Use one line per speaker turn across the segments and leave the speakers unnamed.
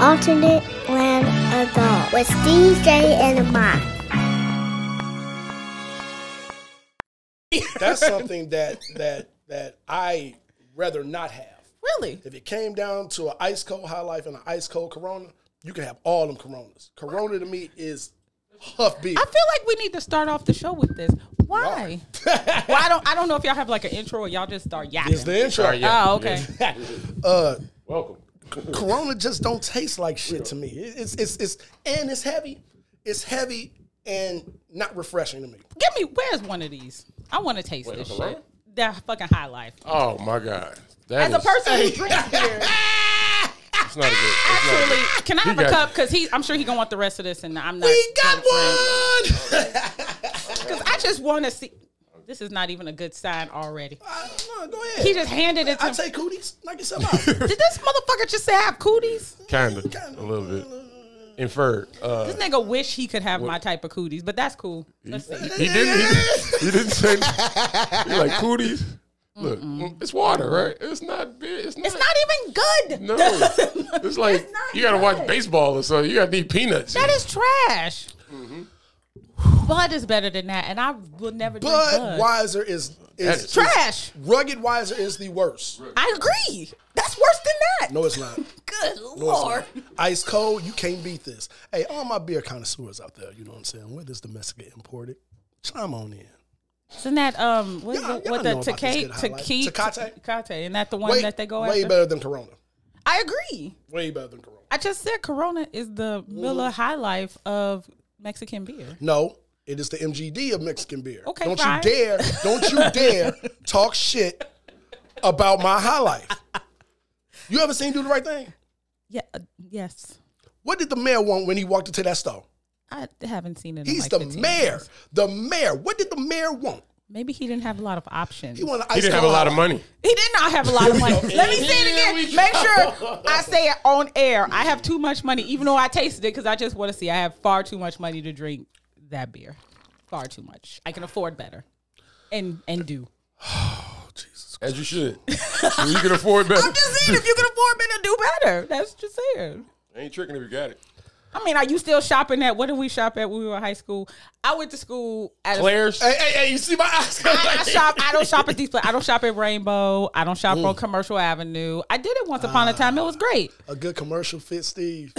alternate land ago with DJ and Mark.
That's something that that that I rather not have.
Really?
If it came down to an ice cold high life and an ice cold Corona, you can have all them Coronas. Corona to me is huff beer.
I feel like we need to start off the show with this. Why? well, I don't. I don't know if y'all have like an intro or y'all just start yapping.
It's the intro.
Sorry, yeah.
Oh, okay.
Uh,
Welcome.
Corona just don't taste like shit to me. It- It's it's it's and it's heavy. It's heavy and not refreshing to me.
Give me. Where's one of these? I want to taste
Wait,
this
hello?
shit. That fucking high life.
Oh my God. That
As a
Oh,
is-
person who drinks beer,
it's not a good. it's not a
actually,
good-
can I have
He
a
got
cup?
it.
Because he, I'm sure he gonna want the rest of this, and I'm not.
We got one.
Because I just want to see. This is not even a good sign already.
I, no, go ahead.
He just handed it to
I
me.
take cooties. Knock yourself out.
Did this motherfucker just say I have cooties?
Kinda, a little bit inferred. Uh,
This nigga wish he could have my type of cooties, but that's cool. Let's see.
he didn't. He, he didn't say. He like cooties. Look, mm, it's water, right? It's not. beer, It's not.
It's not even good.
No, it's like
not
you gotta watch
good.
baseball or something. You gotta need peanuts.
That is trash.
Mm-hmm.
Bud is better than that, and I will never drink Bud.
Bud Weiser is
That
is
is-
Trash.
rugged. Weiser is the worst.
I agree. That's worse than that.
No, it's not.
Good
No, it's
lord.
not. Ice cold, you can't beat this. Hey, all my beer connoisseurs out there, you know what I'm saying? Where does domestic get imported? Chime on in.
Isn't that um what, is
Y'all-
it,
y'all
what the
know about this
Takate
good highlight.
Takate
Tecate?
Tecate? Isn't that the one
Way,
that they go
way
after?
better than Corona.
I agree.
Way better than Corona.
I just said Corona is the Miller High Life of Mexican beer.
No, it is the MGD of Mexican beer.
Okay,
don't
fine.
you dare, don't you dare talk shit about my high life. You ever seen Do the Right Thing?
Yeah. uh, yes.
What did the mayor want when he walked into that store?
I haven't seen it. in,
He's
like,
the
15
mayor.
years.
The mayor. What did the mayor want?
Maybe he didn't have a lot of options.
He wanted
He didn't have a lot of money.
He did not have a lot of money. Let me say it
Here
again.
we
Make sure I say it on air. I have too much money, even though I tasted it, because I just want to see. I have far too much money to drink that beer. Far too much. I can afford better, and and do.
As you should. so you can afford better.
I'm just saying, if you can afford better, do better. That's just saying.
Ain't tricking if you got it.
I mean, are you still shopping at? What did we shop at when we were in high school? I went to school at. A,
Players.
Hey, hey, hey, you see my eyes?
I, I shop. I don't shop at these. pla- I don't shop at Rainbow. I don't shop on Commercial Avenue. I did it once upon a
Ah.
time. It was great.
a good commercial fit, Steve.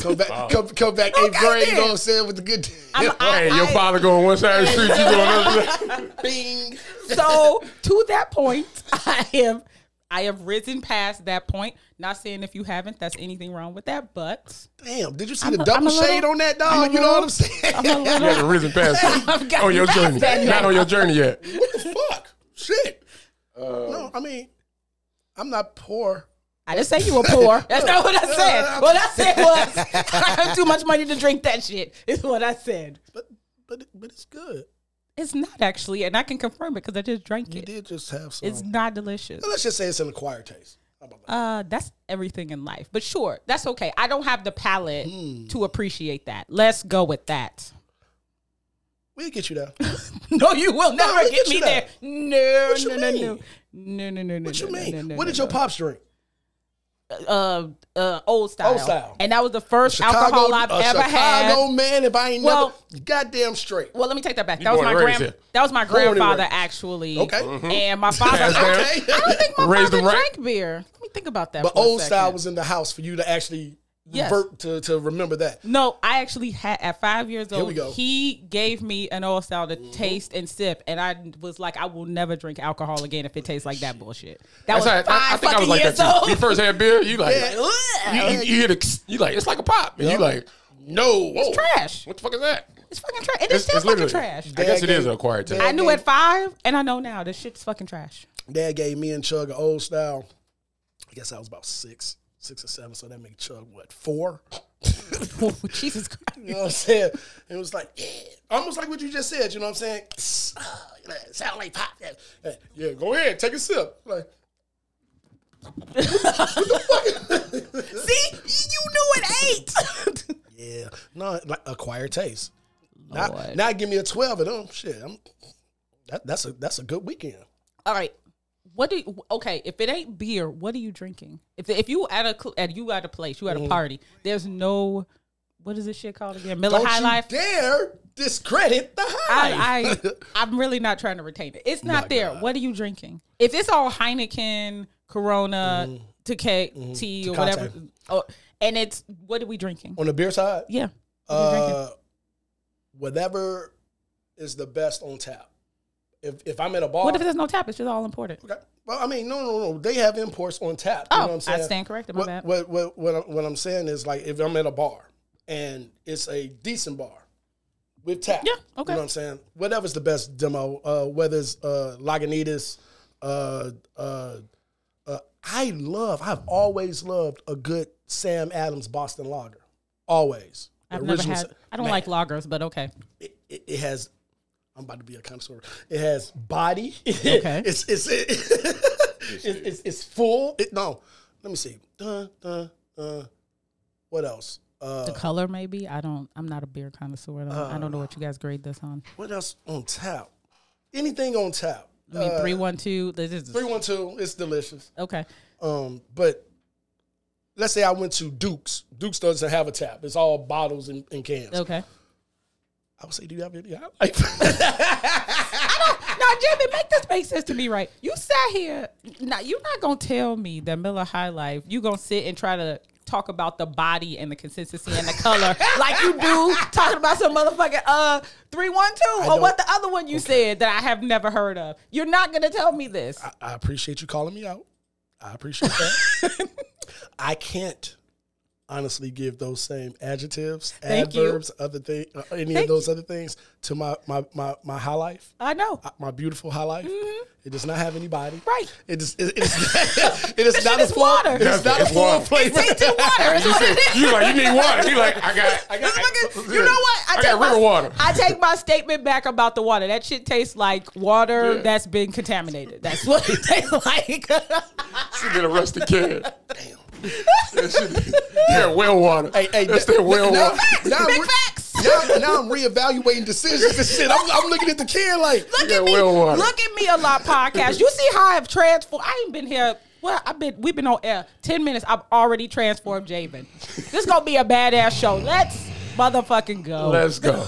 Come back, come, come back eighth
Okay,
grade. You know
then.
what I'm saying with the good
Oh, I'm- I-
hey, your
I-
father going one side of the street, you going the other.
bing.
so to that point, I have I have risen past that point. Not saying if you haven't, that's anything wrong with that, but
Damn, did you see the
a-
double
I'm a little-
shade on that
I'm
dog?
a
You know what
little-
I'm saying?
I'm a
You haven't
little
risen past
I've
it.
gotten
on your
past
journey.
that
Not on your journey yet.
what the fuck? Shit. no, I mean, I'm not poor.
I didn't say you were poor. That's not what I said. What I said was I have too much money to drink that shit. Is what I said.
But but but it's good.
It's not actually, and I can confirm it because I just drank
You
it.
did just have some.
It's not delicious.
Let's just say it's an acquired taste. How about that?
Uh, that's everything in life. But sure, that's okay. I don't have the palate
Hmm.
to appreciate that. Let's go with that.
We'll get you there.
No, you will never
we
get
get
me
you
there.
that.
No,
What
no,
you
no,
mean?
no, no, no, no, no.
What you
no,
mean?
no, no,
what
no,
did your pops drink?
no. uh, uh, old style?
Old Style.
And that was the first alcohol I've
a
ever
Chicago
had.
man. If I ain't
Well-
never, goddamn straight.
Well, let me take that back.
You
That was
born
my
and raised
grand.
here.
That was my
Born and
grandfather
raised.
actually.
Okay.
And my father.
Hands down.
I don't think my
Raised
father
him right.
drank beer. Let me think about that.
But
for a
old style
second.
was in the house for you to actually
Yes.
revert to, to remember that.
No, I actually had at five years
we
old.
go. Mm-hmm.
He gave me an old style to taste and sip, and I was like, I will never drink alcohol again if it tastes like that bullshit. That was
That's
five
how- I, I think I
fucking
was like that
years
too. When you
old.
first had beer, you like,
Yeah.
you, you, you hear the, you like, it's like a pop. And you like, no. Whoa,
trash.
What the fuck is that?
It's fucking trash. It is still fucking
literally-
trash.
I guess it
Dad
is
gave-
an acquired taste.
I knew at five, and I know now. This shit's fucking trash.
Dad gave me and Chug an old style. I guess I was about six, six or seven. So that made Chug what four?
Oh, Jesus Christ.
You know what I'm saying? It was like yeah, almost like what you just said. You know what I'm saying? Sound like pop. Yeah, yeah, go ahead, take a sip. Like
See, you knew at eight.
yeah, no, like acquired taste. Now,
Lord.
now give me a twelve of them. Shit, I'm, that, that's a that's a good weekend.
All right. What do you, okay? If it ain't beer, what are you drinking? If if you at a cl- at you at a place, you at a party. There's no what is this shit called again? Miller
Don't
High
you
Life.
dare discredit the high.
I, I I'm really not trying to retain it. It's not there. What are you drinking? If it's all Heineken, Corona, Tecate, tea,
Mm-hmm.
or
Tecate.
whatever, oh, and it's what are we drinking?
On the beer side,
Yeah, what are we drinking?
uh, whatever is the best on tap. If if I'm at a bar,
What if there's no tap? It's just all imported.
Okay. Well, I mean, no, no, no. They have imports on tap. You
Oh,
know what I'm
I
saying?
stand corrected, my
What,
bad.
What, what, what, I'm, what I'm saying is, like, if I'm at a bar and it's a decent bar with tap.
Yeah, okay.
You know what I'm saying? Whatever's the best demo, uh, whether it's uh, Lagunitas, uh, uh, uh, I love, I've always loved a good Sam Adams Boston lager. Always.
I've
The
never
original
had.
Sa-
I don't
Man,
like lagers, but okay.
it, it, it has. I'm about to be a connoisseur. It has body.
Okay.
it's it's it, it's, it's it's full. It, no, let me see. Dun, dun, dun. What else? Uh, Uh,
The color, maybe. I don't. I'm not a beer connoisseur. I don't, I don't know what you guys grade this on.
what else on tap? Anything on tap?
I mean, three one two. This is
Three one two. It's delicious.
okay.
Um, but let's say I went to Duke's. Duke's doesn't have a tap. It's all bottles and, and cans.
Okay.
I would say, do you have any? I-
Now, Jimmy, make this make sense to me, right? You sat here. Now, you're not gonna tell me that Miller High Life. You gonna sit and try to talk about the body and the consistency and the color like you do talking about some motherfucking uh three one two or
don't-
what the other one you said that I have never heard of. You're not gonna tell me this.
I appreciate you calling me out. I appreciate that. I can't honestly give those same adjectives,
Thank you.
adverbs, other thing, uh, any of
Thank
those other things to my my my, my high life.
I know.
uh, My beautiful high life. It does not have any body.
Mm-hmm. Right.
It is. It, it is. it is not
shit
a
is
full.
water.
It is
Yes,
not a
it's
full
water.
flavor.
Take two water. It's what it is.
You like you need water. He like I got. I
This
got
nigga- you know what?
I, got
my,
river water.
I take my statement back about the water. That shit tastes like water
Yeah.
that's been contaminated. That's what it tastes like.
She did a rusty can. Damn. yeah, well water.
Hey, hey,
that's
that-
their well
now-
water.
now I'm
Big
re-
facts.
Now, now I'm reevaluating decisions and shit. I'm, I'm looking at the can like,
Look
Yeah,
at me.
well water.
Look at me a lot podcast. You see how I've transformed. I ain't been here. Well, I've been. We've been on air ten minutes. I've already transformed Javen. This gonna be a badass show. Let's motherfucking go.
Let's go.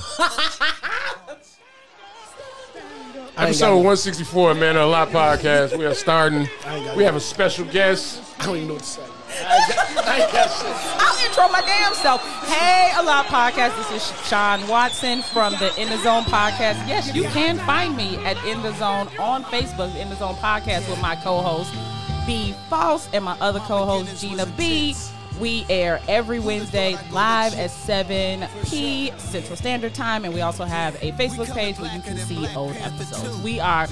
Episode 164, man, of a lot podcast. We are starting.
got
We
it.
have a special guest.
I don't even know what to say. I got- I got shit.
I'll intro my damn self. Hey, a lot podcast. This is Sean Watson from the In the Zone podcast. Yes, you can find me at In the Zone on Facebook, In the Zone podcast, with my co-host B False and my other co-host Gina B. We air every Wednesday live at 7 p. Central Standard Time, and we also have a Facebook page where you can see old episodes. We are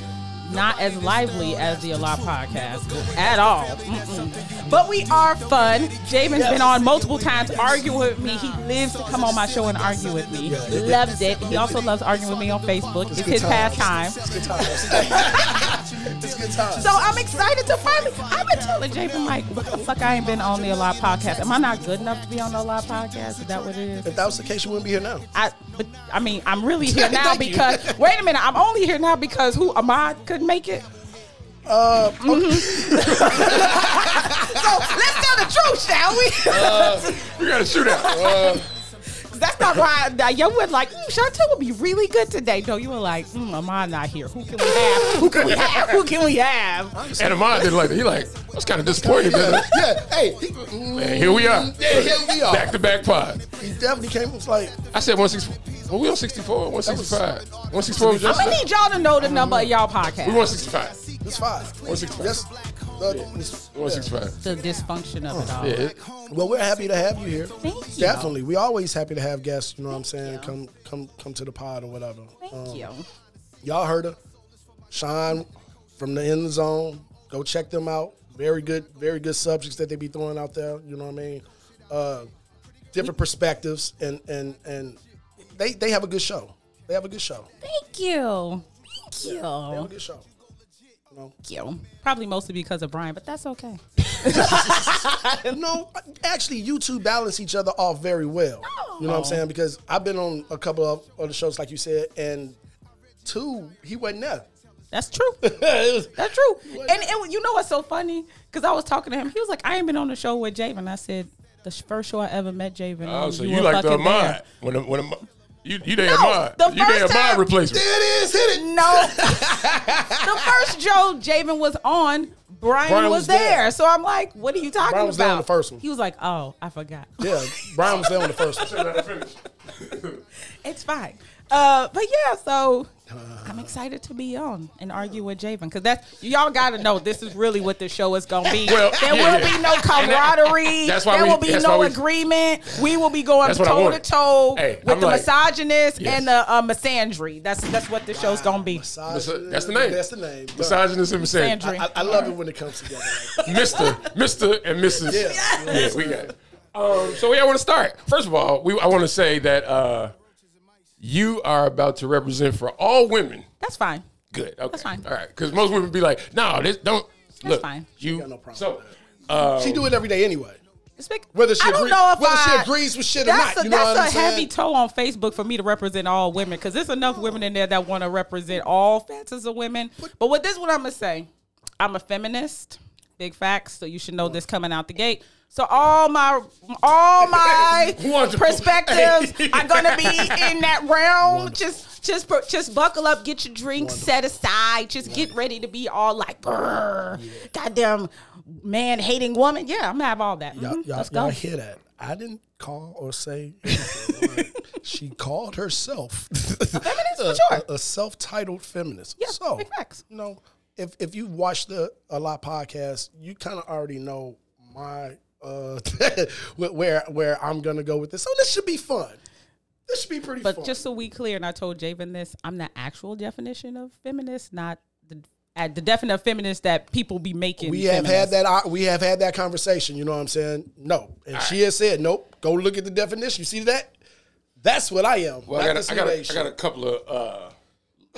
not as lively as the Alive podcast at all. Mm-mm. But we are fun. Javen's been on multiple times arguing with me. He lives to come on my show and argue with me. Loves it. He also loves arguing with me on Facebook. It's his pastime.
It's good times.
So I'm excited to finally. I've been telling Javen like, what the fuck? I ain't been on the Alive podcast. Am I not good enough to be on the Alive podcast? Is that what it is?
If that was the case, you wouldn't be here now.
I, but I mean, I'm really here now
Thank you.
because. Wait a minute, I'm only here now because who Ahmad couldn't make it. Mm-hmm. Uh, so let's tell the truth, shall we?
We got a shootout. Uh,
'Cause Uh, That's not why I, you were like, mm, Chantel would be really good today. No, you were like, mm, Ahmad not here. Who can we have? Who can we have? Who can we have?
and Amon didn't like it. He like, I was kind of disappointed. man.
Yeah, hey, he, mm,
And here we are.
Yeah, here we are.
Back to back pod.
he definitely came. It's like
I said 164. Well, we on 64, 165. 164 was
I'm
just.
gonna need y'all to know the number of y'all podcast.
We 165.
it's five. Uh,
What's it-
That's- that- it's-
165.
the dysfunction of
Oh,
it all.
Yeah, it-
Well, we're happy to have you here.
Thank you.
Definitely, we always happy to have guests. You know what I'm saying? Come, come, come to the pod or whatever.
Thank
Um,
you.
Y'all heard her, Sean from the End Zone. Go check them out. Very good, very good subjects that they be throwing out there. You know what I mean? Uh, different perspectives, and and and they they have a good show. They have a good show.
Thank you. Thank you.
They have a good show.
you. Probably mostly because of Brian, but that's okay.
No, actually, you two balance each other off very well. You know what I'm saying? Because I've been on a couple of other shows, like you said, and two, he wasn't there.
That's true. That's true. And, and you know what's so funny? Because I was talking to him. He was like, I ain't been on the show with Javen. I said, the first show I ever met Javen.
Oh,
on,
so
you
you,
were
like the
fucking there."
Ahmad. When, the- when the, you, you the
No,
Ahmad.
the
you
first
the Ahmad
time-
replacement.
There it is. Hit it.
No. the first Joe Javen was on, Brian,
Brian
was,
was
there.
there.
So I'm like, what are you talking
Brian was
about?
there on the first one.
He was like, oh, I forgot.
Yeah, Brian was there on the first one.
It's fine. Uh, but yeah, so I'm excited to be on and argue with Javen because that's y'all got to know this is really what the show is gonna be.
Well,
there
yeah,
will
yeah.
be no camaraderie.
that's why
there
we-
will be
that's
no
why we-
agreement. We will be going
That's what I
toe to
wanted.
toe
Hey,
with
I'm
the
like-
misogynist
Yes.
and the uh, misandry. That's that's what the show's gonna be.
Misogynist.
That's the name.
That's the name.
Misogynist and
Misandry.
misandry.
I, I love it when it comes together. Like,
Mr. Mr. and Mrs.
Yeah.
Yeah, we got it. Um, so yeah, I want to start. First of all, we I want to say that uh, you are about to represent for all women.
That's fine.
Good. Okay. That's
fine.
All right. Because most women be like, no, this don't.
That's
look,
fine.
You
got no problem
So
with she do it every day anyway.
It's like-
Whether she
I don't
agree-
know if
whether she
I-
agrees with shit or
that's
not,
A,
you know
that's
what I'm
a
saying?
heavy toe on Facebook for me to represent all women because there's enough women in there that want to represent all facets of women. But with this, what I'm gonna say, I'm a feminist. Big facts. So you should know this coming out the gate. So all my all my
Wonderful.
perspectives
Hey.
are gonna be in that realm. Just just per- just buckle up, get your drinks set aside, just get ready to be all like, "Brr, goddamn man hating woman. Yeah, I'm gonna have all that.
Y'all,
Mhm.
y'all,
Let's go.
y'all hear that? I didn't call or say. anything. Like, she called herself a feminist,
for sure.
a, self-titled feminist.
Yeah,
so
big facts.
you know, if if you watch the a lot podcast, you kind of already know my uh where where I'm gonna go with this. So this should be fun. This should be pretty
But
fun.
just so we clear, and I told Javen this, I'm the actual definition of feminist, not the at the definition of feminist that people be making.
we have
feminist.
had that uh, we have had that conversation. You know what I'm saying? No, and she has said, "Nope." Go look at the definition. You see that? That's what I am.
well,
Not
I got,
this
a, I, got a, I
relation.
got a couple of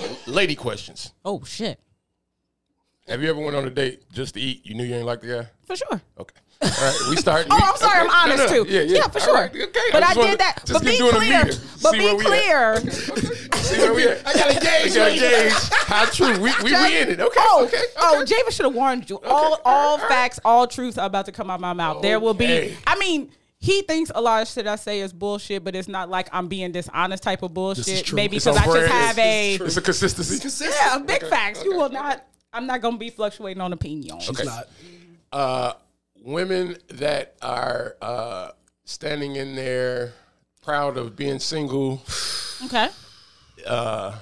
uh, lady questions.
Oh shit,
Have you ever went on a date just to eat? You knew you ain't like the guy.
for sure.
Okay. All right. We start.
Oh, I'm sorry.
Oh, Okay.
I'm honest
No, no,
too. Yeah, for
All
sure.
right, Okay.
But I,
just wanted-
did that.
just
But
keep
be
doing a
clear.
meter.
But
See
be
where we at.
clear.
See where we at? I got engaged. got engaged. How true? We, we, we in it. Okay.
Oh,
okay. okay.
oh, Javen should have warned you. All
all
all
right, all
facts, all truths are about to come out my mouth. There will be.
Okay.
I mean. He thinks a lot of shit I say is bullshit, but it's not like I'm being dishonest type of bullshit.
true.
Maybe
It's
because
on
I just
brand.
have
This
a
is true.
It's a consistency.
consistent.
yeah, big facts. You will not. I'm not gonna be fluctuating on opinion.
It's not.
Uh, women that are uh, standing in there, proud of being single.
Okay.
Uh,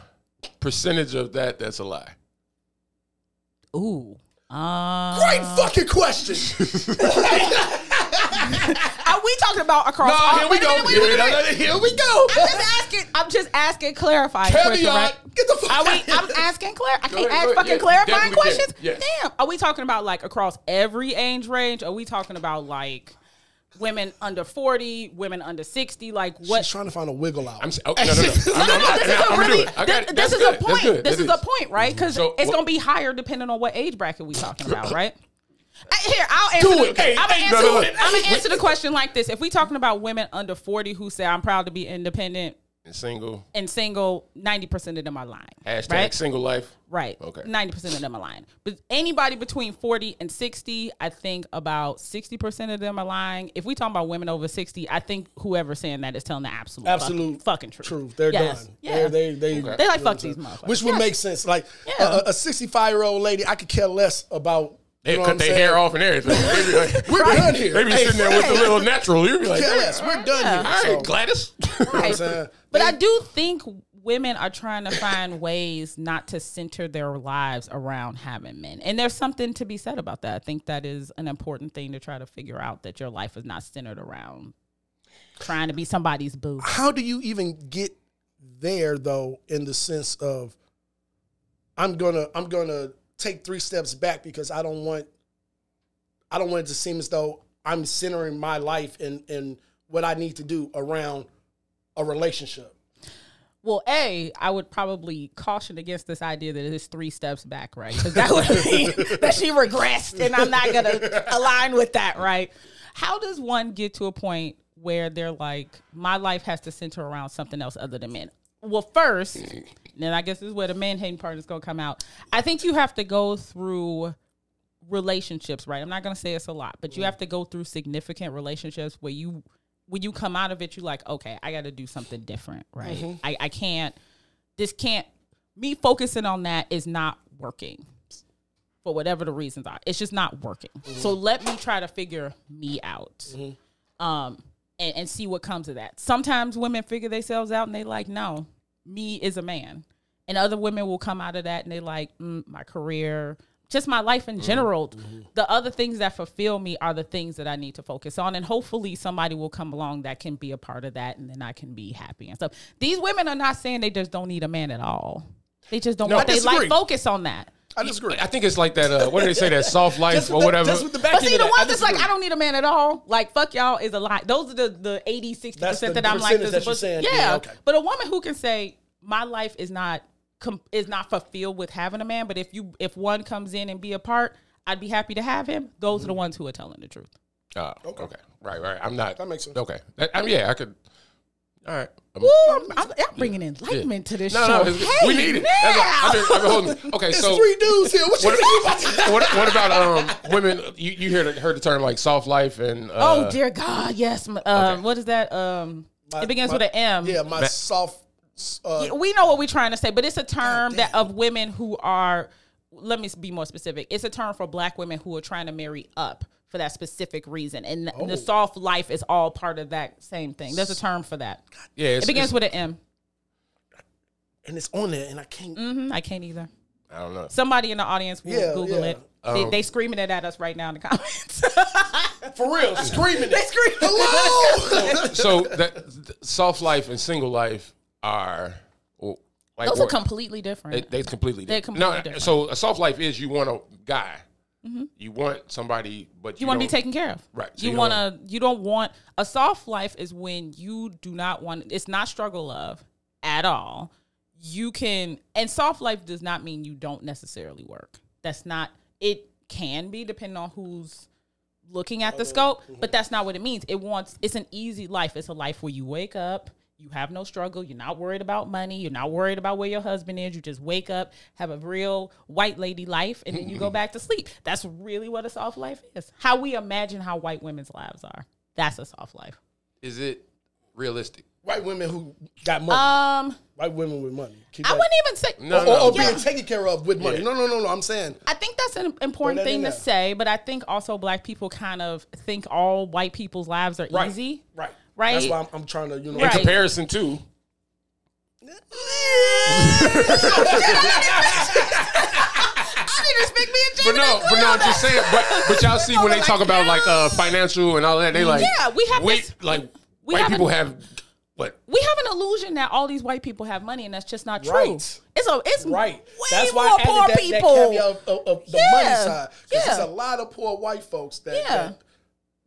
percentage of that that's a lie.
Ooh. Uh,
Great fucking question.
are we talking about across? all-
Oh,
wait a minute, wait a minute, wait a minute.
Here we go.
I'm just asking. I'm just asking clarifying questions. Right?
Caveat. Get the fuck
Are we?
out of
I'm asking clar. I can't ask
ahead, go ahead.
fucking
Yeah,
clarifying
definitely
questions.
can. Yes.
Damn. Are we talking about like across every age range? Are we talking about like women under forty, women under sixty? Like what?
She's trying to find a wiggle out.
I'm s- oh, no, no, no. I'm,
no,
I'm,
no, no,
I'm,
this is a
I'm gonna do
really,
it. I
thi-
got it.
this is
That's
a
good. That's
point.
good.
This
That
is a point, right? Because
So,
it's
what-
going to be higher depending on what age bracket we talking about, right? Uh, Here, I'll answer.
Do
the,
it. Hey,
I'm gonna
hey,
answer,
no, no, no.
I'm gonna answer the question like this: If we talking about women under forty who say I'm proud to be independent
Single.
and single, ninety percent of them are lying.
Hashtag
right?
single life.
Right.
Okay.
Ninety percent of them are lying. But anybody between forty and sixty, I think about sixty percent of them are lying. If we talking about women over sixty, I think whoever's saying that is telling the absolute,
Absolute
fucking, fucking truth.
Truth. They're
Yes.
done.
Yeah.
They're- They they
Okay.
They like fuck these motherfuckers.
Which would make sense. Like
Yeah.
a- a 65 year old lady, I could care less about.
They
You know what
cut
I'm
their
saying?
hair off and everything. They be like,
We're done here.
They be
Hey,
sitting there with the
hey,
little natural. You be like,
Care less. We're done
Yeah.
here.
all
So,
right, Gladys.
you know what I'm saying?
But
They-
I do think women are trying to find ways not to center their lives around having men. And there's something to be said about that. I think that is an important thing to try to figure out that your life is not centered around trying to be somebody's boo.
how do you even get there though in the sense of i'm gonna i'm gonna take three steps back because i don't want i don't want it to seem as though i'm centering my life and and what i need to do around a relationship
Well, A, I would probably caution against this idea that it is three steps back, right? Because that would mean that she regressed, and I'm not going to align with that, right? How does one get to a point where they're like, my life has to center around something else other than men? well, first, then I guess this is where the man hating part is gonna come out. I think you have to go through relationships, right? I'm not gonna say it's a lot, but you have to go through significant relationships where you when you come out of it, you're like, okay, I gotta do something different, right? I, I can't this can't me focusing on that is not working for whatever the reasons are. It's just not working.
Mm-hmm.
So let me try to figure me out.
Mm-hmm.
Um and, and see what comes of that. Sometimes women figure themselves out and they like, no, me is a man. And other women will come out of that and they like, mm, my career, just my life
Mm-hmm.
in general. The other things that fulfill me are the things that I need to focus on. And hopefully somebody will come along that can be a part of that and then I can be happy and stuff. These women are not saying they just don't need a man at all. They just don't
No,
want
I
their life
disagree.
focus on that.
I disagree.
I think it's like that. Uh, what do they say? That soft life
Just with
or
the-
whatever.
just with the back
But
end
see,
of
the
that, I
ones that's like,
disagree.
I don't need a man at all. Like, fuck y'all is a lie. Those are the, the 80, 60%
That's the
that I'm like,
percentage
this
that you're
was-
saying,
yeah.
yeah, okay.
But a woman who can say, my life is not com- is not fulfilled with having a man, but if you if one comes in and be a part, I'd be happy to have him. Those are the ones who are telling the truth.
Oh, okay. Right, right. I'm not.
That makes sense.
Okay. That, I mean, yeah, I could. All right. I'm-
Ooh, I'm, I'm, I'm bringing enlightenment to this
no,
show.
no, it's-
hey,
we need it. That's what- I've been- I've been holding- Okay,
It's
so
three dudes here. What you
what,
think about that?
what, what about um women? You, you heard heard the term like soft life and uh,
oh dear God, yes. m- Uh,
okay.
What is that? Um,
My-
it begins
my-
with an M.
Yeah, my soft. Uh,
Yeah, we know what we're trying to say, but it's a term that of women who are. Let me be more specific. It's a term for black women who are trying to marry up for that specific reason, and the-
Oh.
the soft life is all part of that same thing. There's a term for that.
yeah, it's,
It begins
it's-
with an M.
and it's on there, and I can't.
Mm, I can't either.
I don't know.
Somebody in the audience will
Yeah,
Google
yeah.
it.
Oh.
they, they screaming it at us right now in the comments.
For real, screaming
they
it.
screaming.
Hello.
So that th- soft life and single life are well, like
Those are
what-
completely different.
they, they completely
They're
different.
completely
no,
different. Mm-hmm.
so a soft life is you want a guy, you want somebody, but you,
you want to be
don't-
taken care of.
Right, so
you
you
want to. You don't want a soft life is when you do not want. It's not struggle love at all. You can and soft life does not mean you don't necessarily work. That's not. It can be depending on who's looking at the scope,
Mm-hmm.
but that's not what it means. It wants it's an easy life. It's a life where you wake up, you have no struggle, you're not worried about money, you're not worried about where your husband is. You just wake up, have a real white lady life, and then you go back to sleep. That's really what a soft life is. How we imagine how white women's lives are. That's a soft life.
Is it realistic?
White women who got money.
Um,
White women with money. Keep
I
that-
wouldn't even say
No,
Or, or
Yeah.
being taken care of with money.
Yeah.
No, no, no, no. I'm saying
I think that's an
Throw
important
that
thing
in
to
there.
say, but I think also black people kind of think all white people's lives are
Right.
easy.
right,
Right.
That's why I'm, I'm trying to, you know.
In
Right.
comparison to
You just pick me and
But
Jamie
no,
Lynn
but no,
Graham.
I'm just saying. But but y'all see when they talk about like uh financial and all that, they like
Yeah, we have this-
like
we
white
have
people
a-
have what
we have an illusion that all these white people have money, and that's just not true.
Right.
It's a it's
Right.
way
That's
more
why I
poor
added that,
people.
that caveat of, of, of the money
Yeah.
side. Because
Yeah.
there's a lot of poor white folks that,
Yeah.
that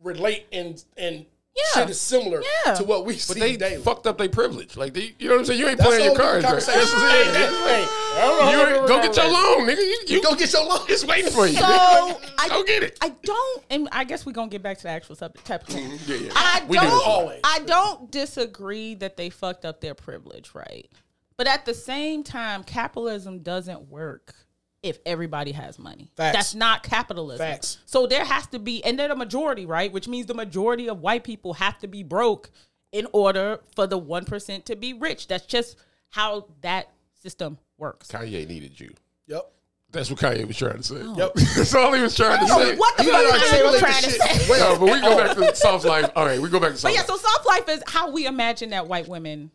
relate and and
Yeah.
shit is similar
Yeah.
to what we see
But they
daily.
fucked up their privilege. Like they, you know what I'm saying. You ain't
That's
playing your
the whole
cards. Right. This is
conversation.
it.
Hey, hey, I don't
You
know.
ain't- go get your loan, nigga. You, you
Go get your loan.
It's waiting for you.
so I
go get it.
I don't, and I guess we're gonna get back to the actual subject. Type of thing.
yeah, yeah.
I
We do this a
don't.
lot.
always.
I don't disagree that they fucked up their privilege, right? But at the same time, capitalism doesn't work if everybody has money.
Facts.
That's not capitalism.
Facts.
So there has to be, and they're the majority, right? Which means the majority of white people have to be broke in order for the one percent to be rich. That's just how that system works.
Kanye needed you.
Yep.
That's what Kanye was trying to say.
Yep.
That's all he was trying to
I don't
say.
know Oh. what the
He
fuck
didn't
Kanye was
articulate
trying
the
to
shit.
say.
No, but we go back to soft life. All right, we go back to soft
But yeah,
life.
so soft life is how we imagine that white women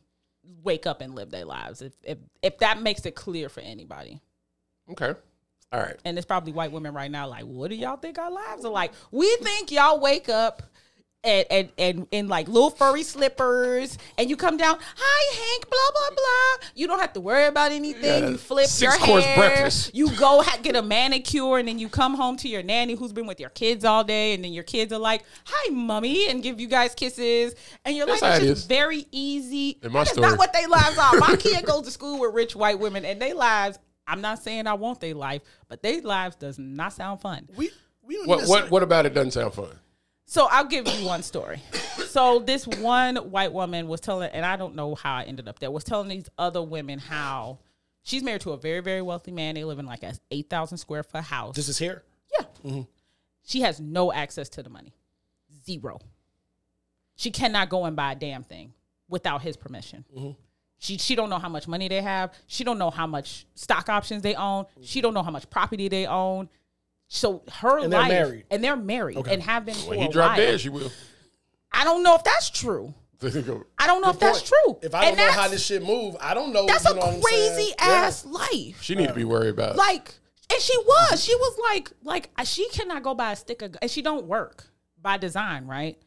wake up and live their lives. If if if that makes it clear for anybody.
okay. All right.
And it's probably white women right now like, what do y'all think our lives are like? We think y'all wake up and and and in like little furry slippers and you come down, hi Hank, blah blah blah. You don't have to worry about anything.
Yeah,
you flip your
six-course
hair.
breakfast.
You go ha- get a manicure and then you come home to your nanny who's been with your kids all day and then your kids are like, "Hi, mommy," and give you guys kisses and your
That's
life
how
is
it
just
is.
very easy.
In my
That is
story.
not what their lives are. My kid goes to school with rich white women and they lives. I'm not saying I want their life, but their lives does not sound fun.
We we don't
What
even
what
say-
what about it doesn't sound fun?
So I'll give you one story. So this one white woman was telling, and I don't know how I ended up there, was telling these other women how she's married to a very, very wealthy man. They live in like a 8,000 square foot house.
This is here.
Yeah. She has no access to the money. Zero. She cannot go and buy a damn thing without his permission.
Mm-hmm.
She she don't know how much money they have. She don't know how much stock options they own.
Mm-hmm.
She don't know how much property they own. So her
And they're
life
married.
and they're married and have been for
When he
a
dropped
while.
dead, she will.
I don't know if that's true. I don't know if that's true.
If I don't
And
know
that's-
how this shit move, I don't know.
that's
you
a
know what I'm
crazy
saying?
ass life.
she need to be worried about.
like and she was she was like like she cannot go buy a stick of and she don't work by design right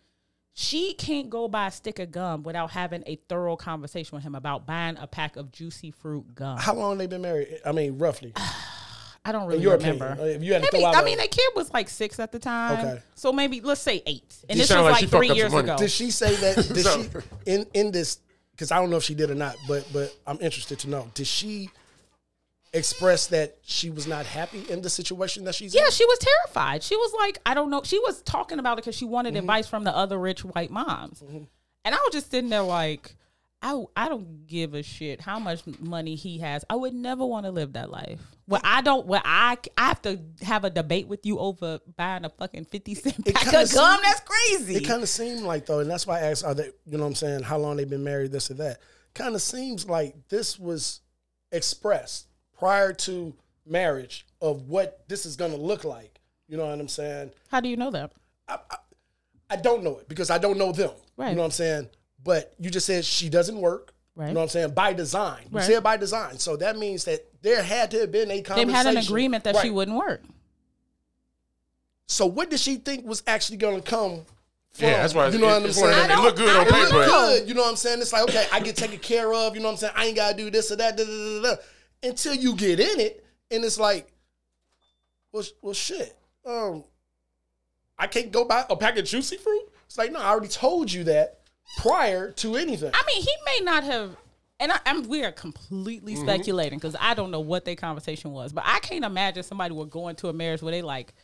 she can't go buy a stick of gum without having a thorough conversation with him about buying a pack of juicy fruit gum
How long they been married? I mean, roughly.
i don't really
your
remember
opinion, if you had to
maybe,
throw out
i
a-
mean the kid was like six at the time
Okay.
so maybe let's say eight and
You
this
sound
was
like
like,
she fucked
three
up
years
some money.
ago
Did she say that? Did
So-
she in in this? Because I don't know if she did or not, but but I'm interested to know. Did she express that she was not happy in the situation that she's
yeah
in?
she was terrified she was like i don't know she was talking about it because she wanted
Mm-hmm.
advice from the other rich white moms and i was just sitting there like I, I don't give a shit how much money he has. I would never want to live that life. Well, I don't. Well, I I have to have a debate with you over buying a fucking fifty cent
It
pack of
kinda
gum.
seemed-
That's crazy.
It kind of seemed like though, and that's why I asked. Are they? You know what I'm saying? How long they been married? This or that? Kind of seems like this was expressed prior to marriage of what this is going to look like. You know what I'm saying?
how do you know that?
I don't know it because I don't know them.
Right.
You know what I'm saying? But you just said she doesn't work.
Right.
You know what I'm saying? By design. You
Right.
said by design. So that means that there had to have been a
They
conversation.
had an agreement that she
Right.
wouldn't work.
So what did she think was actually going to come? From,
Yeah, that's why
you know what
it-
I'm
it's one of
saying.
them, It look good on
I don't
It look
paper.
good. You know what I'm saying? It's like okay, I get taken care of. You know what I'm saying? I ain't gotta do this or that. Da, da, da, da, da. Until you get in it, and it's like, well, sh- well, shit. Um, I can't go buy a pack of juicy fruit. It's like, no, I already told you that prior to anything.
I mean, he may not have. And I, I'm, we are completely
Mm-hmm.
speculating because I don't know what their conversation was, but I can't imagine somebody would go into a marriage where they like,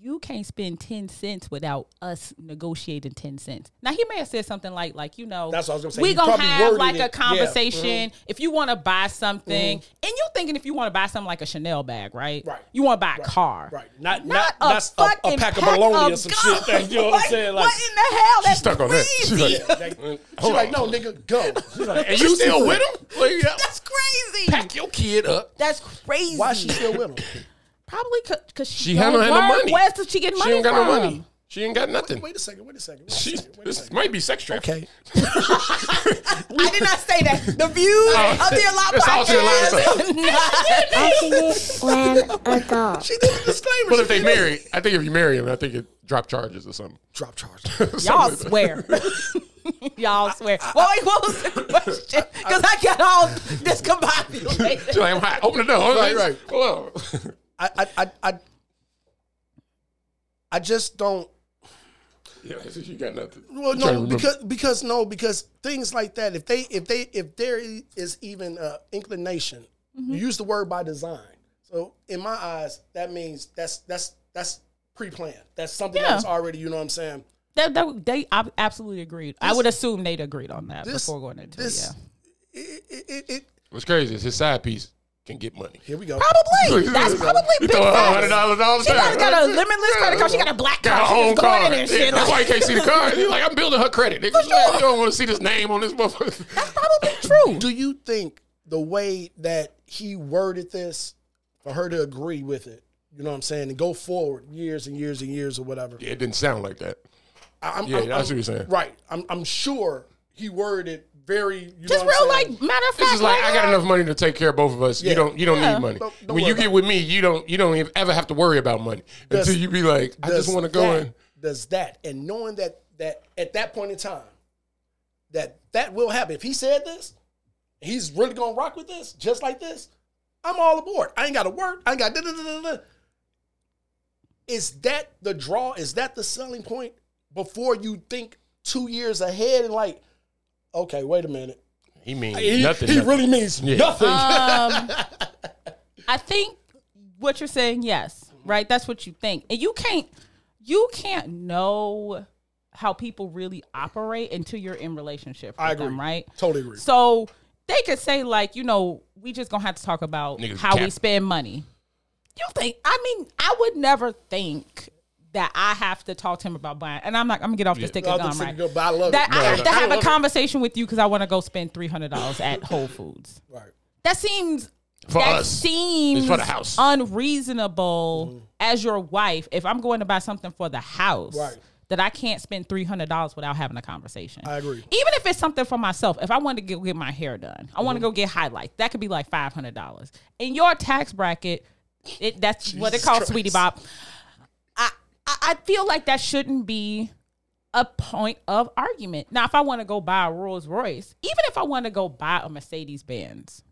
you can't spend ten cents without us negotiating ten cents. Now he may have said something like, like you know,
That's what I was gonna say.
We
He
gonna
probably
have
worded
like
it.
a
Yeah. Mm-hmm.
conversation. If you want to buy something, and you're thinking if you want to buy something like a Chanel bag, right?
Right.
You want to buy a car,
Right. Not-
not,
not- not
a, fucking pack, of bologna
or some shit that- you know what I'm saying? Like,
what in the hell? That's
stuck on that. She's
crazy.
like,
Like, she's
on.
like, no, nigga, go. She's like,
and you still with him? Like, yeah.
That's crazy.
Pack your kid up.
That's crazy.
Why she still with him?
Probably because she,
She had no,
don't
had no
work.
money.
Where's did she get money
She ain't got
from?
no money. She ain't got nothing.
Wait a second. Wait a second. Wait a
She,
second. Wait a
this
second.
might be sex trafficking.
Okay.
I did not say that. The views of the Alot
It's all to
Watching it
podcast.
the line of
when adult.
She did a disclaimer.
But
She
if they
did it.
marry, I think if you marry him, I think it drop charges or something.
drop charge.
Y'all swear. Y'all swear. well, wait, what was the question? Because I got all
She's
discombobulated.
like, I'm hot. Open the door.
Right, right.
Hello.
I, I, I, I, I just don't.
yeah, so she got nothing.
Well,
I'm trying to
no,
remember.
because because no, because things like that. If they if they if there is even uh, inclination, you use the word by design. So in my eyes, that means that's that's that's pre-planned. That's something
Yeah.
that's already. You know what I'm saying?
That, that, they ab- absolutely agreed. I would assume they'd agreed on that
This-
before going into
this-
it. Yeah.
It, it, it, it,
what's crazy is his side piece can get money.
here we go.
Probably. That's probably
You
big
throw her
facts.
$100 all the
She
time.
probably got a limitless credit card. She got a black card.
Got her
She
own
just going in
car.
there and shit.
Yeah, that's why you can't see the car. You're like, I'm building her credit. Nigga. You don't want to see this name on this motherfucker.
Probably true.
Do you think the way that he worded this for her to agree with it? You know what I'm saying? And go forward years and years and years or whatever.
Yeah, it didn't sound like that.
I'm,
Yeah,
I'm,
I see
I'm-
what you're saying.
Right. I'm, I'm sure he worded very. You
Just
know what
real,
I'm saying?
like, matter of fact.
It's just like I got
now-
enough money to take care of both of us. You
Yeah.
don't you don't
Yeah.
need money.
Don't- don't
when
worry
you
about
get with me, you don't you don't even ever have to worry about money
Does-
until you be like, I just
does
want to go
that-
in.
Does that and knowing that that at that point in time, that that will happen. If he said this, he's really gonna rock with this, just like this. I'm all aboard. I ain't got to work. I ain't got. da- da- da- da- da. Is that the draw? Is that the selling point before you think two years ahead and like, okay, wait a minute.
He means
He,
nothing.
he
nothing.
really means nothing.
Uh, I think what you're saying, yes, right? That's what you think. And you can't you can't know how people really operate until you're in relationship with
I agree.
them, right?
Totally agree.
So they could say like, you know, we just gonna have to talk about
Niggas
how we
cap.
spend money. You think? I mean, I would never think that I have to talk to him about buying. And I'm like, I'm gonna get off this
Yeah.
stick
Off
of
the
gum,
stick of
right?
gum, but I love
that
it.
I
No,
have
no,
to
I
have
love
a
it.
conversation with you because I want to go spend three hundred dollars at Whole Foods.
Right.
That seems
For
that
us.
seems
It's for the house.
unreasonable as your wife. If I'm going to buy something for the house,
Right.
that I can't spend three hundred dollars without having a conversation.
I agree.
Even if it's something for myself, if I want to go get my hair done, I want
Mm-hmm.
to go get highlights. That could be like five hundred dollars in your tax bracket. It, that's what it
Jesus
calls,
Christ.
sweetie bop. I, I I feel like that shouldn't be a point of argument. Now, if I want to go buy a Rolls Royce, even if I want to go buy a Mercedes Benz,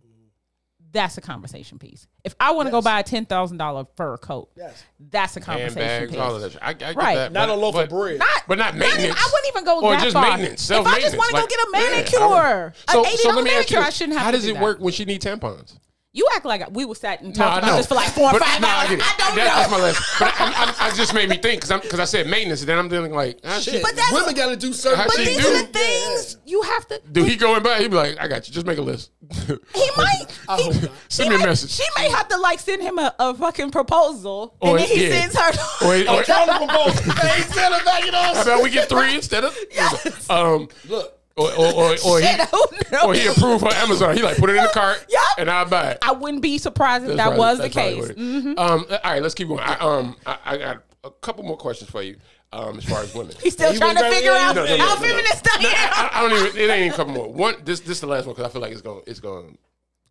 that's a conversation piece. If I want to go
Yes.
buy a ten thousand dollar fur coat,
Yes.
that's a conversation
handbags,
piece.
all of that. shit. I, I get
Right.
that.
Not
but-
a loaf
but-
of bread.
Not,
But not
even-
maintenance.
I wouldn't even go
or
that
just
far.
maintenance.
If I
Self-maintenance.
just want to
like-
go get a
Yeah, I would-
manicure,
so,
an eighty
so
dollar
let me ask
manicure,
you,
I shouldn't have.
How
to
does
do
it
that.
work when she need tampons?
You act like I- we was sat and
No, I
talked about
know.
this for like four or
But-
five
no, I
hours.
get it.
I don't
That- That's
know.
my last. But I, I, I just made me think because I, said maintenance, and then I'm thinking like, ah,
Shit.
shit.
But that's-
Women got to do certain
How
But
she
things.
these
do?
are the things you have to.
Do he go and buy? He'd be like, I got you. Just make a list.
He might.
I
he-
hope not.
she
Send me a
may-
message.
She may have to like send him a, a fucking proposal,
Or-
and then he
yeah.
sends her.
Or- or-
Accountable both. Hey, send her back in
How
us.
about we get three instead of?
Yes.
Um,
Look,
or or or, or he
Shit, who knows?
or he approved her Amazon. He like put it in the cart,
Yup.
and I will buy it.
I wouldn't be surprised if that
That's
was the
probably-
case. Mm-hmm.
that's probably what it- Um, all right, let's keep going. I, um, I, I got a couple more questions for you. Um, as far as women,
He's still
He
trying to
wouldn't
figure
go-
out
No, no, no,
how
no, no.
feminist I
I, I don't even. It ain't even a couple more. One, this this the last one because I feel like it's going it's going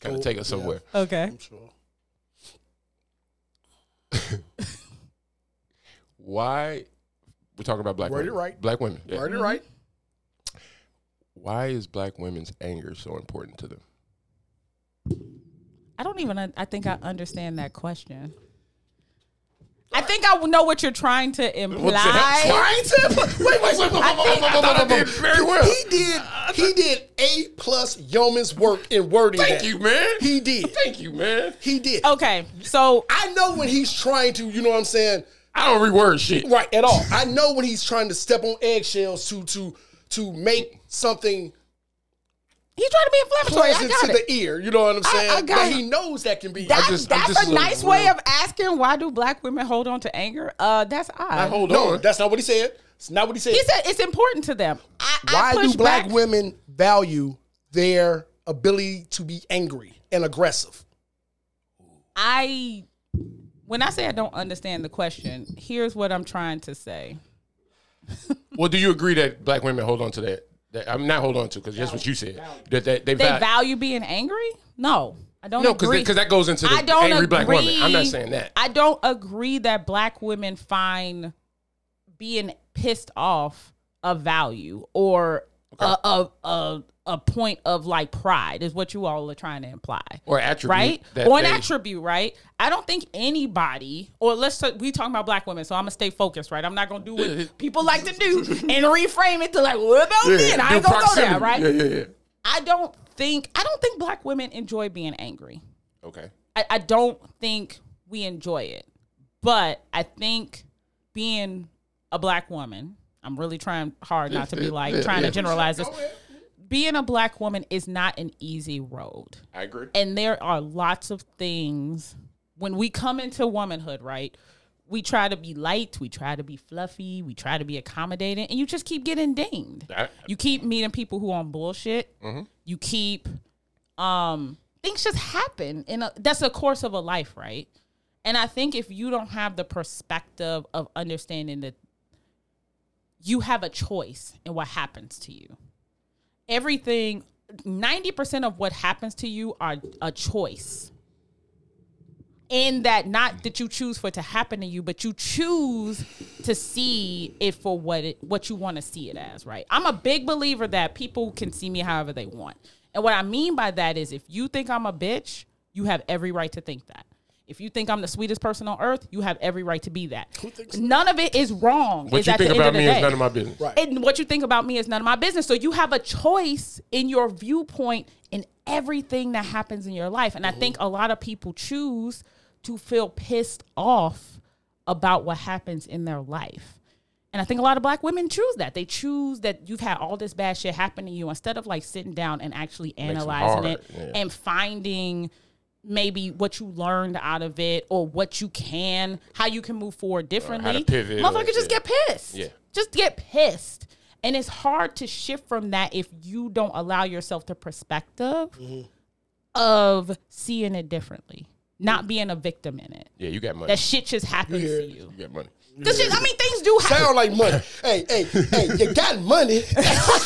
kind of take us somewhere.
am. Okay.
I'm sure.
Why we're talking about black
Word it
women?
right.
Black women. yeah.
Heard it right.
Why is black women's anger so important to them?
I don't even. un- I think I understand that question. I think I know what you're trying to imply.
What's that? Why? Wait, wait, wait, wait,
I
wait,
think-
wait, wait, wait, wait, wait, very well.
He did. He did a plus yeoman's work in wording.
Thank
that.
you, man.
He did.
Thank you, man.
He did.
Okay, so
I know when he's trying to. You know what I'm saying?
I don't reword shit.
Right at all. I know when he's trying to step on eggshells to to to make something
he's trying to be inflammatory. I
pleasant
got
to
it.
the ear. You know what I'm saying?
got
but
it.
he knows that can be.
That-
I just- I'm
that's
just a
a
little
nice way
rude.
of asking why do black women hold on to anger? Uh, that's odd.
Hold
no,
on.
that's not what he said. It's not what he said.
he said it's important to them. I, I
Why do
push
black
back.
women value their ability to be angry and aggressive?
I when I say I don't understand the question, here's what I'm trying to say.
Well, do you agree that black women hold on to that? that I'm not hold on to because that's what you said. That, that they,
They
value.
value being angry? No, I don't.
No,
agree.
because that goes into the
I don't
angry
agree.
black woman. I'm not saying that.
I don't agree that black women find being pissed off a value or a, a a a point of like pride is what you all are trying to imply.
Or attribute
right?
that
Or an
they-
attribute, right? I don't think anybody, or let's say we talking about black women, so I'm gonna stay focused, right? I'm not gonna do what people like to do and reframe it to like, what about men? I
do
ain't gonna go
proximity.
there, right?
Yeah, yeah, yeah.
I don't think I don't think black women enjoy being angry.
Okay.
I, I don't think we enjoy it. But I think being a black woman, I'm really trying hard not to be like
yeah,
trying
yeah.
to generalize this. Being a black woman is not an easy road.
I agree.
And there are lots of things when we come into womanhood, right? We try to be light, we try to be fluffy, we try to be accommodating, and you just keep getting dinged.
That-
you keep meeting people who on bullshit. You keep um things just happen in a that's a course of a life, right? And I think if you don't have the perspective of understanding that you have a choice in what happens to you. Everything, 90% of what happens to you are a choice. In that, not that you choose for it to happen to you, but you choose to see it for what it what you want to see it as, right? I'm a big believer that people can see me however they want. And what I mean by that is if you think I'm a bitch, you have every right to think that. If you think I'm the sweetest person on earth, you have every right to be that. None of it is wrong.
What
is
you
at
think
the end
about
of the
me
day.
is none of my business.
Right.
And what you think about me is none of my business. So you have a choice in your viewpoint in everything that happens in your life.
Mm-hmm.
And I think a lot of people choose to feel pissed off about what happens in their life. And I think a lot of black women choose that. They choose that you've had all this bad shit happen to you instead of like sitting down and actually analyzing
hard,
it
yeah.
and finding maybe what you learned out of it or what you can, how you can move forward differently.
pivot or
Motherfucker, just
shit.
get pissed.
Yeah.
Just get pissed. And it's hard to shift from that if you don't allow yourself the perspective
Mm-hmm.
of seeing it differently, not being a victim in it.
Yeah, you got money.
That shit just happens
You hear
to
it.
you.
you got money.
This shit, I mean, things do happen.
Sound like money. hey, hey, hey, you got money.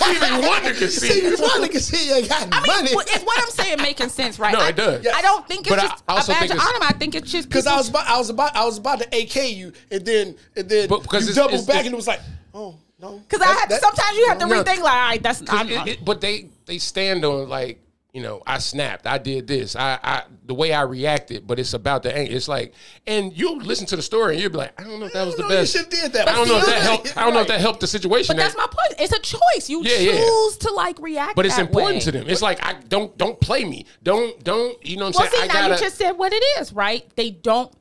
Even Wonder can see.
See,
it.
one nigga say you got
I mean,
money.
well, it's what I'm saying making sense, right?
No,
I-
it does.
I don't think it's
But I
just
also
a badge
think
of
it's-
honor. I think it's just
Because I
people-
was about, I was about, I was about to AK you, and then, and then
But- 'cause
you
it's-
double
it's-
back,
it's-
and it was like, oh no.
Because I
That-
had
that-
sometimes you have to
No.
rethink like, all right, that's
Cause
I'm,
it- it- but they they stand on like you know I snapped, I did this, I, I the way I reacted, but it's about the anger. It's like, and you listen to the story and you'll be like, I don't know if that was the
know you
best.
should did that.
I don't know if that
Right.
helped. I don't know if that helped the situation.
but that's
that-
my point. It's a choice. You
Yeah, yeah.
choose to like react.
but it's
that
important
way.
to them. It's like I don't don't play me. Don't don't you know what I'm
Well, see,
saying?
now
I
you just said what it is, right? They don't.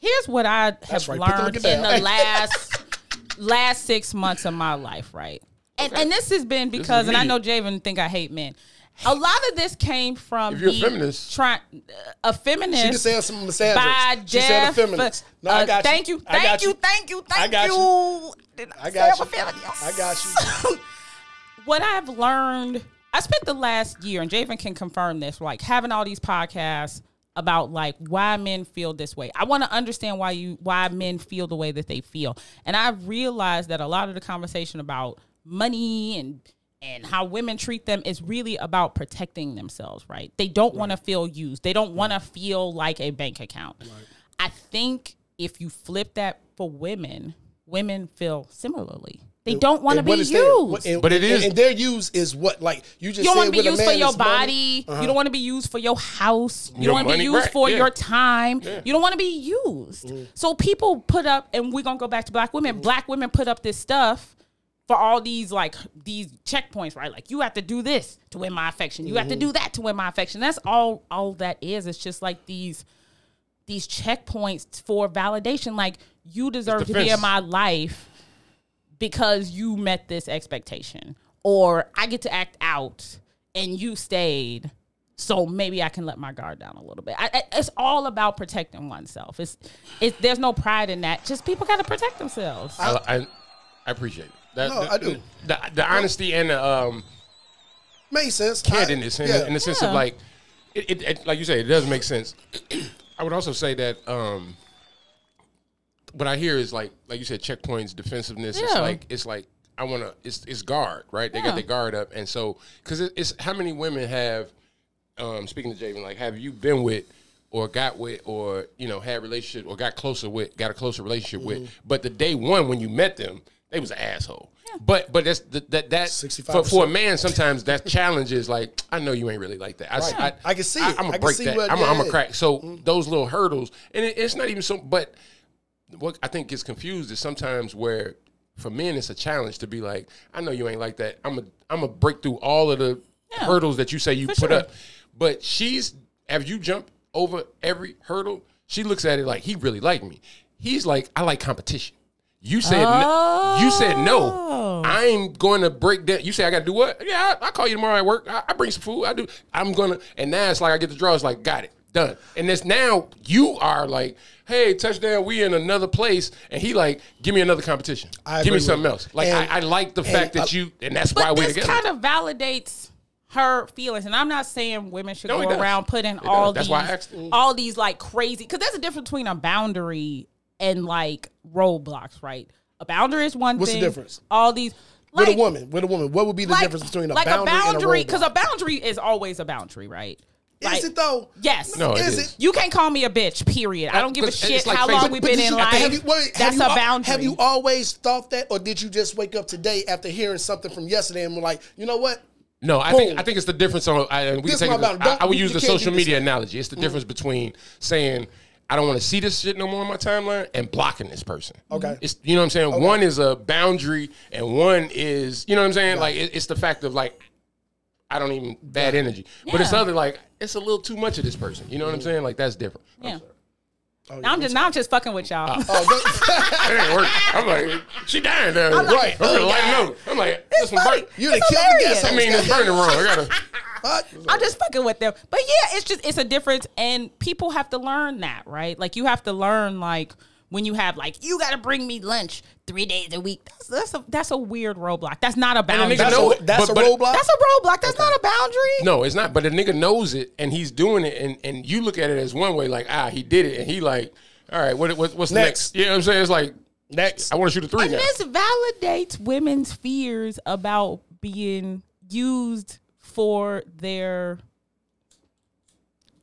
Here's what I have
That's right. Put the
learned
look
in
down.
the last last six months of my life, right? And and this has been because, and I
me.
know Javen think I hate men. A lot of this came from
If you're a
me
feminist.
try, a feminist.
She just said some misandrist.
by
she said a
Jeff.
feminist. No, I
uh,
got you.
Thank you,
I
thank
got
you, thank you, thank
I got you.
Did
I
say
got
I'm a
you.
feminist?
I got you.
what I've learned, I spent the last year, and Javen can confirm this, like having all these podcasts about like why men feel this way. I want to understand why you why men feel the way that they feel. And I've realized that a lot of the conversation about money and and how women treat them is really about protecting themselves, right? They don't want to feel used. They don't want to feel like a bank account. I think if you flip that for women, women feel similarly. They don't want to
And
be
what
used.
is their- what- and-
But it
and-
is-
and their use is what, like you just
You don't
said
want to
with
be
a
used for
man
your
is money. Uh-huh.
body. You don't want to be used for your house. You
Your
don't want to be
money,
used
right,
for
yeah.
your time. You don't want to be used.
Mm-hmm.
So people put up, and we're gonna go back to black women. Black women put up this stuff for all these like these checkpoints, right? Like you have to do this to win my affection. You have
Mm-hmm.
to do that to win my affection. That's all. All that is. It's just like these these checkpoints for validation. Like you deserve to be in
defense.
my life because you met this expectation, or I get to act out and you stayed. So maybe I can let my guard down a little bit. I, I, it's all about protecting oneself. It's, it's there's no pride in that. Just people got to protect themselves.
I, I, I appreciate it. That,
No,
the,
I do.
The, the honesty and the um,
Makes sense.
candidness
I-
in,
yeah.
in the sense
Yeah.
of like, it, it, it- like you say, it does make sense. I would also say that um, what I hear is like, like you said, checkpoints, defensiveness. It's
Yeah.
like it's like I want to. It's it's guard, right? They
Yeah.
got their guard up, and so because it, it's how many women have, um, speaking to Javen, like have you been with? Or got with, or you know, had relationship, or got closer with, got a closer relationship with.
Mm-hmm.
But the day one when you met them, they was an asshole. But but that's the, that that for,
65%.
for a man, sometimes that challenge is like, I know you ain't really like that. I, s-
Right. I can see it.
I'm
I
gonna
can
break
see
that.
what-
I'm gonna
yeah. Mm-hmm.
crack. So those little hurdles, and it, it's not even so. But what I think gets confused is sometimes where for men it's a challenge to be like, I know you ain't like that. I'm a I'm gonna break through all of the
Yeah.
hurdles that you say you
For
put
sure.
up. But she's have you jump over every hurdle? She looks at it like he really liked me. He's like, I like competition. You said no, you said
Oh.
no. I'm going to break down. You say I got to do what? Yeah, I, I call you tomorrow at work. I, I bring some food. I do. I'm gonna. And now it's like I get the draw. It's like got it done. And this now you are like, hey, touchdown. We in another place. And he like, give me another competition.
I
give me
agree
something
with-
else. Like
and-
I, I like the
and
fact that
I-
you. And that's why
But
we're
this
together.
kind of validates her feelings, and I'm not saying women should
No, it
go
does.
around putting
It
all
does. That's
these
why I asked. Mm.
all these like crazy because there's a difference between a boundary and like roadblocks, right? A boundary is one
What's the
thing.
difference?
All these
with
like,
a woman, with a woman, what would be the difference between a
like
boundary,
a boundary?
and a
Because
roadblock?
a boundary is always a boundary, right? Like,
is it though?
Yes.
No, it
is
is.
it?
You can't call me a bitch. Period. I don't give a
Because it's
shit
like
how long
Facebook.
we've
But
been
did
in
you-
life.
have you- wait, have
That's
you
a
al-
boundary.
Have you always thought that, or did you just wake up today after hearing something from yesterday and were like, you know what?
No, I
Boom.
think I think it's the difference on. I, and we
This
can
my
take it,
boundary.
I,
Don't-
I would
you-
use
you
the
can't
social
do this. Mm-hmm.
media analogy. It's the difference between saying I don't want to see this shit no more on my timeline and blocking this person.
Okay.
it's you know what I'm saying. One is a boundary, and one is you know what I'm saying. Like it, it's the fact of like I don't even bad energy, but it's
Yeah.
Mm-hmm.
other like it's a little too much of this person. You know what I'm saying? Like that's different. I'm
Yeah.
sorry.
Oh,
Now I'm just now I'm just fucking with y'all.
Ah. It ain't working. I'm like, she dying down there.
Right.
I'm gonna light it up. I'm like, this one burnt.
You done killed the gas.
I mean, it's burning wrong. I gotta.
mean,
I'm just fucking with them. But yeah, it's just it's a difference and people have to learn that, right? Like you have to learn like when you have like you gotta bring me lunch three days a week. That's that's a that's a weird roadblock. That's not a boundary.
nigga
That's,
that's,
know
a,
it,
that's
but-
a
but-
roadblock.
a roadblock. That's not a boundary.
No, it's not. But the nigga knows it, and he's doing it, and and you look at it as one way, like ah, he did it, and he like, all right, what, what what's next?
Next.
You know what I'm saying? It's like
Next.
I want to shoot a three
And
now.
this validates women's fears about being used for their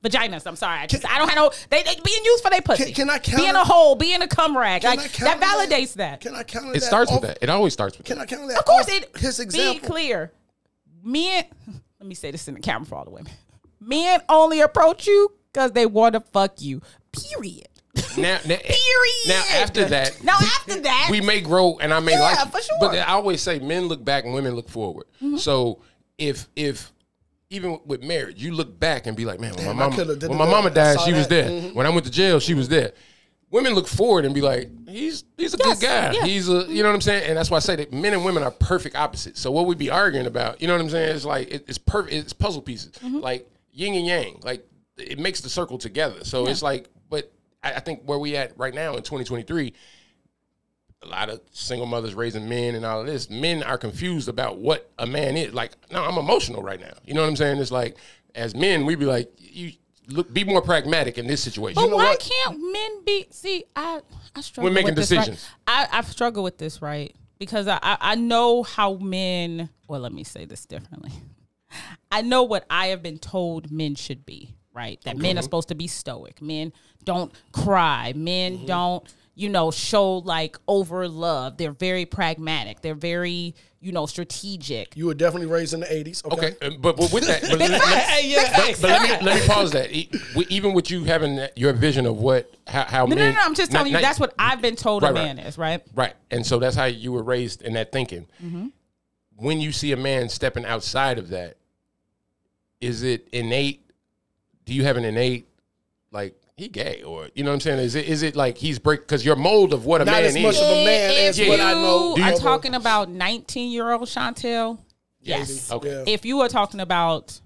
vaginas. I'm sorry, I just I don't have no they, they being used for their pussy.
Can- can I
being
counter-
a hole, being a cum rag,
Can I
like that
counter
validates that.
Can I count
It starts with that. It always starts with
Can
that.
I count that?
of course,
off
it.
His
Be
example.
clear, men. Let me say this in the camera for all the women. Men only approach you because they want to fuck you. Period.
Now, now,
Period.
Now after that,
Now after that,
we may grow and I may
Yeah,
like it.
for sure.
But I always say men look back and women look forward. So if if even with marriage, you look back and be like, man, when
Damn, I
my mama
coulda did
when my
that.
mama
I
died,
saw
she was
that.
there. When I went to jail, she was there. Women look forward and be like, he's he's a
Yes,
good guy.
yeah.
He's a you know what I'm saying. And that's why I say that men and women are perfect opposites. So what we be arguing about, you know what I'm saying? It's like it, it's perfect. It's puzzle pieces, like yin and yang. Like it makes the circle together. So it's like, but I, I think where we at right now in 2023 a lot of single mothers raising men and all of this, men are confused about what a man is. Like, no, I'm emotional right now. You know what I'm saying? It's like, as men, we be like, you look, be more pragmatic in this situation.
But
You know
why
what?
can't men be? See, I I struggle.
We're making
with this,
decisions.
Right? I I struggle with this right because I I I know how men. Well, let me say this differently. I know what I have been told men should be. Right, that men are supposed to be stoic. Men don't cry.
Mm-hmm.
Men don't you know show like over love. They're very pragmatic. They're very you know strategic.
You were definitely raised in the 80s. Okay.
Okay, uh, but, but with that, but, let, me-
Hey, yeah, hey.
but let me let me pause that. E- we- Even with you having that, your vision of what how, how
No,
men,
no, no. I'm just
not-
telling you
not-
that's what I've been told a
Right, right.
man is. Right.
Right. And so that's how you were raised in that thinking. When you see a man stepping outside of that, is it innate? Do you have an innate, like, he gay or, you know what I'm saying? Is it, is it like he's break, because your mold of what a
Not
man
as
is.
much of a man as
if you
what I know.
Do you-
are talking about 19 year old Chantel, yes.
Okay.
Yeah.
If you are talking about,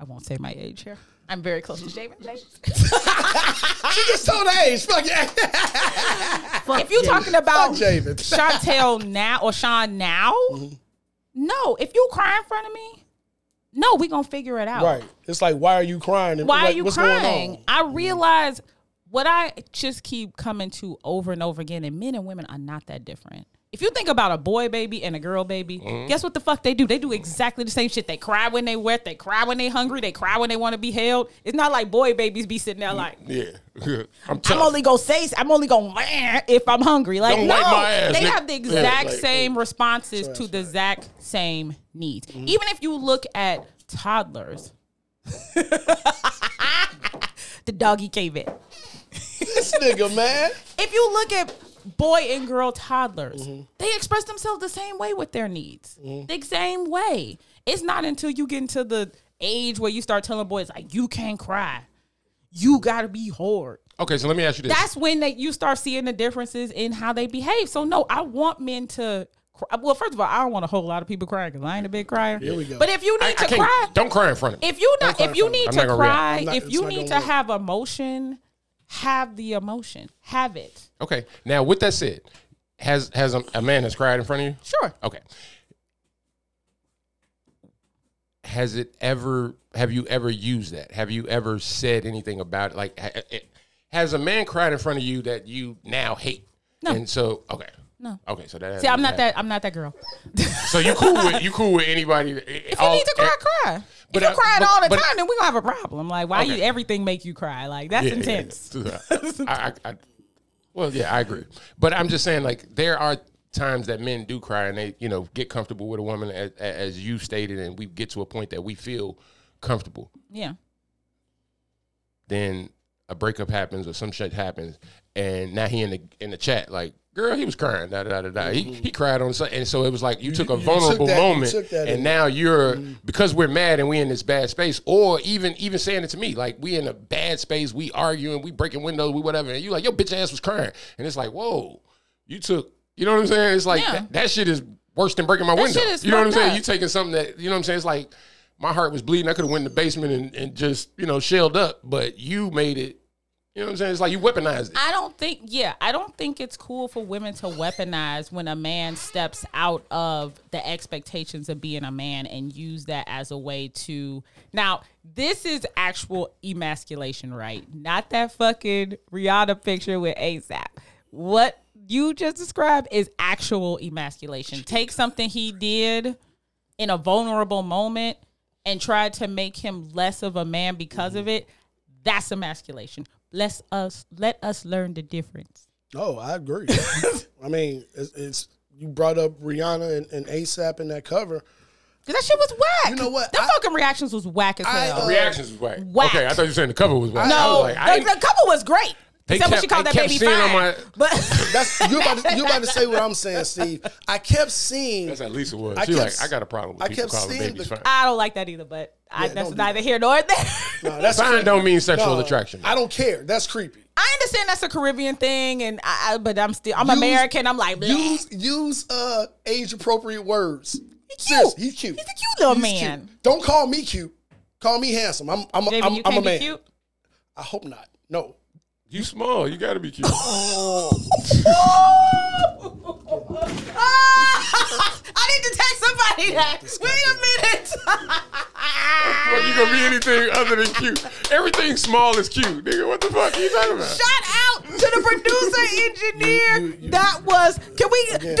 I won't say my age here. I'm very close to David.
She just told her age. Fuck yeah.
if you're talking about
David.
Chantel now or Sean now,
Mm-hmm.
no. If you cry in front of me, no, we gonna figure it out.
Right. It's like, why are you crying? And
Why
like,
are you
what's
crying?
Going on?
I realize what I just keep coming to over and over again, and men and women are not that different. If you think about a boy baby and a girl baby,
Uh-huh.
guess what the fuck they do? They do exactly the same shit. They cry when they wet, they cry when they hungry, they cry when they want to be held. It's not like boy babies be sitting there
Mm.
like,
Yeah. I'm tough.
I'm only gonna say I'm only gonna "Wah," if I'm hungry. Like
Don't
no,
wipe my ass,
they
nigga.
have the
Yeah,
exact
like- oh.
same responses to the exact same needs.
Mm-hmm.
Even if you look at toddlers, the doggy came in.
This nigga, man.
If you look at boy and girl toddlers,
Mm-hmm.
they express themselves the same way with their needs, the same way. It's not until you get into the age where you start telling boys like you can't cry, you gotta be hard
okay, so let me ask you this.
that's when they, you start seeing the differences in how they behave. So no, I want men to. Cry. Well, first of all, I don't want a whole lot of people crying because I ain't a big crier. Here
we go.
But if you
I, I
need to
can't,
cry,
don't cry in front of me.
if you not,
cry
if you
in front
need
of
to
me. I'm not gonna react.
cry,
I'm not-
if
it's
you
not
need
gonna
to
work.
have emotion, have the emotion, have it.
okay. Now, with that said, has has a, a man has cried in front of you?
Sure.
Okay. Has it ever? Have you ever used that? Have you ever said anything about it? Like, ha- it- has a man cried in front of you that you now hate? No. And so, okay.
No.
Okay, so that.
See, I'm not that. I'm not that girl.
So you cool with you cool with anybody?
If you need to cry, cry.
Oh, eh,
If
but
you're
I-
crying
but-
all the
but-
time, then we gonna have a problem. Like, why
Okay.
you everything make you cry? Like that's
Yeah,
intense.
yeah, yeah. I, I, I, well, yeah, I agree. But I'm just saying, like, there are times that men do cry and they, you know, get comfortable with a woman, as, as you stated, and we get to a point that we feel comfortable.
Yeah.
Then a breakup happens or some shit happens, and now he in the in the chat like, girl, he was crying, da da da da. da. He, he cried on the and so it was like you, took a vulnerable
that- Mm-hmm. you
moment,
took that
and
in. Mm-hmm.
now you're because we're mad and we in this bad space, or even even saying it to me like we in a bad space, we arguing, we breaking windows, we whatever, and you like, yo, bitch ass was crying, and it's like, whoa, you took, you know what I'm saying? It's like
Yeah.
that, that shit is worse than breaking my window.
shit is
you know what I'm
fucked
saying?
up.
You taking something that you know what I'm saying? It's like my heart was bleeding. I could have went in the basement and, and just you know shelled up, but you made it. You know what I'm saying? It's like you weaponized it.
I don't think, yeah, I don't think it's cool for women to weaponize when a man steps out of the expectations of being a man and use that as a way to. Now, this is actual emasculation, right? Not that fucking Rihanna picture with ASAP. What you just described is actual emasculation. Take something he did in a vulnerable moment and try to make him less of a man because of it, that's emasculation. Let us let us learn the difference.
No, Oh, I agree. I mean, it's, it's you brought up Rihanna and, and ASAP in that cover.
Cause that shit was whack.
You know what?
The
I-
fucking reactions was whack as
I,
hell.
uh,
Reactions was whack.
Whack.
Okay, I thought you were saying the cover was whack. I
no,
was like, I
the,
ain't-
the couple was great.
They
Except when
kept-
she called
they
that
kept
baby
seeing on
fine.
my-
but
That's you about to, you about to say what I'm saying, Steve. I kept seeing.
that's at least it was.
I
She
kept
like,
s-
I got a problem with
I
people
kept
calling
seeing
babies
the-
fine.
I don't like that either. But I,
Yeah,
that's
don't do
neither here nor there.
No, that's
Fine don't mean sexual
No,
attraction.
I don't care. That's creepy.
I understand that's a Caribbean thing, and I, I but I'm still I'm
Use-
American. I'm like bleh.
Use use uh age appropriate words. He's
cute.
He's cute.
He's a cute little
He's
man.
cute. Don't call me cute. Call me handsome. I'm I'm
Jamie,
I'm,
you
I'm
can't
a
be
man.
cute.
I hope not. No.
You small. You got to be cute.
Oh! I need to text somebody that. Wait a
Fuck,
minute.
you gonna be anything other than cute? Everything small is cute, nigga. What the fuck are you talking about?
Shout out to the producer engineer.
You- you- you-
that was. Can we?
Again.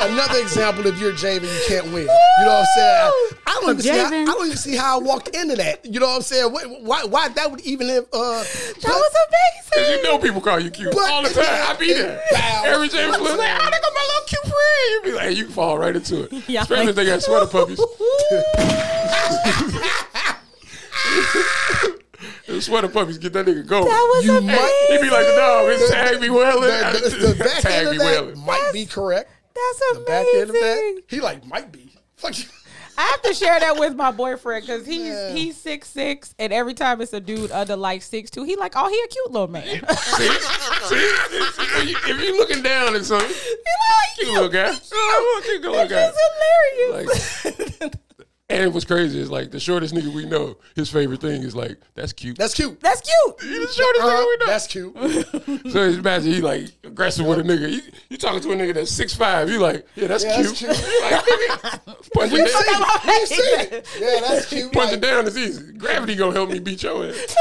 Another example of you're Javen, you can't win. You know what I'm saying? I, I don't even see how, I
Javen.
don't even see how I walked into that. You know what I'm saying? Why why, why that would even have uh
That was
Cause
amazing.
you know people call you cute
But-
all the time. I be there.
Wow.
Every day, people like,
"Ah,
"Oh, they got my little cute friend." You be like, "You fall right into it."
Yeah.
Especially if they got sweater puppies. Them sweater puppies get that nigga going.
That was
You
amazing.
might-
he be like the dog. It's tag me well.
the, the, the back
tag
end
me
of that
well.
might be correct.
That's amazing.
Back end of that, he like might be. Fuck you.
I have to share that with my boyfriend because he's he's six six, and every time it's a dude under like six two, he like, oh, he a cute little man. He like,
See, see, if you- if you looking down at something,
cute
cute little guy. Oh, cute little guy.
It's hilarious.
And what's crazy is like the shortest nigga we know, his favorite thing is like, that's cute.
That's cute.
That's cute.
He the shortest
Uh,
nigga we know.
that's cute.
So just imagine he like aggressive with a nigga. You, you talking to a nigga that's six five. You like, yeah, that's
Yeah,
cute.
that's
That's cute. like, nigga, punching,
We've seen
down,
it. We've seen it. Yeah, that's cute.
punching
Like,
down is easy. Gravity gonna help me beat your ass.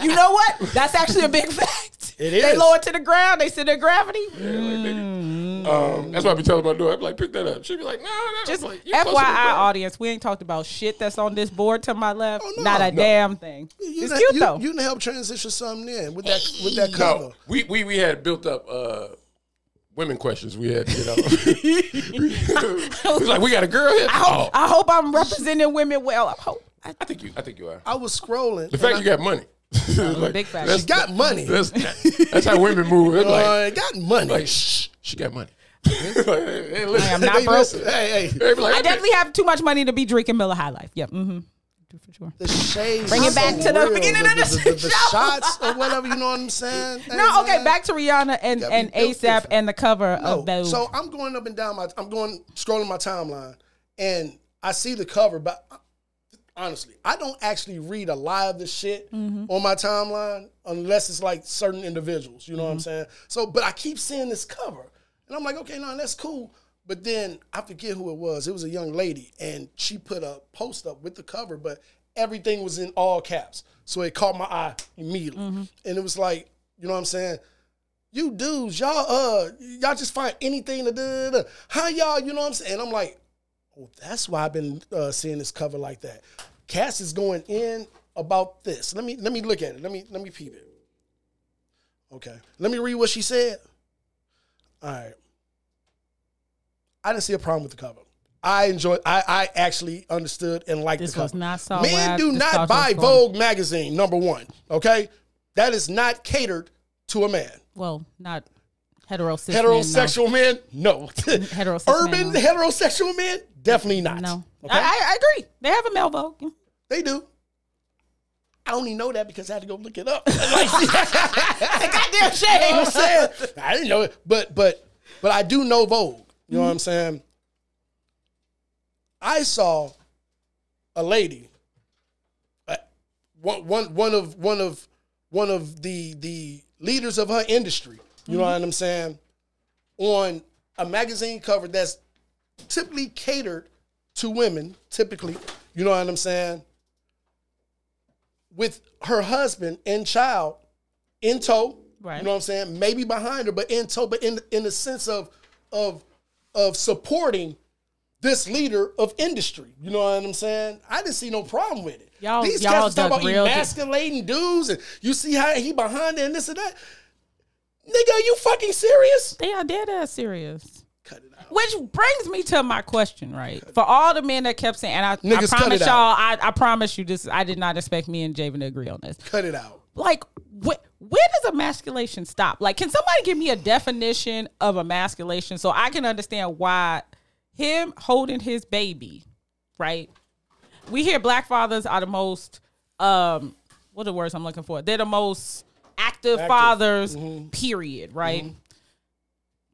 You know what? That's actually a big fact.
It
They
is.
lower to the ground. They sit in gravity.
Yeah, like, nigga. Um, that's why I be telling my daughter. I be like, pick that up. She be like, no, no.
Just
I'm like, you closer to
FYI,
ground.
audience, we ain't talked about shit that's on this board to my left.
Oh, no,
Not a
no.
damn thing.
you
it's
done-
cute
you,
though.
You done help transition something in with that with that cover.
No, we, we we had built up uh, women questions. We had, you know, it was like we got a girl here.
I, hope,
Oh,
I hope I'm representing women well. I hope. I,
I think you. I think you are.
I was scrolling.
The fact you got money. Like,
big fact.
that's-
she got money.
That's that's how women move. It's like,
Uh, got money.
like shh, she got money. like, hey, listen.
am not
Hey,
broke.
listen, hey, hey.
They be like,
I
"That
definitely have too much money to be drinking Miller High Life. Yep. Mm-hmm. For sure.
The shades.
Bring it
are
back
so
to the
real.
beginning of the show.
shots or whatever. You know what I'm saying?
No,
Hey,
okay,
man.
back to Rihanna and,
Gotta be
and
built
ASAP
different.
and the cover
No.
of Vogue.
So I'm going up and down my. I'm going scrolling my timeline, and I see the cover. But honestly, I don't actually read a lot of the shit on my timeline unless it's like certain individuals. You know what I'm saying? So, but I keep seeing this cover, and I'm like, okay, no, that's cool. But then I forget who it was. It was a young lady, and she put a post up with the cover, but everything was in all caps, so it caught my eye immediately, and it was like, you know what I'm saying? you dudes, y'all uh y'all just find anything to da, da, da. how y'all, you know what I'm saying? And I'm like, oh, that's why I've been uh, seeing this cover like that. Cass is going in about this. Let me let me look at it. Let me let me peep it. Okay. Let me read what she said. All right. I didn't see a problem with the cover. I enjoy. I, I actually understood and liked
This
the
was
cover.
not saw
Men
where I-
do
this thought
not
was
buy
going.
Vogue magazine. Number one, okay, that is not catered to a man.
Well, not heterosexual. men, no.
Heterosexual men, no.
Heterosexual men,
Urban
no.
heterosexual men, definitely
No,
not. Okay?
I, I, I agree. They have a male Vogue.
they do. I only know that because I had to go look it up.
Goddamn
You know
shame.
what I'm saying? I didn't know it, but but but I do know Vogue. You know what I'm saying? I saw a lady, uh, one one one of one of one of the the leaders of her industry. You
Mm-hmm.
know what I'm saying? On a magazine cover that's typically catered to women, typically. You know what I'm saying? With her husband and child in tow.
Right.
You know what I'm saying? Maybe behind her, but in tow, but in in the sense of of of supporting this leader of industry. You know what I'm saying? I didn't see no problem with it.
Y'all-
These
y'all
guys are
dug
talking
real
about
deep.
emasculating dudes and you see how he behind it and this and that. Nigga, are you fucking serious?
They are dead ass serious.
Cut it out.
Which brings me to my question, right? For all the men that kept saying, and I, I
Niggas, cut
promise
it out.
y'all, I, I promise you this, I did not expect me and Javen to agree on this.
Cut it out.
Like, what? Where does emasculation stop? Like, can somebody give me a definition of emasculation so I can understand why him holding his baby, right? We hear black fathers are the most, um, what are the words I'm looking for? They're the most active,
Active. Mm-hmm.
fathers, period, right?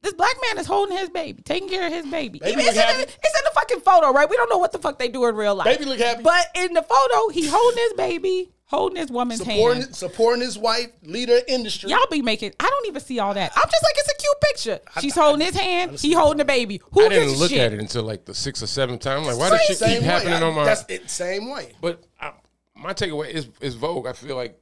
This black man is holding his baby, taking care of his baby.
Baby
it's,
look
in the,
happy.
it's in the fucking photo, right? We don't know what the fuck they do in real life.
Baby look happy.
But in the photo, he holding his baby, holding his woman's hand.
Supporting, supporting his wife, leader of industry.
Y'all be making. I don't even see all that. I'm just like, it's a cute picture. She's holding his hand. He holding the baby. Who
I didn't
gives a
look
shit?
at it until like the sixth or seventh time. Like, why does shit keep
Same way.
happening
I-
on my?
That's it. Same way.
But I, my takeaway is is Vogue. I feel like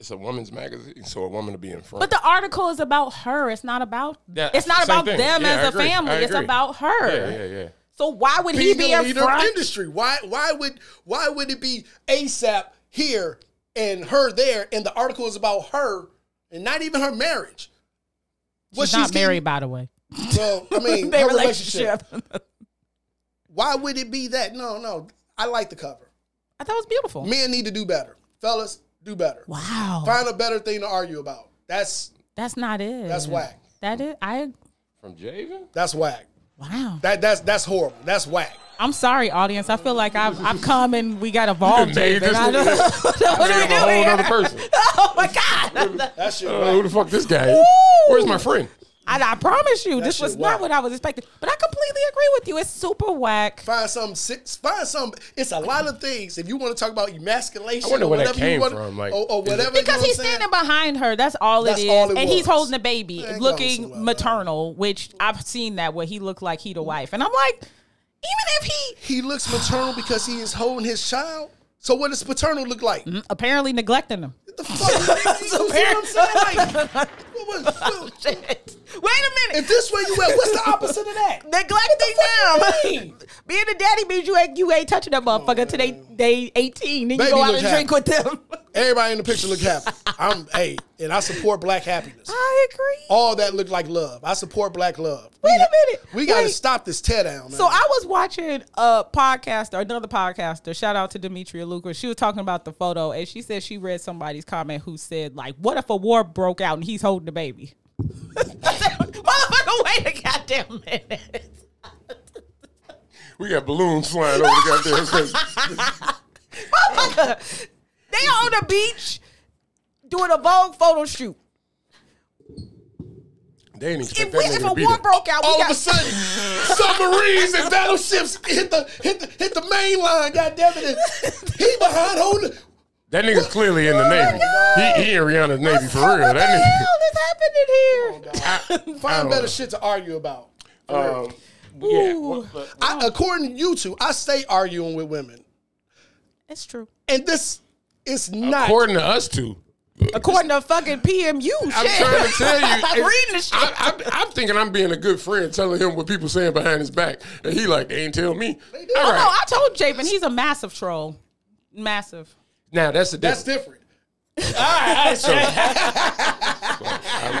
it's a woman's magazine, so a woman to be in front.
But the article is about her. It's not about.
Yeah,
it's not
same
about
thing.
them
Yeah, I
as a
agree.
family.
I
It's
agree.
about her.
yeah, yeah, yeah.
So why would he
Being
be
the
in
leader of
front?
industry. Why? Why would? Why would it be ASAP here and her there? And the article is about her and not even her marriage. What
she's not
getting-
married, by the way.
Well, I mean,
Their
her relationship.
relationship.
Why would it be that? No, no. I like the cover.
I thought it was beautiful.
Men need to do better. Fellas, do better.
Wow,
Find a better thing to argue about. That's
that's not it.
that's whack.
That is. I
From Javen.
That's whack.
wow.
That that's that's horrible. That's whack.
I'm sorry, audience. I feel like I've I've come and we got evolved.
made
Javen.
this
I
nigga.
don't- what do we
I'm a
do
whole
here?
other person.
Oh my god.
That shit.
Uh, who the
whack.
fuck this guy is?
Woo!
Where's my friend?
And I promise you, this
shit
was not
whack.
what I was expecting. But I completely agree with you. It's super whack.
Find some. six- Find some. It's a lot of things. If you want to talk about emasculation,
I wonder
or
where that
whatever you
came
wanna-
from, like,
or, or
is it-
whatever. you know
Because
what
he's
I'm saying?
standing behind her. That's all it
That's
is.
all it
and
was.
he's holding the baby,
Ain't going
looking
somewhere,
maternal, which I've seen that where he looked like he the wife. And I'm like, even if he
He looks maternal because he is holding his child. So what does paternal look like?
Mm-hmm. apparently neglecting them.
What the fuck? you see what I'm saying? Like, what- what- what-
Wait a minute.
if this way you at, what's the opposite of that?
Neglecting them.
mean?
Being a daddy means you ain't you ain't touching that motherfucker till they they eighteen. Then
Oh, Baby
you go out
look
and drink with
happy.
them.
Everybody in the picture look happy. I'm hey, and I support black happiness.
I agree.
All that look like love. I support black love.
Wait a minute.
We gotta
Wait.
stop this tear down, man.
So I was watching a podcaster, another podcaster. Shout out to Demetria Lucas. She was talking about the photo, and she said she read somebody's comment who said like, "What if a war broke out and he's holding the baby?" Motherfucker, wait a goddamn minute.
We got balloons flying over the goddamn stage.
Motherfucker, they on the beach doing a Vogue photo shoot.
They didn't
If,
expect
we,
that
if
nigga
a
to be
war
there.
broke out, we
all
got,
of a sudden, submarines and battleships hit the hit the hit the main line. God damn it! And He behind holding.
That nigga's clearly in the Navy.
Oh God.
He, he in Rihanna's Navy for
what
real.
the
That
hell is happening here?
nigga. I
Find
don't
better
know.
shit to argue about.
Um, yeah.
Ooh.
What-
I, according to you two, I stay arguing with women,
It's true.
and this is not.
According to us two,
According to fucking PMU,
I'm
shit.
trying to tell you.
I'm reading the shit.
I, am thinking I'm being a good friend, telling him what people saying behind his back, and he like they ain't tell me. All
Oh, no,
right,
I told Javen he's a massive troll. Massive.
now that's the
that's
difference.
different.
I'm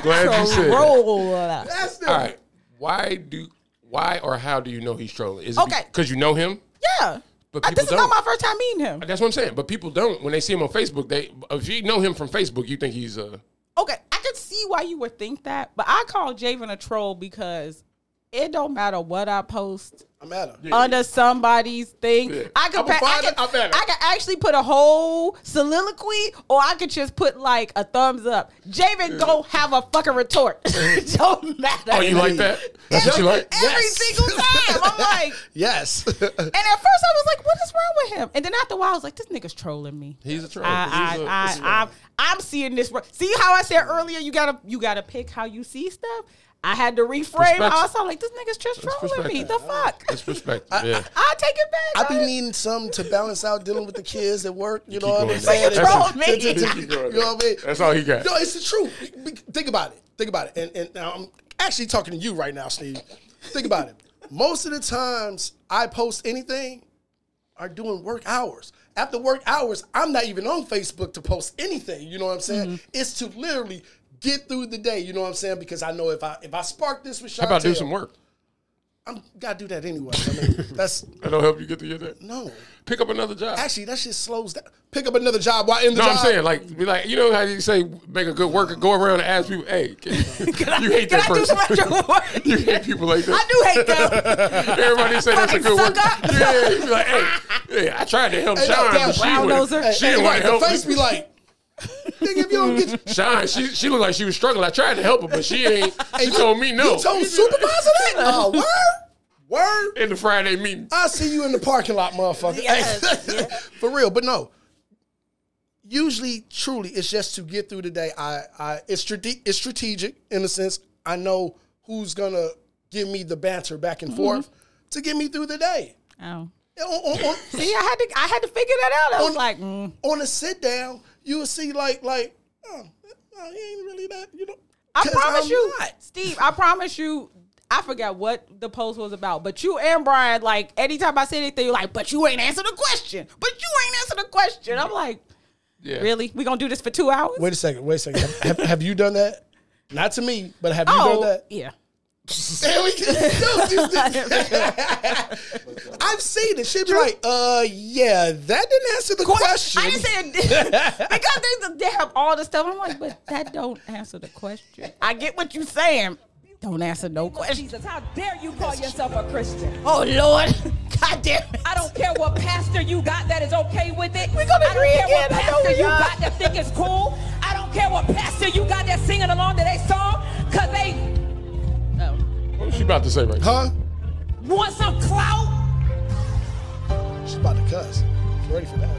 glad you said. that.
Troll.
That's
All
different.
right, why do Why or how do you know he's trolling? Is
Okay.
because you know him?
Yeah.
But
Uh, this is
people
not my
don't.
first time meeting him.
That's what I'm saying. But people don't when they see him on Facebook. They if you know him from Facebook, you think he's a
Okay, I could see why you would think that, but I call Javen a troll because it don't matter what I post
I'm at her.
under somebody's thing.
Yeah.
I could,
I'ma
pa- I,
find
could
it, I better.
I could actually put a whole soliloquy, or I could just put like a thumbs up. Javen, go have a fucking retort. It don't matter.
oh you like that? That's what you like?
Every
Yes.
single time, I'm like,
Yes.
and at first I was like, what is wrong with him? And then after a while, I was like, this nigga's trolling me.
He's a troll.
I,
He's a-
I,
he's a-
I, I'm, I'm seeing this. ri- See how I said earlier, you gotta, you gotta pick how you see stuff. I had to reframe.
Perspective.
I was all like, this nigga's just trolling me.
perspective.
The fuck?
That's perspective. Yeah.
I'll take it back.
I be needing something to balance out dealing with the kids at work. You,
Keep
know what
going.
I'm saying?
Like a troll, man.
To- to-
Keep going.
You know what I mean?
That's all he got.
No, it's the truth. Be- be- Think about it. Think about it. And and now I'm actually talking to you right now, Steve. Think about it. Most of the times I post anything are doing work hours. After work hours, I'm not even on Facebook to post anything. You know what I'm saying? It's to literally get through the day. You know what I'm saying? Because I know if I if I spark this with Chantel,
How about do some work?
I'm gotta do that anyway. I mean, that's
That'll help you get through your day.
no.
Pick up another job.
Actually, that shit slows down. Pick up another job while in the
No,
job.
I'm saying like be like you know how you say make a good worker go around and ask people, hey, can, you hate
Can
that
I do
person?
some extra work?
you hate people like
I
that.
do hate them.
Everybody say that's a
Fucking
good worker.
suck up.
Yeah, you be like hey, yeah, I tried to help
Hey, no,
Shine,
damn,
but she
brown
wouldn't-
noser.
she
Hey,
didn't want
like,
to help.
the face
me.
be like, nigga, if you don't get
Shine, she she looked like she was struggling. I tried to help her, but she ain't. She told me no.
You told supervisor that? Oh, word? Word?
in the Friday meeting.
Uh,
I'll see you in the parking lot, motherfucker.
Yes,
Hey, For real, but no. Usually, truly, it's just to get through the day. I, I, it's, strate- it's strategic in a sense. I know who's gonna give me the banter back
Mm-hmm.
and forth to get me through the day.
Oh.
On, on- on-
See, I had to, I had to figure that out. I was like, mm.
on a sit down, you will see like, like, oh, oh, he ain't really that, you know.
I
'Cause
promise
I'm
you,
not.
Steve. I promise you. I forgot what the post was about, but you and Brian, like anytime I say anything, you're like, "But you ain't answer the question. But you ain't answer the question." I'm like,
Yeah.
"Really? We gonna do this for two hours?"
Wait a second. Wait a second. Have, have, have you done that? Not to me, but have you
oh,
done that?
yeah.
There we go. No, just I've seen it. She'd be like, uh, yeah, that didn't answer the question.
I didn't say it did. because they, they have all the stuff. I'm like, but that don't answer the question. I get what you're saying. Don't answer no question.
Jesus, how dare you call yourself a Christian?
Oh Lord, God damn it!
I don't care what pastor you got that is okay with it.
We gonna
I don't
agree
care
again.
what
I know
pastor
we
you
are.
got that think it's cool. I don't care what pastor you got that's singing along to their song, cause they
What was she about to say right now?
huh?
want some clout.
She's about to cuss. She's ready for that.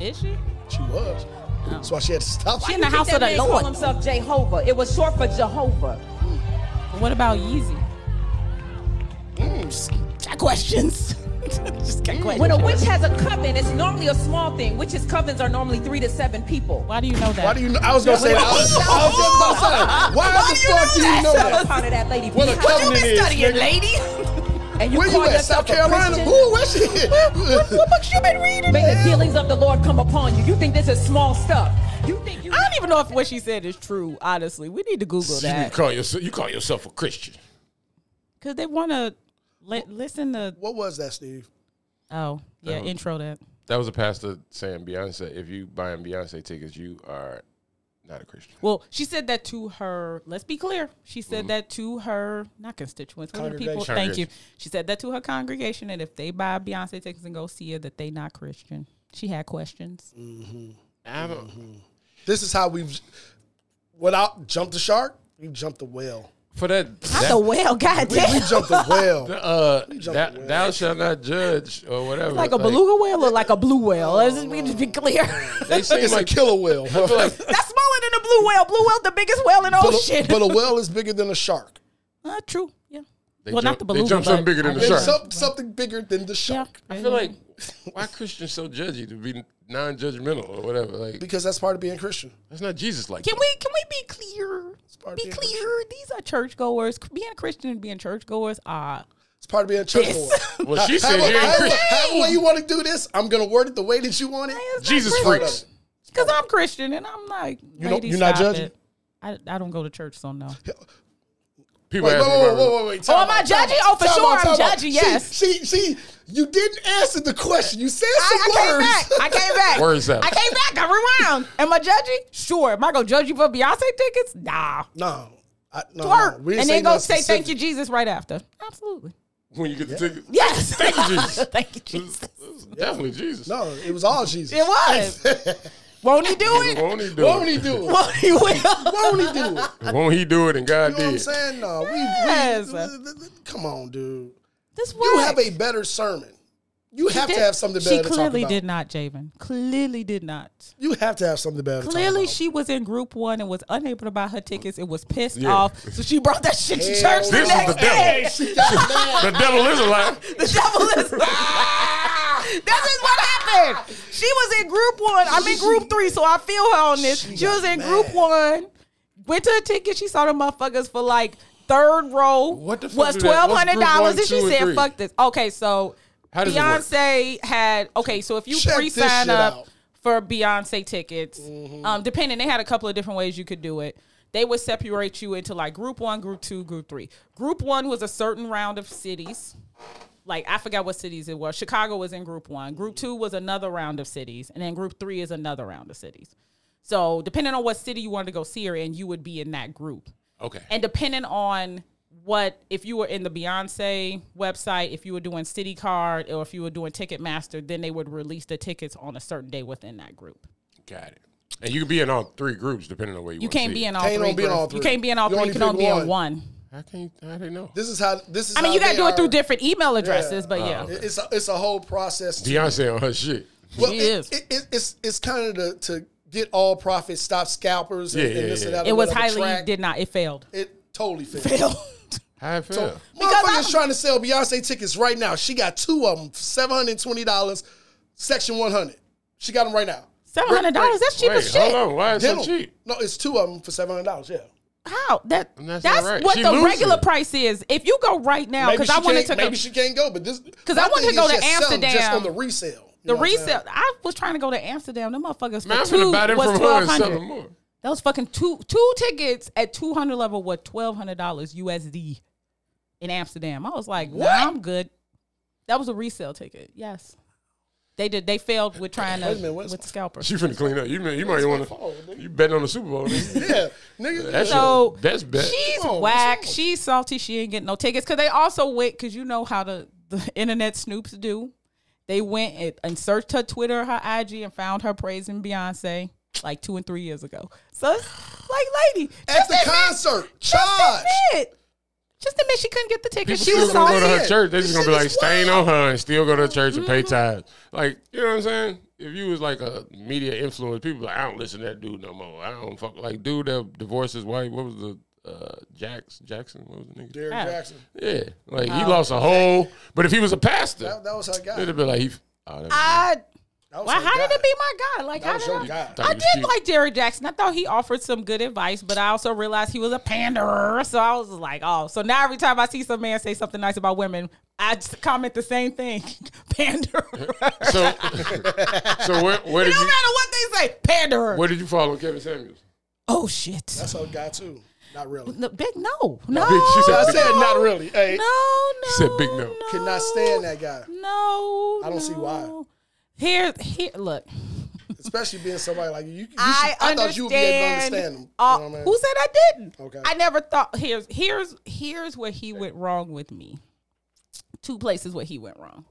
Is she?
She was. That's why she had to stop.
Oh. She in the
You think
house of
that
the
man
Lord.
Call himself Jehovah. It was short for Jehovah.
What about Yeezy?
Mm,
Got questions. Just got questions.
When a witch has a coven, it's normally a small thing. Witches' covens are normally three to seven people.
Why do you know that?
Why do you know? I was going to say that. I was, I was just about to say that. Why, the fuck do you know that?
Part of that lady.
What a
behind-
covenant is. nigga.
lady?
And you
Where
call
you at?
yourself
South
a
Carolina?
Christian?
Who? Where she at?
what books you been reading?
May the dealings of the Lord come upon you. You think this is small stuff. You think you
I don't even know if what she said is true. Honestly, we need to Google
You
that
call yourself you call yourself a Christian.
because they want to li- listen to.
What was that, Steve?
Oh, yeah,
Um,
intro that.
That was a pastor saying Beyonce. If you buying Beyonce tickets, you are not a Christian.
Well, she said that to her. Let's be clear. She said that to her not constituents, what are the people.
Mm-hmm. Congregation.
Thank you. She said that to her congregation, and if they buy Beyonce tickets and go see her, that they not Christian. She had questions.
I don't.
This is how we've, without jump the shark, we jumped the whale.
For that,
Not
that-
the whale, goddamn.
We jumped the whale.
uh, that, thou shalt not judge or whatever.
Like a beluga whale or like a blue whale? Let's just be, just be clear.
They seem
It's
like
a killer whale.
I feel like
That's smaller than a blue whale. Blue whale, the biggest whale in all
Oh,
but, a,
shit.
but a whale is bigger than a shark.
Uh, true. Yeah.
They
well,
jump-
not the
they
beluga.
jump something
but-
bigger than the
Yeah.
shark.
Some, something bigger than the
Yeah.
shark.
I feel like why Christians so judgy to be non-judgmental or whatever. Like
Because that's part of being Christian.
that's not Jesus like.
Can
that.
we can we be clear?
part of
Be
being
clear. These are churchgoers. Being Christian and being churchgoers uh, are
It's part of being a church boy.
Well, she said
However,
you ain't
however-
Christian.
however way you want to do this, I'm going to word it the way that you want it.
Jesus
Hold
freaks.
because I'm Christian and I'm like,
don't-
ladies,
you're not
stop
judging?
it. I, I don't go to church, so no.
People
Wait, whoa,
ask me
whoa,
about
whoa,
religion.
whoa, wait.
Oh,
time
am I
out, time
judging?
out,
Oh, for
time
sure
out,
I'm
time out.
judging,
She-
yes.
She, she, you didn't answer the question. You said some
I, I came
words.
back. I came back.
Words out.
I came back. I rewound. Am I judging? Sure. Am I gonna judge you for Beyonce tickets? Nah.
No, I, no, no.
Twerk.
We didn't
and then go
nothing
say thank
specific.
you, Jesus, right after. Absolutely.
When you get the tickets.
Yes.
Thank you, Jesus.
thank you,
It
Jesus.
was- it was Definitely Jesus.
No, it was all Jesus.
It was. Won't he do it?
Won't he do
What would he
it?
do? What
Won't he will?
would he do? You know
Won't he do it? And God
what I'm
did.
saying? No, we, we-
Yes.
come on, dude.
This
You have a better sermon. You have to have something better
She
to talk
clearly
about.
did not, Javen. Clearly did not.
You have to have something better. to
Clearly,
talk
she was in group one and was unable to buy her tickets. It was pissed
Yeah.
off, so she brought that shit to
Hell
church the
This is the
next day.
devil. the devil is alive.
The devil is. this is what happened. She was in group one. I'm in group three, so I feel her on this. She,
She
was
got
in group
mad.
one. Went to a ticket. She saw the motherfuckers for like third row.
What the fuck
was
do that- what's
twelve
group
hundred dollars?
one,
And she
two, and
said,
three?
"Fuck this." Okay, so
How does it work?
Beyonce had okay. So if you
Check this
pre-sign
shit
up
out. Mm-hmm.
for Beyonce tickets, um, depending, they had a couple of different ways you could do it. They would separate you into like group one, group two, group three. Group one was a certain round of cities like I forgot what cities it was. Chicago was in group one. Group two was another round of cities, and then group three is another round of cities. So depending on what city you wanted to go see her in, you would be in that group.
Okay.
And depending on what, if you were in the Beyonce website, if you were doing City Card, or if you were doing Ticketmaster, then they would release the tickets on a certain day within that group.
Got it. And you can be in all three groups depending on where you,
You
want to
can't be in all,
Can't
three,
only be in all
groups. You
three.
can't be in all
You
three.
only
You can
pick
only be in
one.
one.
I can't. I didn't know.
This is how. This is.
I mean,
how
you got to
they
do it
are.
through different email addresses, but yeah.
It- It's a, it's a whole process. to-
Beyonce on her shit.
well,
She
it,
is.
It, it, it's it's kind of the, to get all profits, stop scalpers, and,
Yeah,
and
yeah,
this and
yeah.
that.
It
or
was
whatever
highly
track.
did not. It failed.
It totally failed.
Failed.
How it felt.
Because
Motherfuckers
I'm-
trying to sell Beyonce tickets right now. She got two of them, seven hundred twenty dollars, section one hundred. She got them right now.
Seven hundred dollars. That's cheap
Wait,
as shit.
hold on. Why is it so
Dental.
cheap?
No, it's two of them for seven hundred dollars. Yeah.
How that?
And that's
That's,
not right.
what
She
the
losing.
regular price is. If you go right now,
Maybe
because
she
I wanted
can't-
to go
maybe she can't go, but this because
I wanted to go to
just
Amsterdam.
on the resale. You
the
know what I'm saying?
resale. I was trying to go to Amsterdam. Them motherfuckers
Man, I'm
for two
finna buy them
was
from her
twelve
and sell them
hundred.
more.
That was fucking two two tickets at two hundred level were twelve hundred dollars USD in Amsterdam. I was like, nah, I'm good. That was a resale ticket. Yes, they did. They failed with trying to
Wait a minute, what's-
with the scalper.
She finna clean up. You may- you might want to. You betting on the Super Bowl? nigga.
Yeah, nigga.
That's
So
that's bad.
She's
Come on,
whack.
come on.
She's salty. She ain't getting no tickets because they also went because you know how the, the internet snoops do. They went and, and searched her Twitter, her IG, and found her praising Beyonce like two and three years ago. So it's like, lady,
at
just
the
admit-
concert,
Just
charge.
admit, just admit she couldn't get the tickets.
People
She
still
was
gonna go to
salty.
her
saying.
church. They
This
just gonna be
shit
like
is
staying on
wild.
her and still go to church and pay
Mm-hmm.
tithes. Like you know what I'm saying? If you was like a media influence, people be like I don't listen to that dude no more. I don't fuck like dude that divorced his wife. What was the uh, Jax Jackson? What was the nigga?
Derrick
Yeah.
Jackson.
Yeah, like
Oh,
he lost a whole. But if he was a pastor,
That, that was her guy.
it'd have been like he. Oh, that was-
I,
That was
why?
her
How
guy.
did it be my God? Like,
That
how
was
did
your
I-
guy.
thought
I
he was
did
cute.
like Derrick Jackson. I thought he offered some good advice, but I also realized he was a panderer. So I was like, oh. So now every time I see some man say something nice about women, I just comment the same thing, panderer.
So, so where, where
no matter
did you
what they say, panderer.
where did you fall on Kevin Samuels?
Oh shit.
That's her guy too. Not really.
No, big no, no.
big- she said
I
big-
said not really. Hey,
No, no.
said big no.
could not stand that guy,
No.
I don't see why.
no. Here, here. Look,
especially being somebody like you. you, you should-
I, understand.
thought you would be able to understand him. You
uh,
know what I mean?
Who said I didn't?
Okay.
I never thought. Here's here's here's where he went wrong with me. Two places where he went wrong.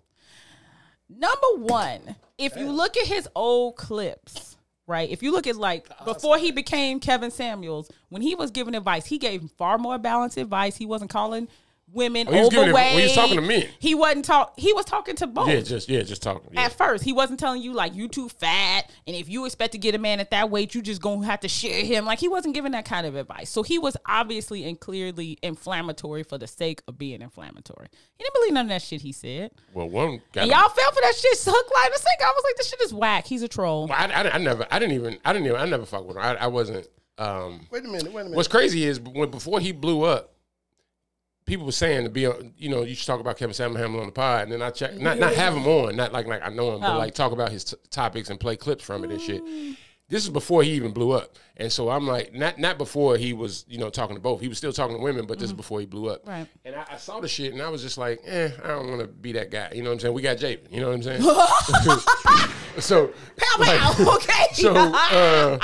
Number one, if you look at his old clips, right? If you look at like before he became Kevin Samuels, when he was giving advice, he gave far more balanced advice. He wasn't calling women
Oh, he was giving it-
overweight.
well, he was talking to men.
He wasn't talk. He was talking to both
Yeah, just yeah, just talking. Yeah.
at first. He wasn't telling you like you too fat, and if you expect to get a man at that weight, you just gonna have to share him. Like he wasn't giving that kind of advice. So he was obviously and clearly inflammatory for the sake of being inflammatory. He didn't believe none of that shit he said.
Well, one got
And y'all fell for that shit. So hook, line, and sinker. I was like, this shit is whack. He's a troll.
Well, I, I, I never, I didn't even, I didn't even, I never fucked with him. I, I wasn't. Um,
Wait a minute. Wait a minute.
what's crazy is when before he blew up, people were saying to be, on- you know, you should talk about Kevin Samuel Hamlin on the pod, and then I check, not not have him on, not like like I know him, but
Oh.
like talk about his t- topics and play clips from it and shit. This is before he even blew up, and so I'm like, not not before he was, you know, talking to both. He was still talking to women, but this is before he blew up.
Right.
And I, I saw the shit, and I was just like, eh, I don't want to be that guy. You know what I'm saying? We got Javen. You know what I'm saying? so,
Wow,
like-
okay.
so uh,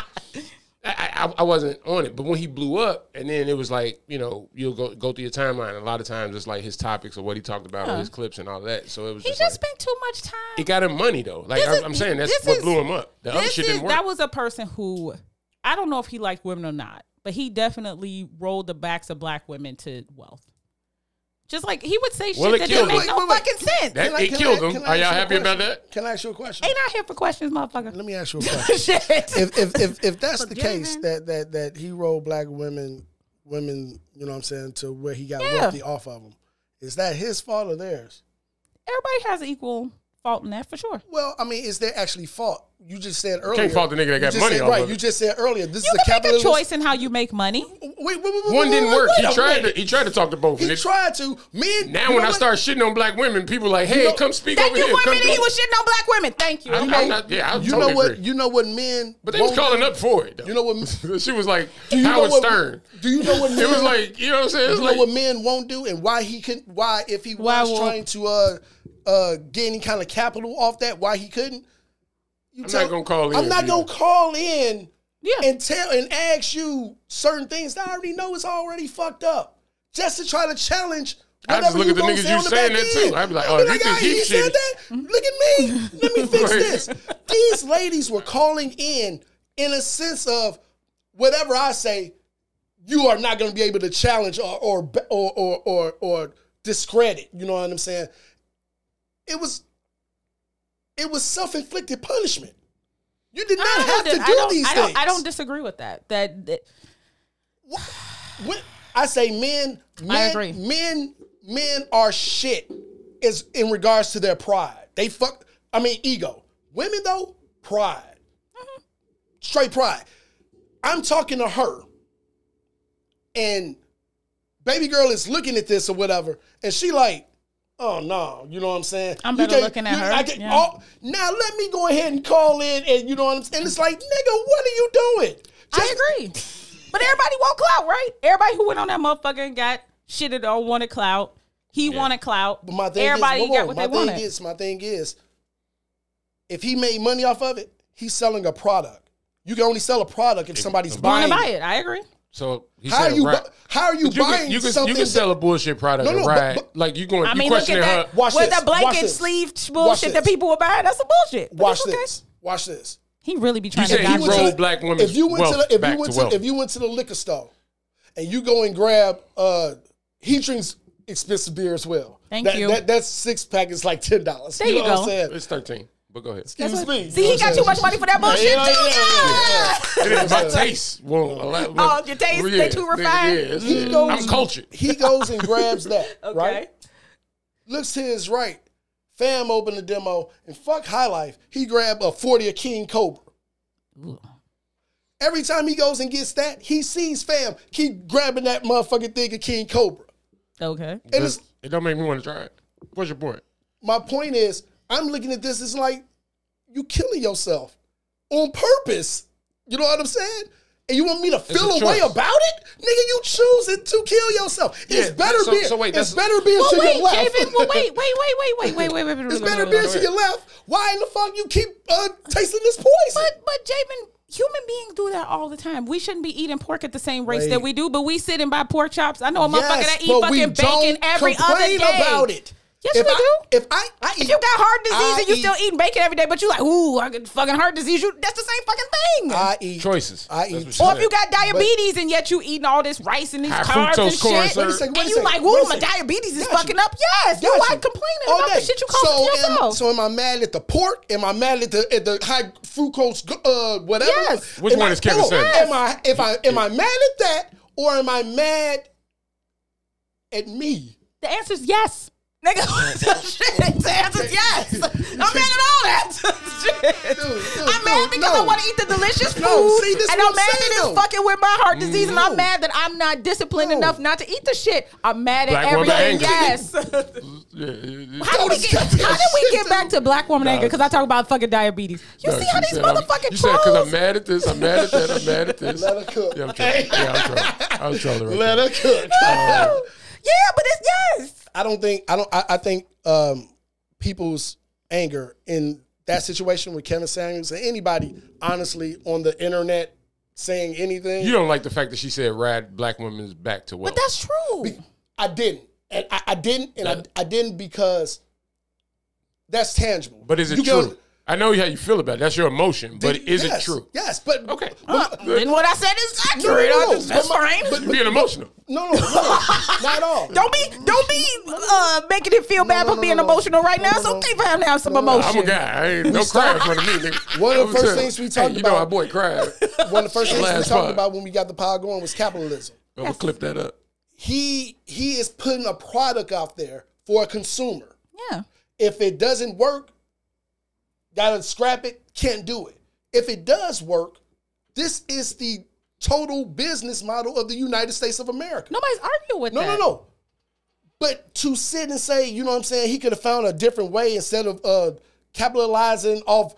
I, I, I wasn't on it. But when he blew up, and then it was like, you know, you'll go go through your timeline. And a lot of times it's like his topics or what he talked about or his clips and all that. So it was
he
just,
just
like,
spent too much time.
it got him money though. Like
This
I'm,
is-
I'm saying, that's
this
what
is-
blew him up. The other
This
shit
is-
didn't work.
That was a person who I don't know if he liked women or not, but he definitely rolled the backs of black women to wealth. Just like he would say
Well, it
shit that didn't
killed
make
him.
no
Wait, wait, wait.
fucking sense.
That-
Can I-
it
can I-
killed him.
can I ask
Are y'all
you a
happy about
question?
that?
Can I ask you a question?
Ain't out here for questions, motherfucker.
Let me ask you a question.
Shit.
if, if, if, if that's the
Forgiven.
case, that, that, that he rolled black women, women, you know what I'm saying, to where he got
Yeah.
wealthy off of them, is that his fault or theirs?
Everybody has equal fault in that for sure.
Well, I mean, is there actually fault? You just said earlier.
fault the nigga that
you
got
just
money
said-
off
Right,
of it.
you just said earlier. This
You
is a
can make a
capitalist.
choice in how you make money.
Wait, wait, wait, wait,
One
wait,
didn't
wait,
work.
wait
He
a
tried to
minute.
he tried to talk to both.
He
and it-
tried to. Men. you
now when
know
I
what?
start shitting on black women, people like, hey,
know-
come speak
Thank
over
you
here.
for
Come
admitting
do
he
it.
was shitting on black women. Thank you.
I'm-
Okay.
I'm not- yeah, I
You
totally
know what?
agree.
You know what men.
But they was
won't
calling
do?
up for it. Though.
You know what?
she was like
Do you know
Howard
what,
Stern.
Do you know what? Men,
It was like you know what I'm saying.
you
It's
know
like,
what men won't do, and why he couldn't. Why if he
Why
was
won't-
trying to uh uh get any kind of capital off that, why he couldn't. You
I'm not gonna call
I'm
in,
not
dude.
gonna call in.
Yeah.
and tell and ask you certain things that I already know is already fucked up, just to try to challenge.
I
whatever
just look at the
gonna
niggas
say
you
on the
saying
back
that to.
end.
I be like,
I'll
oh, this is
ah, he
deep
said
shit.
that. Look at me. Let me fix
Right.
this. These ladies were calling in in a sense of whatever I say, you are not going to be able to challenge or or or or or, or discredit. You know what I'm saying? It was it was self inflicted punishment. You did not
I don't
have
dis-
to
I
do
don't-
these
I don't-
things.
I don't disagree with that. That, that
When, I say men, men,
agree.
men, men are shit. Is in regards to their pride. They fuck. I mean ego. Women though, pride.
Mm-hmm.
Straight pride. I'm talking to her, and baby girl is looking at this or whatever, and she like, oh no, you know what I'm saying?
I'm
You
better
can't-
looking at
you-
her,
I can't-
yeah.
oh, now let me go ahead and call in, and you know what I'm saying? It's like, nigga, what are you doing? Just-
I agree. But everybody want clout, right? Everybody who went on that motherfucker and got shitted on wanted clout. He wanted clout.
But my thing
everybody
is, whoa, whoa,
got what
my
they
thing
wanted.
is, my thing is, if he made money off of it, he's selling a product. You can only sell a product if somebody's
want
buying.
to buy
it.
it. I agree.
so he
How are
said,
you?
right.
bu- How are you,
you
buying
can, you can,
something?
you can sell a bullshit product
No, no,
and
but-
ride.
but-
like you going,
I
you
mean, look at
questioning her.
that.
Watch
With
this.
the blanket
Watch this.
sleeve
Watch
bullshit
this.
that people were buying, that's some bullshit. But
watch
it's okay.
this. Watch this.
He really be trying
said
to
he
dodge
rolled
it.
roll black women's
If you went
wealth
to the, if
back
you went
to
to,
wealth.
if you went to the liquor store, and you go and grab, uh, he drinks expensive beer as well.
Thank
that,
you.
That, that six pack is like ten dollars.
There you
know What
go.
I'm saying?
It's thirteen, but go ahead.
Excuse me.
See, he got too much money for that bullshit,
Yeah, yeah,
too.
yeah,
Yeah.
It is- my taste won't allow.
Oh, your taste, they too
nigga,
refined?
yeah, it's-
He
yeah.
goes-
I'm cultured.
He goes and grabs that. Right.
Okay.
looks to his right. Fam opened the demo and fuck High Life. He grabbed a 40 of King Cobra. Every time he goes and gets that, he sees Fam keep grabbing that motherfucking thing of King Cobra.
Okay.
And it's,
It don't make me want to try it. What's your point?
my point is, I'm looking at this, it's like you killing yourself on purpose. You know what I'm saying? And you want me to feel
a
a way
choice.
about it? Nigga, you choosing to kill yourself.
Yeah,
it's better
so-
being
so wait,
it's
that's-
better being
Well,
to
wait,
your left.
Javen. Well, wait, wait, wait, wait, wait, wait, wait, wait.
It's
wait,
better
wait,
being
wait.
to your left. Why in the fuck you keep uh, tasting this poison?
But but Jamin, human beings do that all the time. We shouldn't be eating pork at the same rates that
Wait.
we do, but we sit and buy pork chops. I know a motherfucker that eat
but we
fucking bacon
don't
every other
complain
day.
about it.
Yes,
if
we
I,
do.
If I, I
If you got heart disease
I
and you
eat-
still eating bacon every day, but you like, ooh, I got fucking heart disease. You that's the same fucking thing.
I eat
Choices.
I
That's
eat-
what she
or
said.
if you got diabetes and yet you eating all this rice and these
High
carbs and
fructose corn
shit,
syrup. Wait a
second, wait a
and you
second,
like,
wait
ooh,
a
my
second.
diabetes is
Got you.
fucking up. Yes, you
Got
like complaining
All
about the
day.
shit you causing
so am-
yourself.
so am I mad at the pork? Am I mad at the at the high fructose uh whatever?
Yes.
Which
Am
one
I-
is Kevin
hold on.
Samuels?
Am I if I am I mad at that or am I mad at me?
the answer is yes. Nigga, shit. The answer's yes. I'm mad at all that.
dude,
shit. I'm mad
no,
because I
no.
want to eat the delicious food.
No, see, this
and
what
I'm
I'm
mad
saying,
that it's
though.
fucking with my heart disease. And I'm
No.
mad that I'm not disciplined
No.
enough not to eat the shit. I'm mad at
Black woman
everything.
anger.
Yes.
Yeah, yeah, yeah.
How did we
Don't
get,
cut that
how did we
shit
get back to black woman
Nah,
anger? Because I talk about fucking diabetes. You
No,
see how these
she said, I'm-
motherfucking
You said because I'm
trolls.
mad at this, I'm mad at that, I'm mad at this.
Let her cook.
Yeah, I'm trolling. Yeah, I'm trolling. I was trolling right
Let
there.
her cook.
yeah, but it's yes.
I don't think I don't I, I think um, people's anger in that situation with Kevin Samuels and anybody honestly on the internet saying anything.
You don't like the fact that she said ride black women's back to wealth.
But that's true.
I didn't. And I, I didn't and
That-
I, I didn't because that's tangible.
But is it
You get-
true? I know how you feel about it. That's your emotion. But is
yes,
it true?
Yes, but
Okay.
but-
Then what I said is accurate.
No, no, no.
That's- that's
But my-
fine.
You're being emotional.
no, no, no, not at all.
Don't be, don't be uh, making it feel bad
no,
for
no,
being
no.
emotional right now.
No,
it's
no, no.
okay for him to have some
No, no.
emotion.
I'm a guy. I ain't no cry in front of me, nigga.
One of the
I'm
first
telling-
things we
Hey,
talked
You know
about-
our boy cried.
One of the first things we
Last
talked
part.
about when we got the pod going was capitalism.
I'm gonna clip that up.
He he is putting a product out there for a consumer.
Yeah.
If it doesn't work, gotta scrap it, can't do it. If it does work, this is the total business model of the United States of America.
Nobody's arguing with
No,
that.
no, no. But to sit and say, you know what I'm saying, he could have found a different way instead of uh, capitalizing off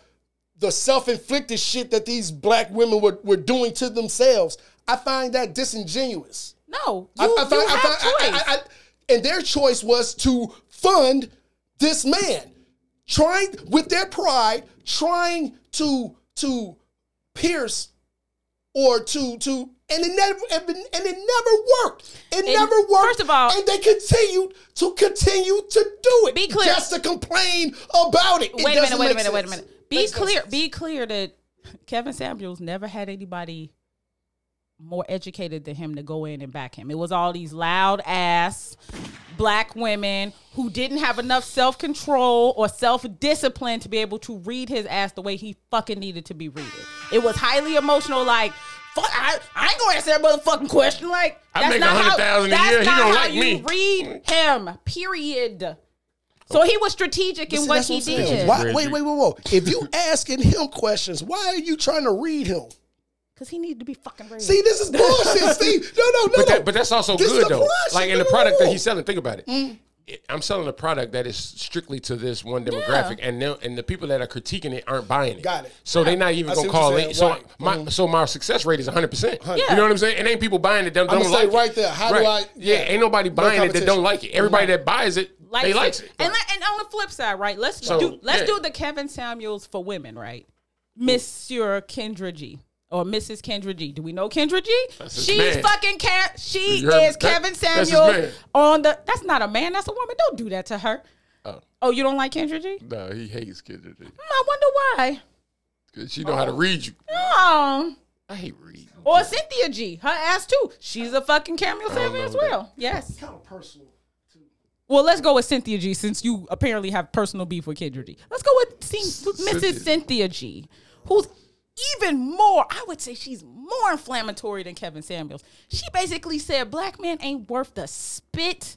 the self-inflicted shit that these black women were, were doing to themselves, I find that disingenuous.
No.
I-
You,
I find-
you
I
have
find- I-
choice.
I- I- I- and their choice was to fund this man, trying with their pride, trying to to pierce or to to and it never and it and it never worked. It never worked.
first of all-
and they continued to continue to do it.
Be clear.
just to complain about it. It
wait a minute,
doesn't
wait a
make
minute, wait a
sense.
minute. Be
Makes no
clear,
sense.
be clear that Kevin Samuels never had anybody more educated than him to go in and back him. It was all these loud ass black women who didn't have enough self control or self discipline to be able to read his ass the way he fucking needed to be readed. It was highly emotional, like. Fuck, I, I ain't gonna answer that motherfucking question. Like
I
that's
make
not how-
100,000 a
that's
year, he
not
don't
how
like
you
me.
Read him. Period. So he was strategic in
See,
what
that's
he
I'm saying.
did.
Why, wait, wait, wait, wait. If you asking him questions, why are you trying to read him?
Cause he needed to be fucking real.
See, this is bullshit, Steve. No, no, no.
But,
no.
that, but that's also
This
good
the Mm.
though.
price.
Like in
No,
the
no,
product
no.
that he's selling, think about it. It- I'm selling a product that is strictly to this one demographic, and they'll- and the people that are critiquing it aren't buying it.
Got it.
So they're not even
I see
gonna
what you're
call
saying.
it. So
Right. Mm-hmm.
my so my success rate is 100. percent
Yeah.
You know what I'm saying? It ain't people buying it. That don't
I'ma say
like it.
right there, how do I- yeah.
Yeah. Ain't nobody
No
buying it that
competition.
don't like it. Everybody that buys it,
Likes
they likes it.
And like, and on the flip side, right? Let's
So,
do let's
yeah.
do the Kevin Samuels for women, right? Monsieur Kendra G. Or Mrs. Kendra G. Do we know Kendra G?
That's his
She's
man.
fucking Ke- she
You heard-
is
that-
Kevin
that's his
Samuels
man.
on the that's not a man, that's a woman. Don't do that to her. Oh, you don't like Kendra G? Mm,
No, he hates kids.
I wonder why.
Cause she know how to read you.
Oh.
I hate reading.
Or Cynthia G. Her ass too. She's a fucking cameo fan as well. Yes.
kind of personal.
Well, let's go with Cynthia G since you apparently have personal beef with Kendra G. Let's go with Cyn-
Cynthia.
Mrs. Cynthia G, who's even more, I would say she's more inflammatory than Kevin Samuels. She basically said black men ain't worth the spit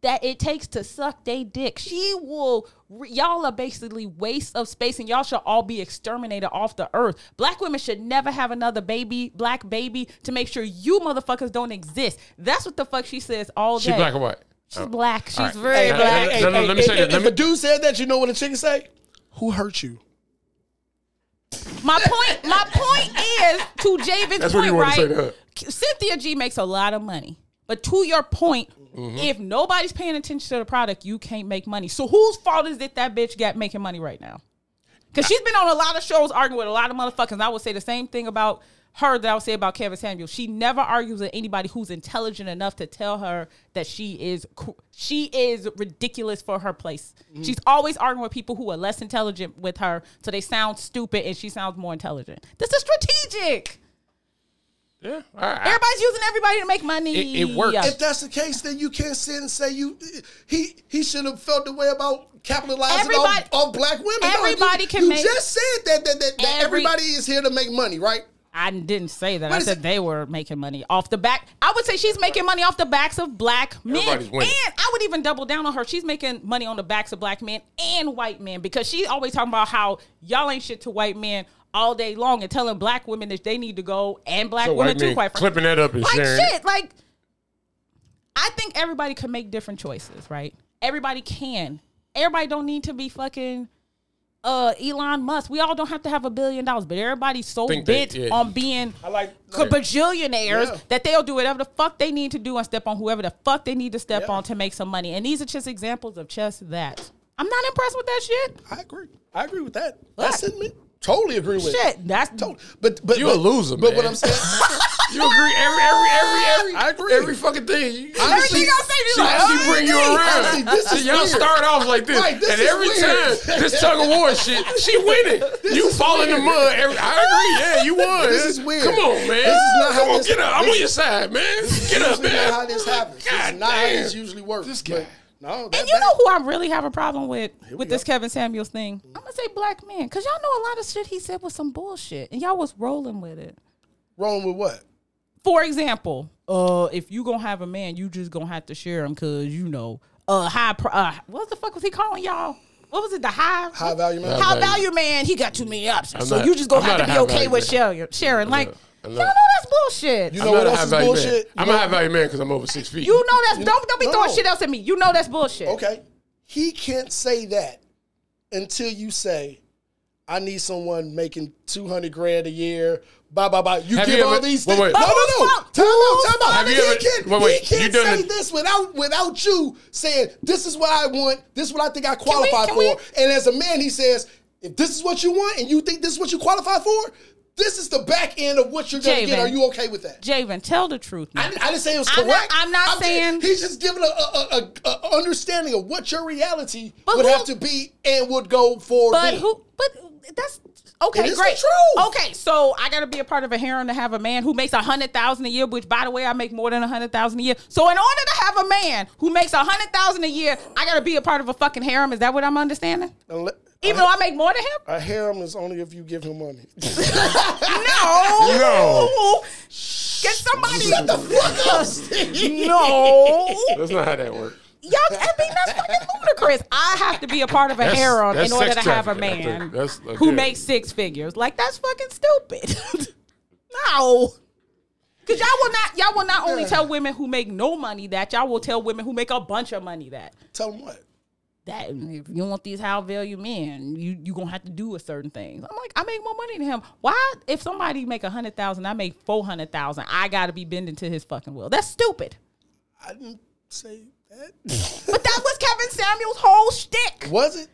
that it takes to suck they dick. She will y'all are basically waste of space and y'all should all be exterminated off the earth. Black women should never have another baby, black baby to make sure you motherfuckers don't exist. That's what the fuck she says all
She
day.
black or white?
She's black. She's
right.
very
Hey, hey,
black.
hey, No, no, let me say that. Let
If
me-
a dude said that, you know what a chicken say? Who hurt you?
My point, my point is to Javen's
That's what
point,
you wanted to say to
right? Cynthia G makes a lot of money. But to your point,
Mm-hmm.
if nobody's paying attention to the product, you can't make money. So whose fault is it that bitch got making money right now? Because she's been on a lot of shows arguing with a lot of motherfuckers. I would say the same thing about her that I would say about Kevin Samuel. She never argues with anybody who's intelligent enough to tell her that she is cr- she is ridiculous for her place.
Mm-hmm.
She's always arguing with people who are less intelligent with her, so they sound stupid and she sounds more intelligent. This is strategic.
Yeah. All right.
Everybody's using everybody to make money.
It- it works.
If that's the case, then you can't sit and say you he he should have felt the way about capitalizing on,
Everybody-
on black women. No,
everybody
you,
can
you
make-
just said that that, that, that
Every-
everybody is here to make money, right?
I didn't say that.
What
I
is
said
it?
they were making money off the back. I would say she's making money off the backs of black men.
Everybody's winning.
And I would even double down on her. She's making money on the backs of black men and white men because she's always talking about how y'all ain't shit to white men all day long and telling black women that they need to go and black
So
women
white
too.
men
Quite frankly.
clipping that up and
like
sharing it.
shit. Like I think everybody can make different choices, right? Everybody can. Everybody don't need to be fucking uh Elon Musk. We all don't have to have a billion dollars, but everybody's so
Think
bent
that- yeah.
on being
I like-
c- bajillionaires
Yeah.
that they'll do whatever the fuck they need to do and step on whoever the fuck they need to step
Yeah.
on to make some money. And these are just examples of just that. I'm not impressed with that shit.
I agree. I agree with that. That's it. Totally agree with it.
Shit, that's
Totally. But but
You a
but-
loser,
But what
man.
I'm saying,
You agree every every every every
I agree.
every fucking thing. You-
Honestly-
she,
Everything else
they be
she,
like,
she
oh,
bring you
yeah.
around.
Honestly, this is
So y'all
weird.
start off like this,
Right, this
and
is
every
weird.
time this tug of war shit, she winning. you fall in the mud. Every, I agree. Yeah, you won.
This is weird.
Come on, man.
This is not
Come
how
on,
this-
get up. I'm
this-
on your side, man. Get up,
usually
man.
not how this happens. This
God
is not how
damn.
this usually works.
This
but
guy.
No, that,
And you
that-
know who I really have a problem with with
we
this
go. Mm.
Kevin Samuels thing? I'm gonna say black man, cause y'all know a lot of shit he said was some bullshit, and y'all was rolling with it.
wrong with what?
For example, uh, if you gonna have a man, you just gonna have to share him, cause you know, uh, high. Pro- uh, what the fuck was he calling y'all? What was it? The high
High value man?
High
High
value,
value.
man. He got too many options,
I'm
so
not-
you just gonna
I'm
have
not
to
a
be
high
okay
value
with
man.
sharing. Sharing, like
I'm
y'all
not-
know that's bullshit.
You
I'm
know
not
what
a
else
high
is
value man.
bullshit?
I'm
You
a
know-
high value man because I'm over six feet.
you know that's don't don't be
no.
throwing shit else at me. You know that's bullshit.
Okay. He can't say that until you say, I need someone making 200 grand a year. Blah, blah, blah. You
Have
give
you
all
ever-
these
wait,
things.
wait.
No, no,
Who's
no.
fault?
Time out,
Who's
time out.
fault? Have you
he
ever-
can't,
wait, wait.
He can't
You done
say
the-
this without without you saying, this is what I want. This is what I think I qualify
can we-
for. And as a man, he says, if this is what you want and you think this is what you qualify for, this is the back end of what you're going to get.
Javen.
Are you okay with that?
Javen, tell the truth.
I,
Man.
didn't- I didn't say it was
I'm
correct.
not- I'm not saying-
he's just giving a, a, a, a understanding of what your reality
But
would
who-
have to be and would go for.
But
then.
who? But that's okay.
It is the
great.
truth.
Okay, so I got to be a part of a harem to have a man who makes a hundred thousand a year. Which, by the way, I make more than a hundred thousand a year. So, in order to have a man who makes a hundred thousand a year, I got to be a part of a fucking harem. Is that what I'm understanding?
Unle-
Even
a,
though I make more than him.
a harem is only if you give him money.
No.
No.
Can somebody
Shut the fuck up, Steve.
No.
That's not how that works.
Y'all, I mean, that's fucking ludicrous. I have to be a part of a
That's-
harem in
that's
order to
sex
have a
trafficking, I
man
think. That's-
who
okay.
makes six figures. Like that's fucking stupid. no. Cause y'all will not y'all will not only tell women who make no money that, y'all will tell women who make a bunch of money that.
Tell him what.
That if you want these high value men, you you gonna have to do a certain things. I'm like, I make more money than him. Why if somebody make a hundred thousand, I make four hundred thousand, I gotta be bending to his fucking will. That's stupid.
I didn't say that.
But that was Kevin Samuels' whole shtick.
was it?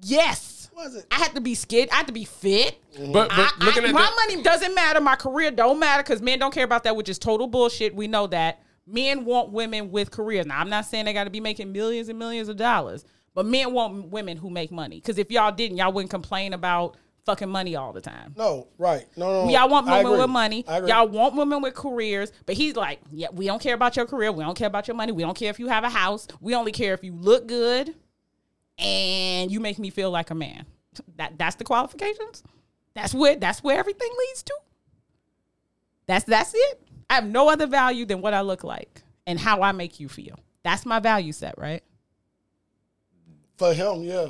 Yes.
Was it?
I had to be skid. I had to be fit.
But, but
I, I-
looking at
my
that,
money doesn't matter. My career don't matter because men don't care about that, which is total bullshit. We know that men want women with careers. Now I'm not saying they got to be making millions and millions of dollars, but men want women who make money. Because if y'all didn't, y'all wouldn't complain about fucking money all the time.
No, right. No, no.
Y'all want
Oh, I
women
agree.
with money.
I agree.
Y'all want women with careers. But he's like, yeah, we don't care about your career. We don't care about your money. We don't care if you have a house. We only care if you look good and you make me feel like a man. That that's the qualifications. That's where that's where everything leads to. That's that's it. I have no other value than what I look like and how I make you feel. That's my value set, right?
For him, yeah.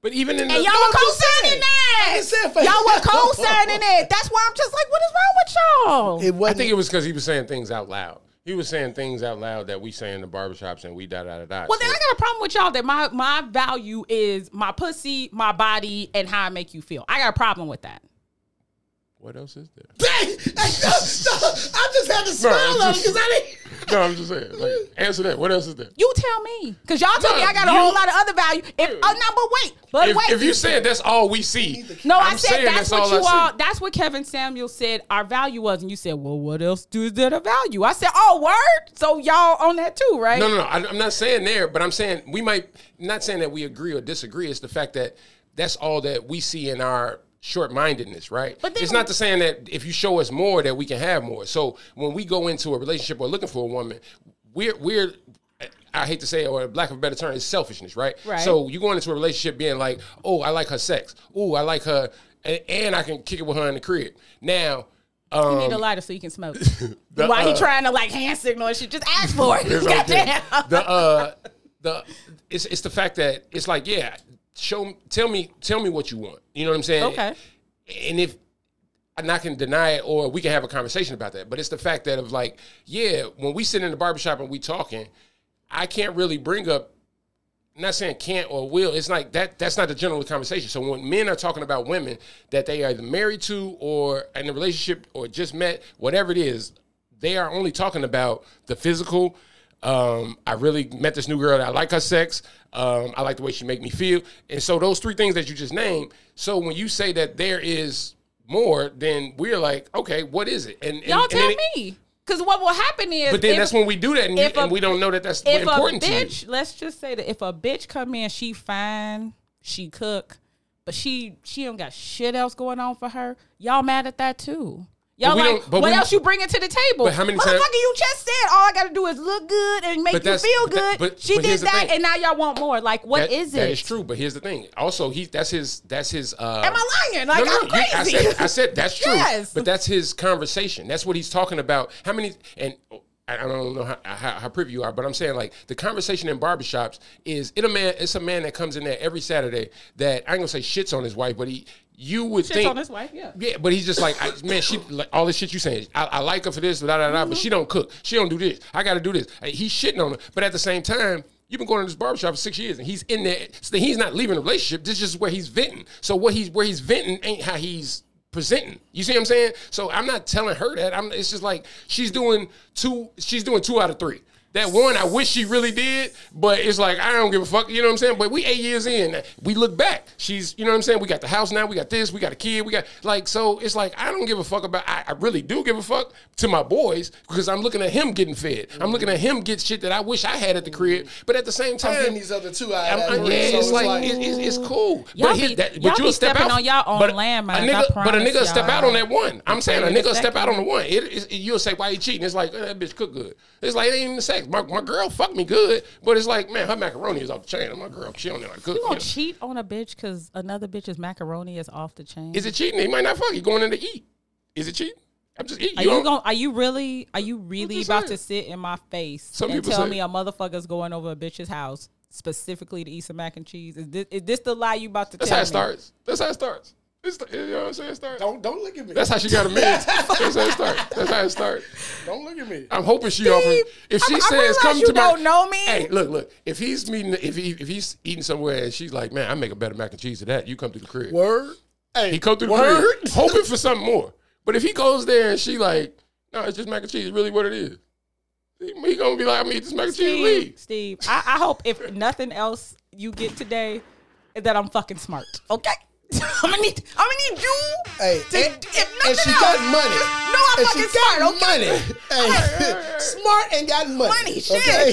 but even in the,
And y'all were co-signing
I just
that.
said for
Y'all were
him.
co-signing it. That's why I'm just like, what is wrong with y'all?
It
I
wasn't.
think it was because he was saying things out loud. He was saying things out loud that we say in the barbershops and we da da da da.
Well, then I got a problem with y'all that my my value is my pussy, my body, and how I make you feel. I got a problem with that.
what else is there?
Dang! Hey, no, no, I just had to smile
No,
on
it's
it
just-
because I didn't.
No, I'm just saying. Like, answer that. What else is there?
You tell me, cause y'all tell me
No,
I got a
you-
whole lot of other value. If oh, no, but wait, but
If,
wait.
if you said that's all we see,
no, i
I'm
said
saying
that's, what
I
you
see.
all. That's what Kevin Samuels said our value was, and you said, well, what else do is that a value? I said, oh, word. So y'all on that too, right?
No, no, no. I, I'm not saying there, but I'm saying we might not saying that we agree or disagree. It's the fact that that's all that we see in our short-mindedness, right?
But
But
then-
it's not the saying that if you show us more, that we can have more. So when we go into a relationship or looking for a woman, we're we're I hate to say it, or lack of a better term, is selfishness, right?
Right.
So you going into a relationship being like, oh, I like her sex. Oh, I like her and, and I can kick it with her in the crib. Now, um,
Need a lighter so you can smoke.
the,
Why
uh,
he trying to like hand signal and shit? Just ask for it.
It's right there.
Goddamn.
The uh, the it's it's the fact that it's like yeah, show tell me tell me what you want. You know what I'm saying?
Okay.
And if and I can deny it, or we can have a conversation about that. But it's the fact that of like yeah, when we sit in the barbershop and we talking, I can't really bring up. I'm not saying can't or will. It's like that. That's not the general conversation. So when men are talking about women that they are either married to or in a relationship or just met, whatever it is, they are only talking about the physical. Um, I really met this new girl. That I like her sex. Um, I like the way she make me feel. And so those three things that you just named. So when you say that there is more, then we're like, okay, what is it? And, and
Y'all
and
tell
then it-
me. Because what will happen is.
but then
if-
that's when we do that, and,
if
and
a-
we don't know that that's
if
important
a
to you.
bitch, let's just say that if a bitch come in, she fine, she cook, but she she don't got shit else going on for her. Y'all mad at that too. Y'all
But we
like
don't- but
what
we-
else you bringing to the table?
But how many
Motherfucker,
times-
you just said all I gotta do is look good and make you
But that's-
feel
but that-
good.
but-
she
but
did
here's the
that,
thing.
and now y'all want more. Like, what
That-
is it?
That is true, but here's the thing. Also, he that's his that's his. Uh,
Am I lying? Like, I'm
I
crazy.
said I said that's true.
Yes.
But that's his conversation. That's what he's talking about. How many and. I I don't know how, how, how privy you are, but I'm saying like the conversation in barbershops is it a man? It's a man that comes in there every Saturday that I ain't gonna say shits on his wife, but he you would
Shit's
think
on his wife, yeah.
yeah, but he's just like, I, man, she like, all this shit you saying. I, I like her for this, da da da, da, but she don't cook. She don't do this. I got to do this. Hey, He's shitting on her, but at the same time, you've been going to this barbershop for six years, and he's in there. So he's not leaving the relationship. This is just where he's venting. So what he's where he's venting ain't how he's presenting. You see what I'm saying? So I'm not telling her that. I'm. It's just like she's doing two. She's doing two out of three. That one, I wish she really did, but it's like I don't give a fuck. You know what I'm saying? But we eight years in, we look back. She's, you know what I'm saying? We got the house now. We got this. We got a kid. We got like so. It's like I don't give a fuck about. I, I really do give a fuck to my boys because I'm looking at him getting fed. I'm looking at him get shit that I wish I had at the crib. But at the same time,
I'm getting these other two out
I'm-
of that
I'm-
three,
yeah,
so
it's like, it- it- it's cool.
Y'all
but he-
be-
that,
y'all
but you'll
be
step out
stepping on y'all own
but a-
landmines,
A
I
nigga, but a
promise
nigga will step out
y'all.
on that one. I'm saying a
Wait a
nigga will step
second.
out on the one. It, it's- you'll say why he cheating. It's like eh, that bitch cook good. It's like it ain't even sex. My, my girl fucked me good, but it's like man, her macaroni is off the chain. And my girl, she don't know how to cook.
You
you know.
gonna cheat on a bitch because another bitch's macaroni is off the chain?
Is it cheating? He might not fuck. He going in to eat. Is it cheating? I'm just eating.
Are
You
you,
don't-
gonna? Are you really? Are you really
just
about to
saying.
sit in my face
Some
and
people
tell
say-
me a motherfucker's going over a bitch's house specifically to eat some mac and cheese? Is this is this the lie you about to
That's
tell
how
me?
it starts. That's how it starts. It's the, you know what I'm saying? It starts.
Don't don't look at me.
That's how she got a man. That's how it starts. That's how it starts.
don't look at me.
I'm hoping she offers. If she
I- I
says,
realize
"Come
you
to my,"
don't know me.
Hey, look, look. If he's meeting, if he if he's eating somewhere, and she's like, "Man, I make a better mac and cheese than that," you come to the crib.
Word. Hey,
He come to the
word.
crib, hoping for something more. But if he goes there and she like, "No, it's just mac and cheese. Really, what it is." He, he gonna be like, "I'm gonna eat this mac and cheese." and
Steve, Steve,
leave.
I, I hope if nothing else you get today is that I'm fucking smart. Okay. I'm gonna need. I'm gonna need you.
Hey,
to,
and,
if nothing
and she
else,
got money.
No, I'm
and
fucking
she got
smart. Okay.
money. Hey, smart and got money.
money. Shit,
okay?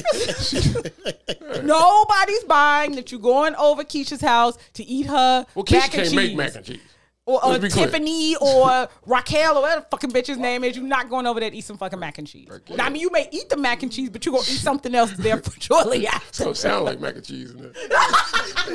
the fuck. Nobody's buying that you going over Keisha's house to eat her
Well, Keisha
mac and
can't
cheese.
make mac and cheese.
Or, or
Let's be clear.
Tiffany or Raquel or whatever the fucking bitch's name is. You're not going over there to eat some fucking mac and cheese. Now, I mean, you may eat the mac and cheese, but you're going to eat something else there shortly
It's
after.
gonna sound like mac and cheese. In there.
Wait, wait, wait,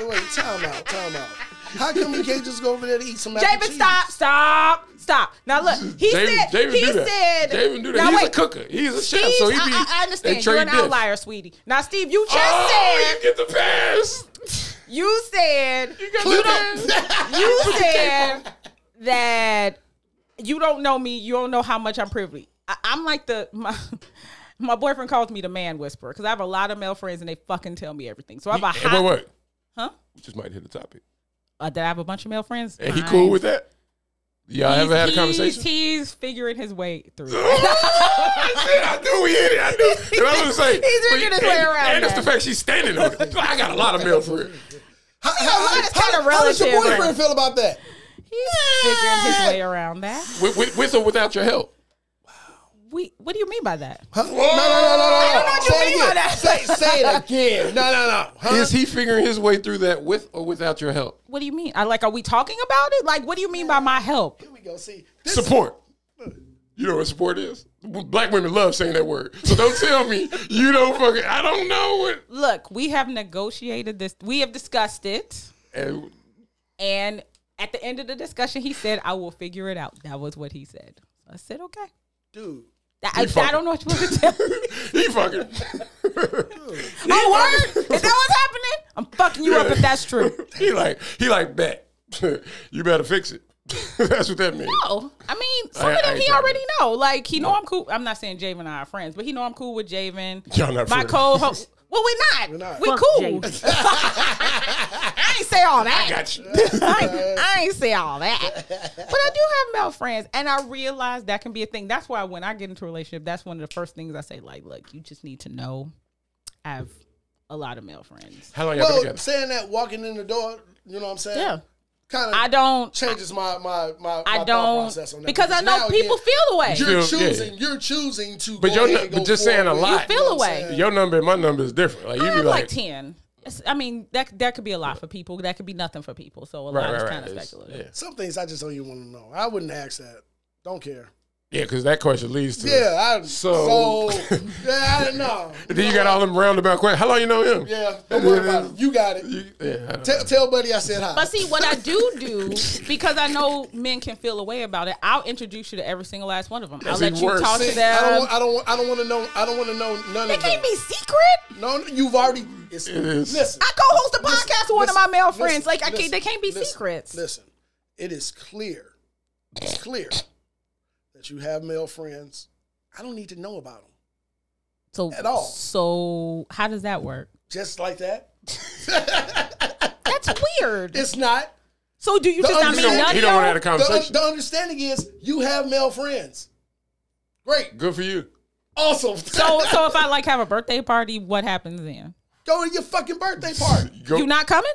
wait, wait. Time out, time out. How come you can't just go over there to eat some mac and
David,
cheese?
stop, stop, stop. Now, look, he
David,
said,
David
he
do that.
said,
David do that.
Now,
He's a
wait.
cooker. He's a chef,
Steve,
so he be.
I, I- I
they
understand. You're
trade
an
dips.
outlier, sweetie. Now, Steve, you just
Oh,
said,
you get the pass.
you said,
You got
You
the pass.
you said that you don't know me. You don't know how much I'm privy. I, I'm like the my. My boyfriend calls me the man whisperer because I have a lot of male friends and they fucking tell me everything. So I have a
Hey, wait,
hot,
wait.
huh?
We just might hit the topic.
Uh, that I have a bunch of male friends.
And he
Fine.
cool with that? Y'all
He's-
ever had a
he's-
conversation?
He's figuring his way through.
I said, I knew we hit it. I knew. And I was gonna say,
He's drinking his way
and-
around
And that's
that.
the fact she's standing on it. I got a lot of mail for it.
How, how,
lot
how,
is
how,
kinda
how does your
relative,
boyfriend
right?
feel about that?
figuring his way around that.
With, with, with or without your help.
We, what do you mean by that?
Huh? No, no, no, no, no. I
don't know what you mean by that.
Say, say it again. No, no, no. Huh?
Is he figuring his way through that with or without your help?
What do you mean? I like. Are we talking about it? Like, what do you mean by my help?
Here we go. See, this
Support. You know what support is? Black women love saying that word. So don't tell me you don't fucking. I don't know what.
Look, we have negotiated this. We have discussed it.
And
and At the end of the discussion, he said, "I will figure it out." That was what he said. I said, "Okay."
Dude,
That- I, I
fucking-
don't know what you want to tell me.
He fucking.
My Oh, word! If that was happening, I'm fucking you up if that's true.
he like he like bet. you better fix it. That's what that means.
No, I mean some
I-
of them
I
he
ain't
already know. Like he know I'm cool. I'm not saying Javen and I are friends, but he know I'm cool with Javen.
Y'all not
my
friends.
co-host. Well, we're not. We're
not.
Fuck
cool.
Javen.
I ain't say all that.
I got you.
I, ain't- I ain't say all that. But I do have male friends, and I realize that can be a thing. That's why when I get into a relationship, that's one of the first things I say. Like, look, you just need to know. I have a lot of male friends.
How long y'all been
well,
together?
saying that walking in the door, you know what I'm saying?
Yeah.
Kind
I
of
don't.
changes my my my, my
I
thought process on that
don't because I know
now
people
again,
feel the way.
You're
Still, yeah.
choosing. You're choosing to.
But
go
you're
ahead
not-
and
but
go
just saying a
forward.
lot.
You feel a way.
Your number and my number is different. Like you
I
be
have
like,
Eh, like, 10. It's- I mean, that that could be a lot for people. That could be nothing for people. So a
right,
lot
right,
is
right.
kind of
It's-
speculative.
Some things I just don't even want to know. I wouldn't ask that. Don't care.
yeah, because that question leads to
Yeah, I
So-
so, yeah, I don't know.
Then you got all them roundabout questions. How long you know him?
Yeah, don't worry about it. You got it.
You- yeah, I don't
Tell, tell Buddy I said hi.
But see, what I do do, because I know men can feel a way about it, I'll introduce you to every single last one of them. I'll
That's
let
even
you
worse.
talk
See,
to
I don't,
them.
want- I don't, want- I don't want to know. I don't want to know none
It
of them.
can't be secret.
No, no, you've already. It's,
is.
Listen,
I co-host a podcast with one of my
listen,
male
listen,
friends. like, I
listen,
can't, they can't be
listen,
secrets.
Listen, it is clear. It's clear that you have male friends. I don't need to know about them.
So,
At all.
So, how does that work?
Just like that.
That's weird.
It's not.
so, do you
The
just not
understand-
mean none
he
of
don't want to have
y'all?
a
The,
conversation.
the understanding is you have male friends. Great.
Good for you.
Awesome.
So, so if I like have a birthday party, what happens then?
Go to your fucking birthday party.
Go,
You not coming?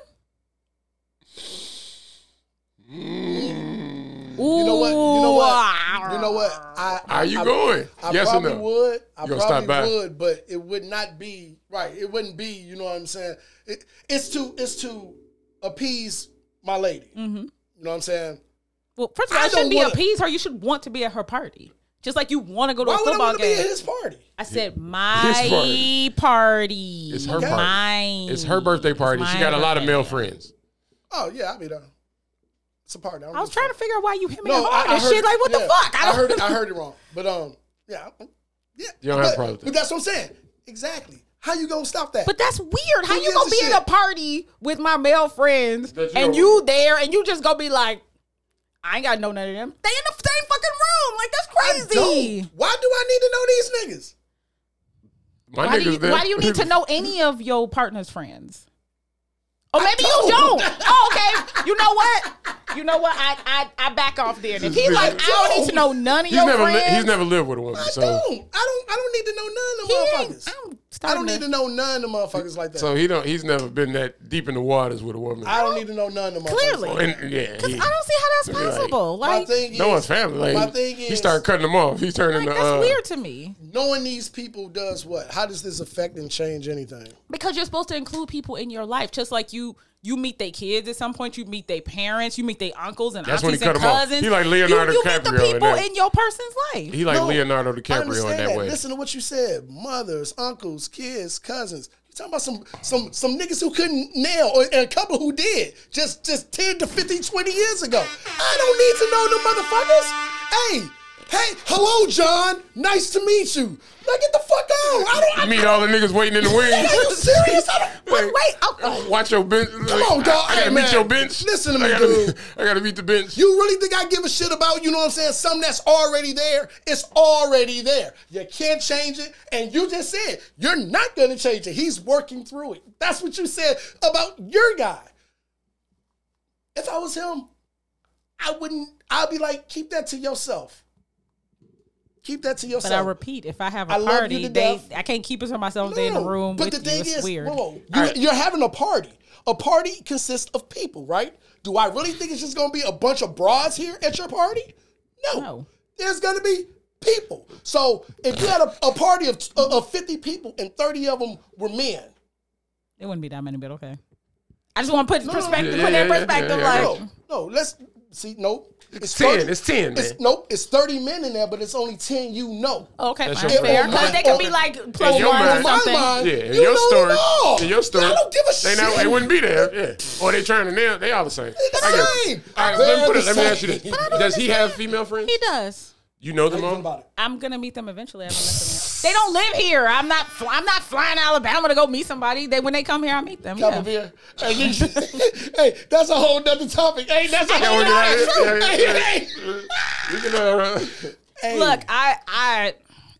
Ooh, ah.
You know what? You know what? You know what? I, I,
How you going?
I
yes or
probably
no?
would. I
You gonna stop
probably
by?
would, but it would not be right. It wouldn't be. You know what I'm saying? It, it's to it's to appease my lady.
Mm-hmm.
You know what I'm saying?
Well, first of all,
I
I shouldn't
don't
be
wanna-
appease her. You should want to be at her party, just like you want to go to
Why
a
would I
football
want to be
game.
at his party?
I said
His
my
party.
party.
It's her party.
Mine.
It's her birthday party. She
my
got a lot of
birthday.
male friends.
Oh yeah, I'll be there. It's a party.
I was trying to figure out why you hit me
No,
hard
I, I
and
heard,
shit. Like, what
yeah,
the fuck?
I, heard it. I heard it wrong. But um, yeah, I- yeah.
You don't have a
but-
problem with that.
But that's what I'm saying. Exactly. How you gonna stop that?
But that's weird. How
Who
you
gives
gonna
a
be
shit?
at a party with my male friends
That you
and
don't-
you there and you just gonna be like, I ain't gotta know none of them. They in the same fucking room. Like that's crazy.
Don't. Why do I need to know these niggas?
My
Why do,
niggas
you,
there.
why do you need to know any of your partner's friends? Oh, maybe you don't. Oh, okay. You know what? You know what? I I, I back off there. If he's like, I don't need to know none of
He's
your
never, li-
friends.
he's never lived with a woman.
I
So,
don't. I don't. I don't need to know
He
none of
ain't-
the motherfuckers.
I'm
I don't
starting
need to
to.
know none of the motherfuckers like that.
so he don't. He's never been that deep in the waters with a woman.
I don't need to know none of the motherfuckers.
Clearly.
Or in- yeah,
Because I
he-
don't see how
Right.
that's possible.
My
Like,
thing is,
no one's family. Like,
my thing
he
is-
started cutting them off. He's turning
like,
the.
that's
uh,
weird to me.
knowing these people does what? How does this affect and change anything?
Because you're supposed to include people in your life. Just like you you meet their kids at some point, you meet their parents, you meet their uncles and
That's when
aunties
he cut
and
'em off.
cousins.
He like
You-
Leonardo
you, meet
DiCaprio in
the people
that.
in your person's life.
He like
No,
Leonardo
I
DiCaprio in
understand
that, way.
Listen to what you said: mothers, uncles, kids, cousins. You talking about some some some niggas who couldn't nail, or, and a couple who did just just ten to 50, 20 years ago. I don't need to know them motherfuckers. Hey. Hey, hello, John. Nice to meet you. Now get the fuck on. I don't.
you meet all the niggas waiting in the wings.
Are you serious? I don't.
Wait,
Wait, oh,
Watch your bench. Come
on, dog.
I, gotta
Hey,
meet
man.
your bench.
Listen to
I
me,
gotta,
dude.
I gotta meet the bench.
You really think I give a shit about, you know what I'm saying? Something that's already there, it's already there. You can't change it. And you just said, you're not going to change it. He's working through it. That's what you said about your guy. If I was him, I wouldn't, I'd be like, keep that to yourself. Keep that to
But
yourself.
I repeat, if I have a
I love you
party,
to
they
death.
I can't keep it to myself. They in the room
But
with
the thing
you. It's
is,
weird.
whoa, whoa.
All
You,
right.
you're having a party. A party consists of people, right? Do I really think it's just going to be a bunch of broads here at your party? No.
No.
There's going to be people. So if you had a, a party of, of 50 people and 30 of them were men,
It wouldn't be that many, but okay. I just want to put
no, no.
perspective,
Yeah,
put
yeah,
that
yeah,
perspective.
yeah, yeah,
like,
no, no, let's See, nope. It's
10, it's 10, man.
It's, nope, it's 30 men in there, but it's only 10 you know.
Okay,
That's
fine,
your
fair.
point.
Because they could be like pro
your
ones or
mind-
my
something.
mind,
Yeah, in
you
your
know
story,
It all.
in your story,
I don't give a
they
shit.
not, they wouldn't be there. Yeah, or they trying to nail. They all the same.
They're the
I guess.
same.
All right, let me
They're
put it.
the
Let me ask you
same. But I
this: Does he have female friends?
He does.
You know them
Think
all.
about it.
I'm gonna meet them eventually. I haven't met them yet. They don't live here. I'm not. Fl- I'm not flying to Alabama to go meet somebody. They when they come here, I meet them.
Cup
Yeah.
of beer. Hey, you- hey, that's a whole nother topic. Hey, that's a
That
whole
one
nother
right there.
topic.
Yeah, yeah,
Hey,
yeah. We can, uh,
hey.
Look, I, I,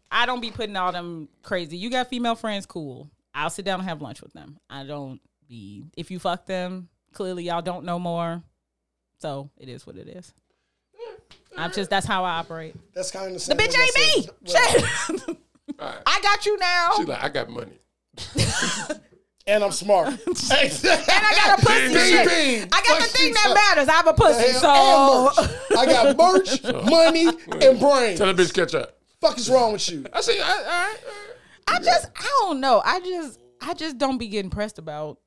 I don't be putting all them crazy. You got female friends, cool. I'll sit down and have lunch with them. I don't be. If you fuck them, clearly y'all don't know more. So it is what it is. I'm just. That's how I operate.
that's kind of the,
The
same
bitch
thing I
ain't me.
said. Well,
Shit. I got you now.
she like, I got money.
and I'm smart. Hey,
And I got a pussy.
Bing,
shit.
bing, bing.
I got the
Fuck
thing
you,
that
fuck.
matters. I have a pussy.
and
So
merch. I got merch, money, and brain.
Tell the bitch catch up.
fuck is wrong with you?
I say, I, all right. all right.
I just I don't know. I just I just don't be getting pressed about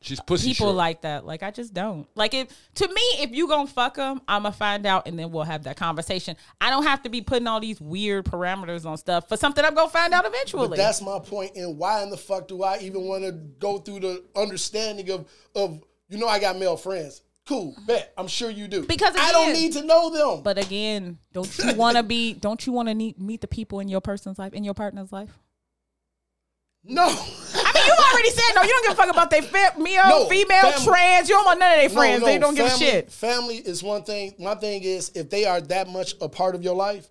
She's pussy.
people
short.
like that. Like I just don't. Like if to me, if you gonna fuck them, I'ma find out and then we'll have that conversation. I don't have to be putting all these weird parameters on stuff for something I'm gonna find out eventually.
That's my point. And why in the fuck do I even want to go through the understanding of of you know I got male friends? Cool, bet I'm sure you do.
Because
I don't
again-
need to know them.
but again, don't you want to be? Don't you want to meet the people in your person's life, in your partner's life?
no.
I mean, you already said no. You don't give a fuck about they fe- male,
No,
female,
family.
trans. You don't want none of their friends.
No, no,
they don't give a
family-
shit.
Family is one thing. My thing is if they are that much a part of your life,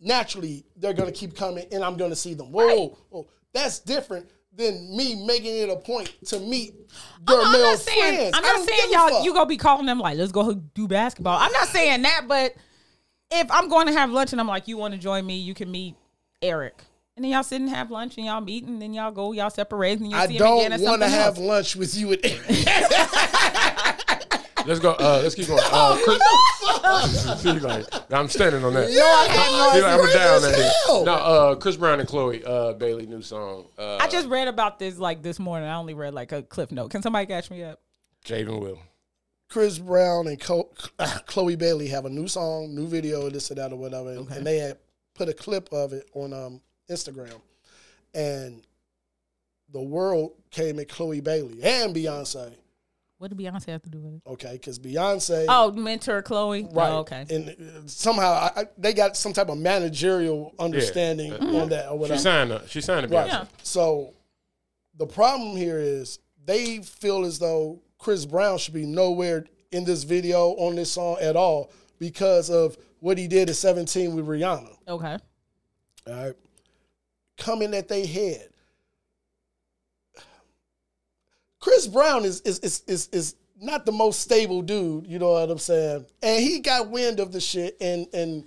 naturally they're gonna keep coming, and I'm gonna see them. Whoa, whoa. that's different than me making it a point to meet their
I'm
male
not saying,
friends.
I'm
I
not
don't
saying
give a
y'all
fuck.
you gonna be calling them like, let's go do basketball. I'm not saying that, but if I'm going to have lunch and I'm like, you want to join me, you can meet Eric. And then y'all sit and have lunch and y'all meet and then y'all go, y'all separate and you
I
see him again
don't
and
want to
something
have
else.
lunch with you and
Let's go. Uh, let's keep going. Uh, Chris, she like, I'm standing on that. She like, I'm down that. here. No, uh, Chris Brown and Chloe uh, Bailey new song. Uh,
I just read about this like this morning. I only read like a cliff note. Can somebody catch me up?
Javen Will.
Chris Brown and Co- Chloe Bailey have a new song, new video, this and that or whatever, and, and they had put a clip of it on um, Instagram, and the world came at Chloe Bailey and Beyonce,
What did Beyonce have to do with it?
okay, because Beyonce,
Oh, mentor Chloe. Right. okay.
and uh, somehow I, I, they got some type of managerial understanding on that or
She
whatever.
signed. A, she signed a Beyonce.
Right.
Yeah.
So the problem here is they feel as though Chris Brown should be nowhere in this video on this song at all because of what he did at 17 with Rihanna.
Okay.
All right. Coming at their head. Chris Brown is is is is is not the most stable dude, you know what I'm saying? And he got wind of the shit and and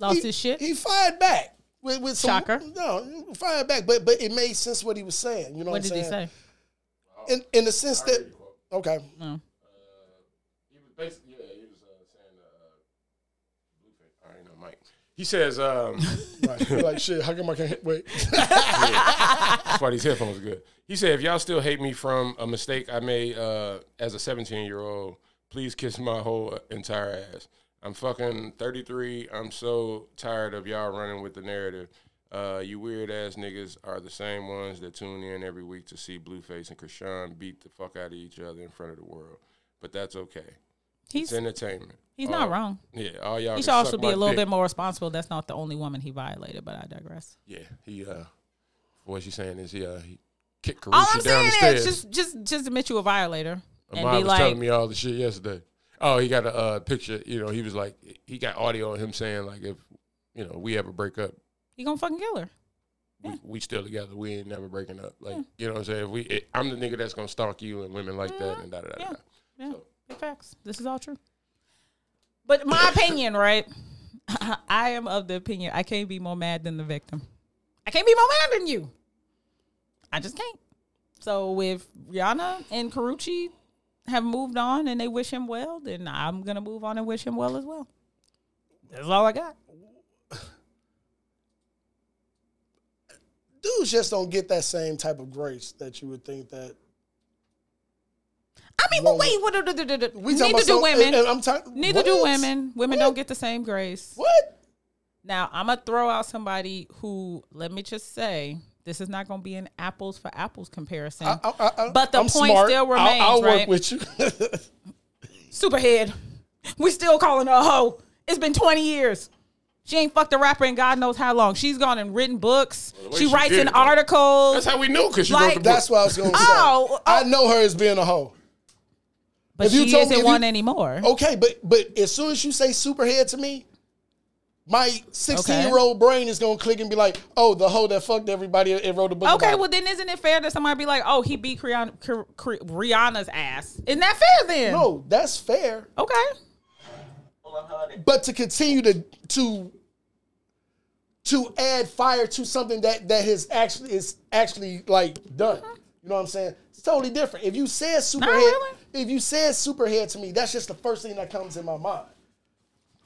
Lost
he-
his shit.
He fired back with, with some
Shocker.
No, fired back, but but it made sense what he was saying. You know what,
what did
I'm
he
saying?
say?
he say? In in the sense that okay,
He was basically, yeah, he was uh, saying, uh, Blueface. I already know Mike. He says, um,
right. like shit. How come I can't wait?
that's why these headphones are good. He said, if y'all still hate me from a mistake I made uh, as a 17 year old, please kiss my whole entire ass. I'm fucking 33. I'm so tired of y'all running with the narrative. Uh, you weird ass niggas are the same ones that tune in every week to see Blueface and Krishan beat the fuck out of each other in front of the world. But that's okay. It's
He's
entertainment.
he's not
uh,
wrong.
Yeah, all y'all.
He should also be a little bit more responsible. That's not the only woman he violated, but I digress.
Yeah, he. uh What she's saying is he, uh, he kicked
All
Carisha
I'm
down
saying
the
is
stairs.
just just just admit you a violator and
Amaya
be
was
like,
telling me all the shit yesterday. Oh, he got a uh, picture. You know, he was like, he got audio of him saying like, if you know we ever break up,
he gonna fucking kill her.
we, we still together. We ain't never breaking up. Like, you know what I'm saying? If we, it, I'm the nigga that's gonna stalk you and women like that and da da da.
Yeah.
da.
Yeah, big facts. This is all true. But my opinion, right? I am of the opinion I can't be more mad than the victim. I can't be more mad than you. I just can't. So if Rihanna and Karuchi have moved on and they wish him well, then I'm gonna move on and wish him well as well. That's all I got.
Dudes just don't get that same type of grace that you would think that.
I'm mean,
Well,
but wait, what, do- do- do- do-
We talking
neither
about
do
some-
women.
and- and I'm talk-
neither do
what?
women. Women
What?
don't get the same grace.
What?
Now I'm gonna throw out somebody who. Let me just say, this is not gonna be an apples for apples comparison.
I- I- I-
but the
I'm
point
smart.
still remains,
I'll, I'll
right?
work with you.
Superhead, we still calling her a hoe. It's been 20 years. She ain't fucked a rapper in God knows how long. She's gone and written books.
the way
she
she
writes
did
in
it, though.
articles.
That's how we knew because you
Like-
wrote the book.
That's what I was going to say.
Oh, oh.
I know her as being a hoe.
but
if you
she
told me-
isn't
if you- Oh,
one anymore.
Okay, but but as soon as you say superhead to me, my 16 year old brain is going to click and be like, oh, the hoe that fucked everybody and wrote a book.
Okay,
about
well
it.
then isn't it fair that somebody be like, "Oh, he beat Kriana, Kri- Kri- Rihanna's ass"? Isn't that fair then?
No, that's fair.
Okay.
But to continue to to to add fire to something that that has actually is actually like done.
Mm-hmm.
You know what I'm saying? It's totally different. If you said superhead,
really.
if you said superhead to me, that's just the first thing that comes in my mind.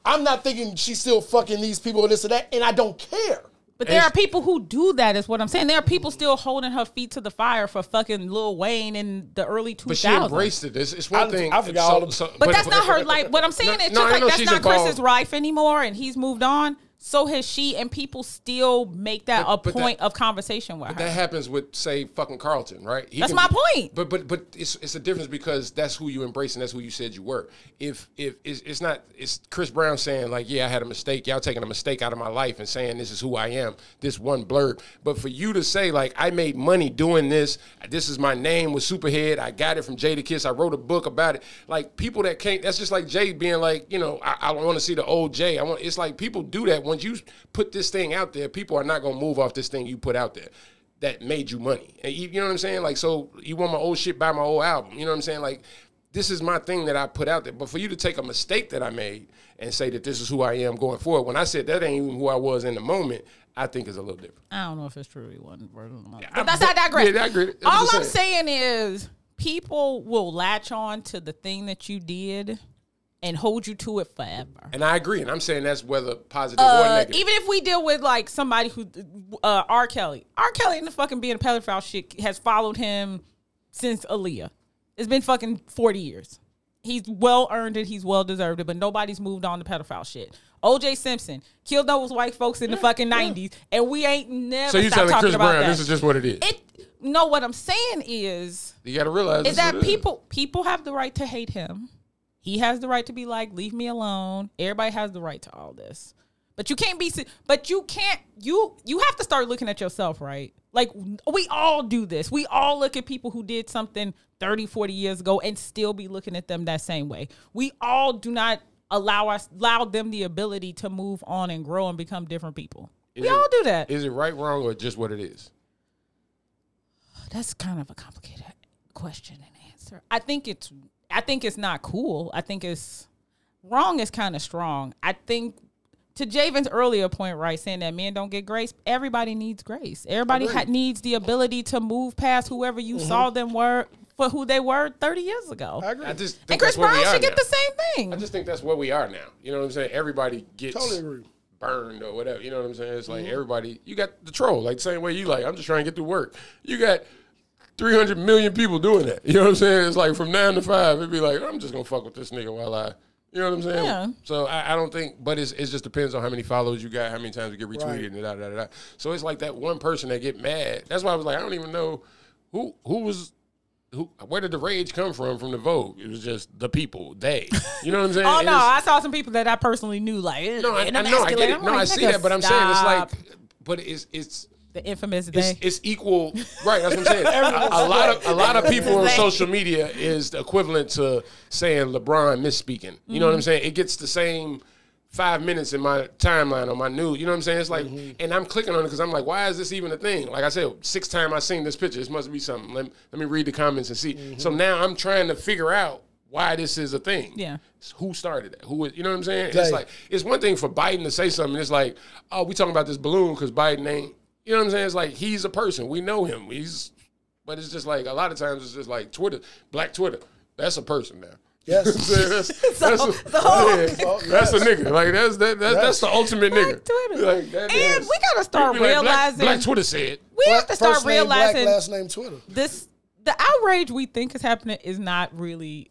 I'm not thinking she's still fucking these people or this or that, and I don't care.
But there
It's-
are people who do that. Is what I'm saying. There are people still holding her feet to the fire for fucking Lil Wayne in the early 2000s.
But she embraced it. It's, it's one
I-
thing.
I forgot
so-
all the-
so-
But, that's not her life. What I'm saying
No,
is
no,
just
I
like
know
that's
she's
not Chris's
evolved.
life anymore, and he's moved on. So has she, and people still make that
But-
a
but that-
point of conversation with her.
That happens with say fucking Carlton, right? He
That's my point.
But but but it's it's a difference because that's who you embrace and that's who you said you were. If if it's, it's not it's Chris Brown saying like yeah I had a mistake, y'all taking a mistake out of my life and saying this is who I am, this one blurb. But for you to say like I made money doing this, this is my name with Superhead, I got it from Jada Kiss, I wrote a book about it. Like people that can't, that's just like Jay being like you know I, I want to see the old Jay. I want it's like people do that once you put this thing out there, people are not gonna move off this thing you put out there that made you money. And you, you know what I'm saying? Like, so you want my old shit, buy my old album. You know what I'm saying? Like, this is my thing that I put out there. But for you to take a mistake that I made and say that this is who I am going forward, when I said that ain't even who I was in the moment, I think is a little different.
I don't know if it's true. He wasn't burning them up.
Yeah,
But
I-
that's not
but-
that great.
yeah, I agree. That's what
All
I'm
I'm saying is people will latch on to the thing that you did and hold you to it forever.
And I agree. And I'm saying that's whether positive or
Uh,
negative.
even if we deal with like somebody who uh, R. Kelly, R. Kelly and the fucking being a pedophile shit has followed him since Aaliyah. It's been fucking forty years. He's well earned it. He's well deserved it. But nobody's moved on to pedophile shit. O.J. Simpson killed those white folks in the fucking nineties, and we ain't never.
so you
stopped
telling
talking
Chris
about
Brown
that.
this is just what it is.
it. No, what I'm saying is
you got to realize
is
this
that
what it
people people have the right to hate him. He has the right to be like, leave me alone. Everybody has the right to all this. But you can't be se- but you can't you you have to start looking at yourself, right? Like we all do this. We all look at people who did something 30, 40 years ago and still be looking at them that same way. We all do not allow us allow them the ability to move on and grow and become different people. we
it-
all do that.
Is it right, wrong, or just what it is?
That's kind of a complicated question and answer. I think it's I think it's not cool. I think it's wrong is kind of strong. I think to Javen's earlier point, right, saying that men don't get grace, everybody needs grace. Everybody ha- needs the ability to move past whoever you saw them were for who they were 30 years ago.
I agree.
Mm-hmm. I just think
And Chris
that's where we
Brown
are
should get
now.
the same
I
thing.
just think that's where we are now. You know what I'm saying? Everybody gets
Totally agree.
burned or whatever. You know what I'm saying? It's like
Mm-hmm.
everybody. You got the troll, like the same way you like. I'm just trying to get to work. You got 300 million people doing that. You know what I'm saying? It's like from nine to five, it'd be like I'm just gonna fuck with this nigga while I. You know what I'm saying?
Yeah.
So I, I don't think, but it's, it just depends on how many followers you got, how many times you get retweeted,
Right.
and da, da da da. So it's like that one person that get mad. That's why I was like, I don't even know who who was who, where did the rage come from from the Vogue? It was just the people, they. You know what I'm saying?
Oh
It
no,
was-
I saw some people that I personally knew like
no, I, I
and I'm
know, I get
masculine.
it.
I'm
No,
like,
I see
nigga,
that, but I'm saying it's like,
stop.
but it's it's
the infamous day.
it's, it's equal, right? That's what I'm saying. a, a lot of a lot of people on
Like-
social media is the equivalent to saying LeBron misspeaking. You know what I'm saying? It gets the same five minutes in my timeline on my news. You know what I'm saying? It's like, and I'm clicking on it because I'm like, why is this even a thing? Like I said, six time I seen this picture. This must be something. Let, let me read the comments and see. So now I'm trying to figure out why this is a thing.
Yeah.
Who started it? Who is, you know what I'm saying?
Right.
It's like, it's one thing for Biden to say something. It's like, oh, we talking about this balloon because Biden ain't. You know what I'm saying? It's like he's a person. We know him. He's, but it's just like a lot of times it's just like Twitter, black Twitter. That's a person now.
Yes.
that's, that's, a,
whole-
yeah, that's a nigga. Like that's that, that that's the ultimate nigga.
Black Twitter.
Like, that
and
is-
we gotta start
It'd be like,
realizing
Black, black Twitter said.
we have to start
First name Black,
realizing
last name Twitter.
this the outrage we think is happening is not really.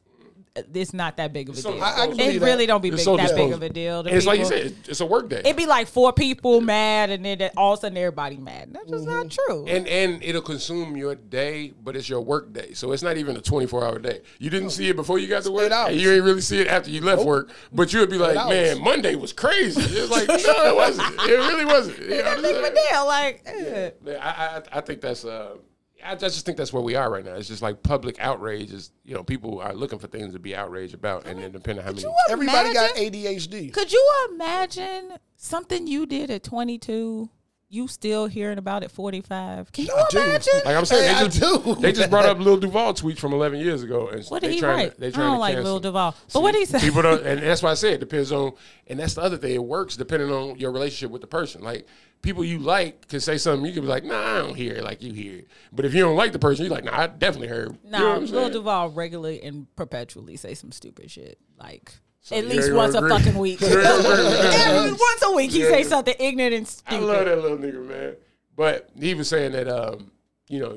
It's not that big of a
So-
deal.
I- I
can believe
it
that.
really don't be
It's
big,
so
that big
disposable.
of a deal. to
And it's like you
people.
said, it's a work day.
It'd be like four people mad, and then all of a sudden everybody mad. That's just not true.
Mm-hmm. and and it'll consume your day, but it's your work day, so it's not even a twenty four hour day. You didn't see it before you got to work,
hours.
and you ain't really see it after you left work. But you would be like,
hours.
man, Monday was crazy. It's like no, it wasn't. It really wasn't. You know what
That
I'm
big of a
saying?
deal, like eh.
Man, I, I I think that's uh, I I just think that's where we are right now. It's just like public outrage is you know people are looking for things to be outraged about, and then depending on how many.
you
Everybody got
imagine-
ADHD.
Could you imagine something you did at 22, you still hearing about at 45? Can you
I do.
imagine?
Like I'm saying,
Hey,
they
I
just,
do.
they just brought up Lil Duval tweet from 11 years ago, and
What did
they
he
trying
write?
To, they
I
trying
don't
to
like
cancel.
Lil Duval. But what he say?
People don't, and that's why I say it depends on, and that's the other thing. It works depending on your relationship with the person. Like people you like can say something, you can be like, "Nah, I don't hear it like you hear it." But if you don't like the person, you're like, "Nah, I definitely heard." you know
Nah,
what I'm
Lil
saying?
Duval regularly and perpetually say some stupid shit. Like, at
you
least
ain't
once a
gonna agree.
fucking week.
You ain't gonna agree with that.
Every- once a week, he say something ignorant and
I
stupid.
love that little nigga, man. But he was saying that, um, you know,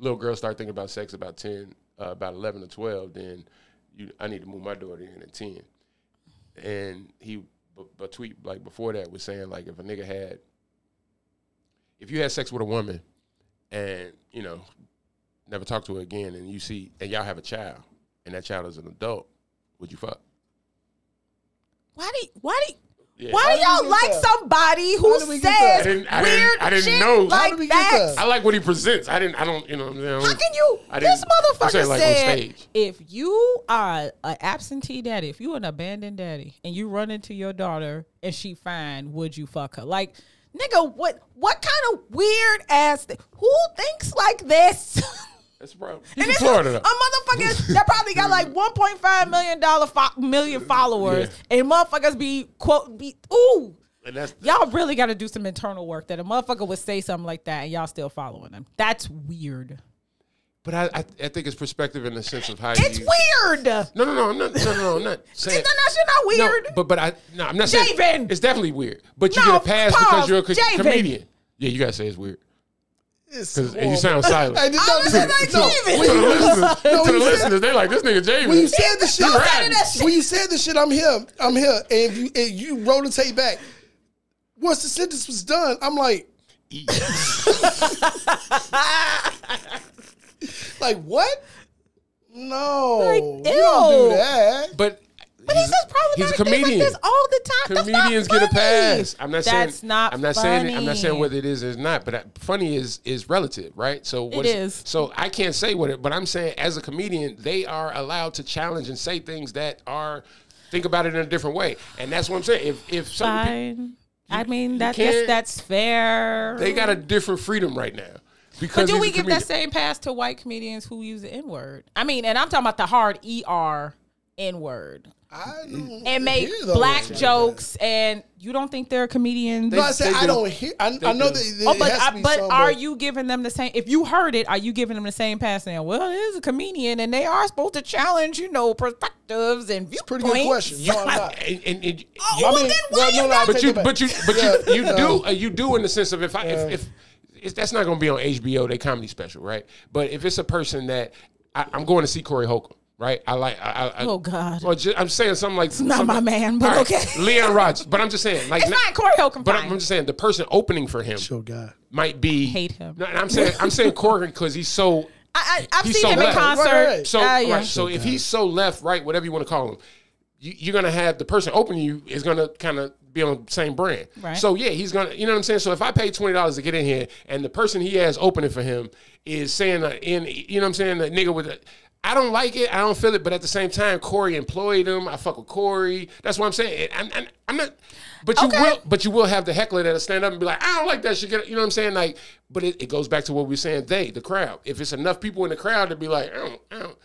little girls start thinking about sex about ten, uh, about eleven or twelve. Then you, I need to move my daughter in at ten. And he, b- a tweet like before that was saying like if a nigga had, if you had sex with a woman, and you know, never talk to her again, and you see, and y'all have a child, and that child is an adult, would you fuck?
Why do y- why do y-
Yeah.
why do y'all like somebody who
did we
says
get that?
I didn't- I didn't-
weird
I didn't
shit
know. How
like
did we get
that?
that?
I like what he presents. I didn't. I don't. You know. what I'm saying?
How can you?
I
this
didn't- I'm
motherfucker
saying, like, on
said,
stage.
if you are an absentee daddy, if you an abandoned daddy, and you run into your daughter and she fine, would you fuck her? Like, nigga, what what kind of weird ass? Th- who thinks like this?
That's a problem.
And
He's in
it's
Florida.
a,
though.
a motherfucker that probably got like 1.5 million dollar fo- million followers,
Yeah.
and motherfuckers be quote be ooh.
and that's
Y'all really got to do some internal work that a motherfucker would say something like that and y'all still following them. That's weird.
But I, I, I think it's perspective in the sense of how
It's
you.
weird.
No, no, no, I'm not, no, no, no, I'm not
no,
saying.
no, shit not
No,
weird.
but but I no, I'm not saying
Javen.
it's definitely weird. But you
No,
get a pass
pause.
because you're a co-
Javen.
comedian. Yeah, you gotta say it's weird
It's
because
horrible.
you sound silent.
Hey, this-
I
no,
was just
no,
like,
to the
when you-
listeners,
No,
to the
he said-
listeners, they like this nigga Javen.
When you said the shit,
Don't say that shit.
when you said the shit, I'm here. I'm here. And if you and you roll the tape back, once the sentence was done, I'm like, like what? No,
Like,
you don't
ew.
do that.
but
But he's just probably
he's a
gotta think
comedian.
Like this all the time. That's not
comedians get a
funny.
pass. I'm not saying
That's not
I'm not saying I'm not saying
funny.
whether it is or is not. But I, funny is is relative, right? So what
It is.
So I can't say what it. But I'm saying as a comedian, they are allowed to challenge and say things that are think about it in a different way. And that's what I'm saying. If if some people,
Fine. I mean that
can't-
that's that's fair.
they got a different freedom right now. Because
but do
he's
we
a
give
comedian.
that same pass to white comedians who use the N word? I mean, and I'm talking about the hard ER N word
I don't
and make
hear those.
black jokes, and you don't think they're comedians?
No, I said
They
I
do.
don't hear. I, I know
do.
that. that
Oh,
it
but
has to
I,
be
but
some,
are you giving them the same? If you heard it, are you giving them the same pass? Saying, "Well, it is a comedian, and they are supposed to challenge, you know, perspectives and
Pretty
viewpoints."
good question. No, I'm not.
and, and, and-
Oh,
you-
well, then why you
I
not-
but
take
you,
it back.
but you, but
Yeah.
you, you do,
No.
uh, you do in the sense of if I, if, if it's, that's not going to be on HBO, they comedy special, right? But if it's a person that I, I'm going to see Corey Holcomb, right? I like, I, I,
Oh, God.
Well, ju- I'm saying something like, it's
not my man, but okay.
Leon Rogers, but I'm just saying, like,
It's not Corey Holcomb,
but
fine.
I'm, I'm just saying the person opening for him
Oh God.
might be
Hate him.
No, and I'm saying, I'm saying Corey because he's so
I, I, I've
He's
seen
so
him in
left.
concert.
Right, right, right.
so,
Uh, yeah.
right, so if he's so left, right, whatever you want to call him, you, you're gonna have the person opening you is gonna kind of be on the same brand.
Right.
So yeah, he's gonna, you know what I'm saying. So if I pay twenty dollars to get in here, and the person he has opening for him is saying, uh, in you know what I'm saying, the nigga with, a, I don't like it, I don't feel it, but at the same time, Corey employed him. I fuck with Corey. That's what I'm saying. And I'm, I'm, I'm not. But you
Okay.
will, but you will have the heckler that'll stand up and be like, "I don't like that shit." Get it?" You know what I'm saying? Like, but it, it goes back to what we are saying. They, the crowd. If it's enough people in the crowd to be like, "I don't, I don't,"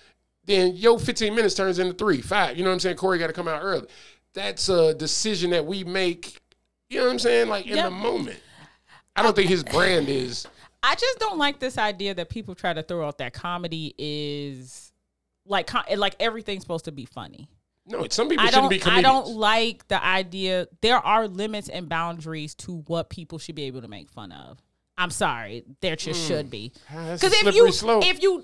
then yo, 15 minutes turns into three, five. You know what I'm saying? Corey got to come out early. That's a decision that we make. You know what I'm saying? Like in
Yeah.
the moment. I don't think his brand is.
I just don't like this idea that people try to throw out that comedy is like com- like everything's supposed to be funny.
No, some people
I
shouldn't
don't.
be
I
comedians.
don't like the idea. There are limits and boundaries to what people should be able to make fun of. I'm sorry, there just should be.
Ah, that's
Because
a
if
slippery
you
slope.
if you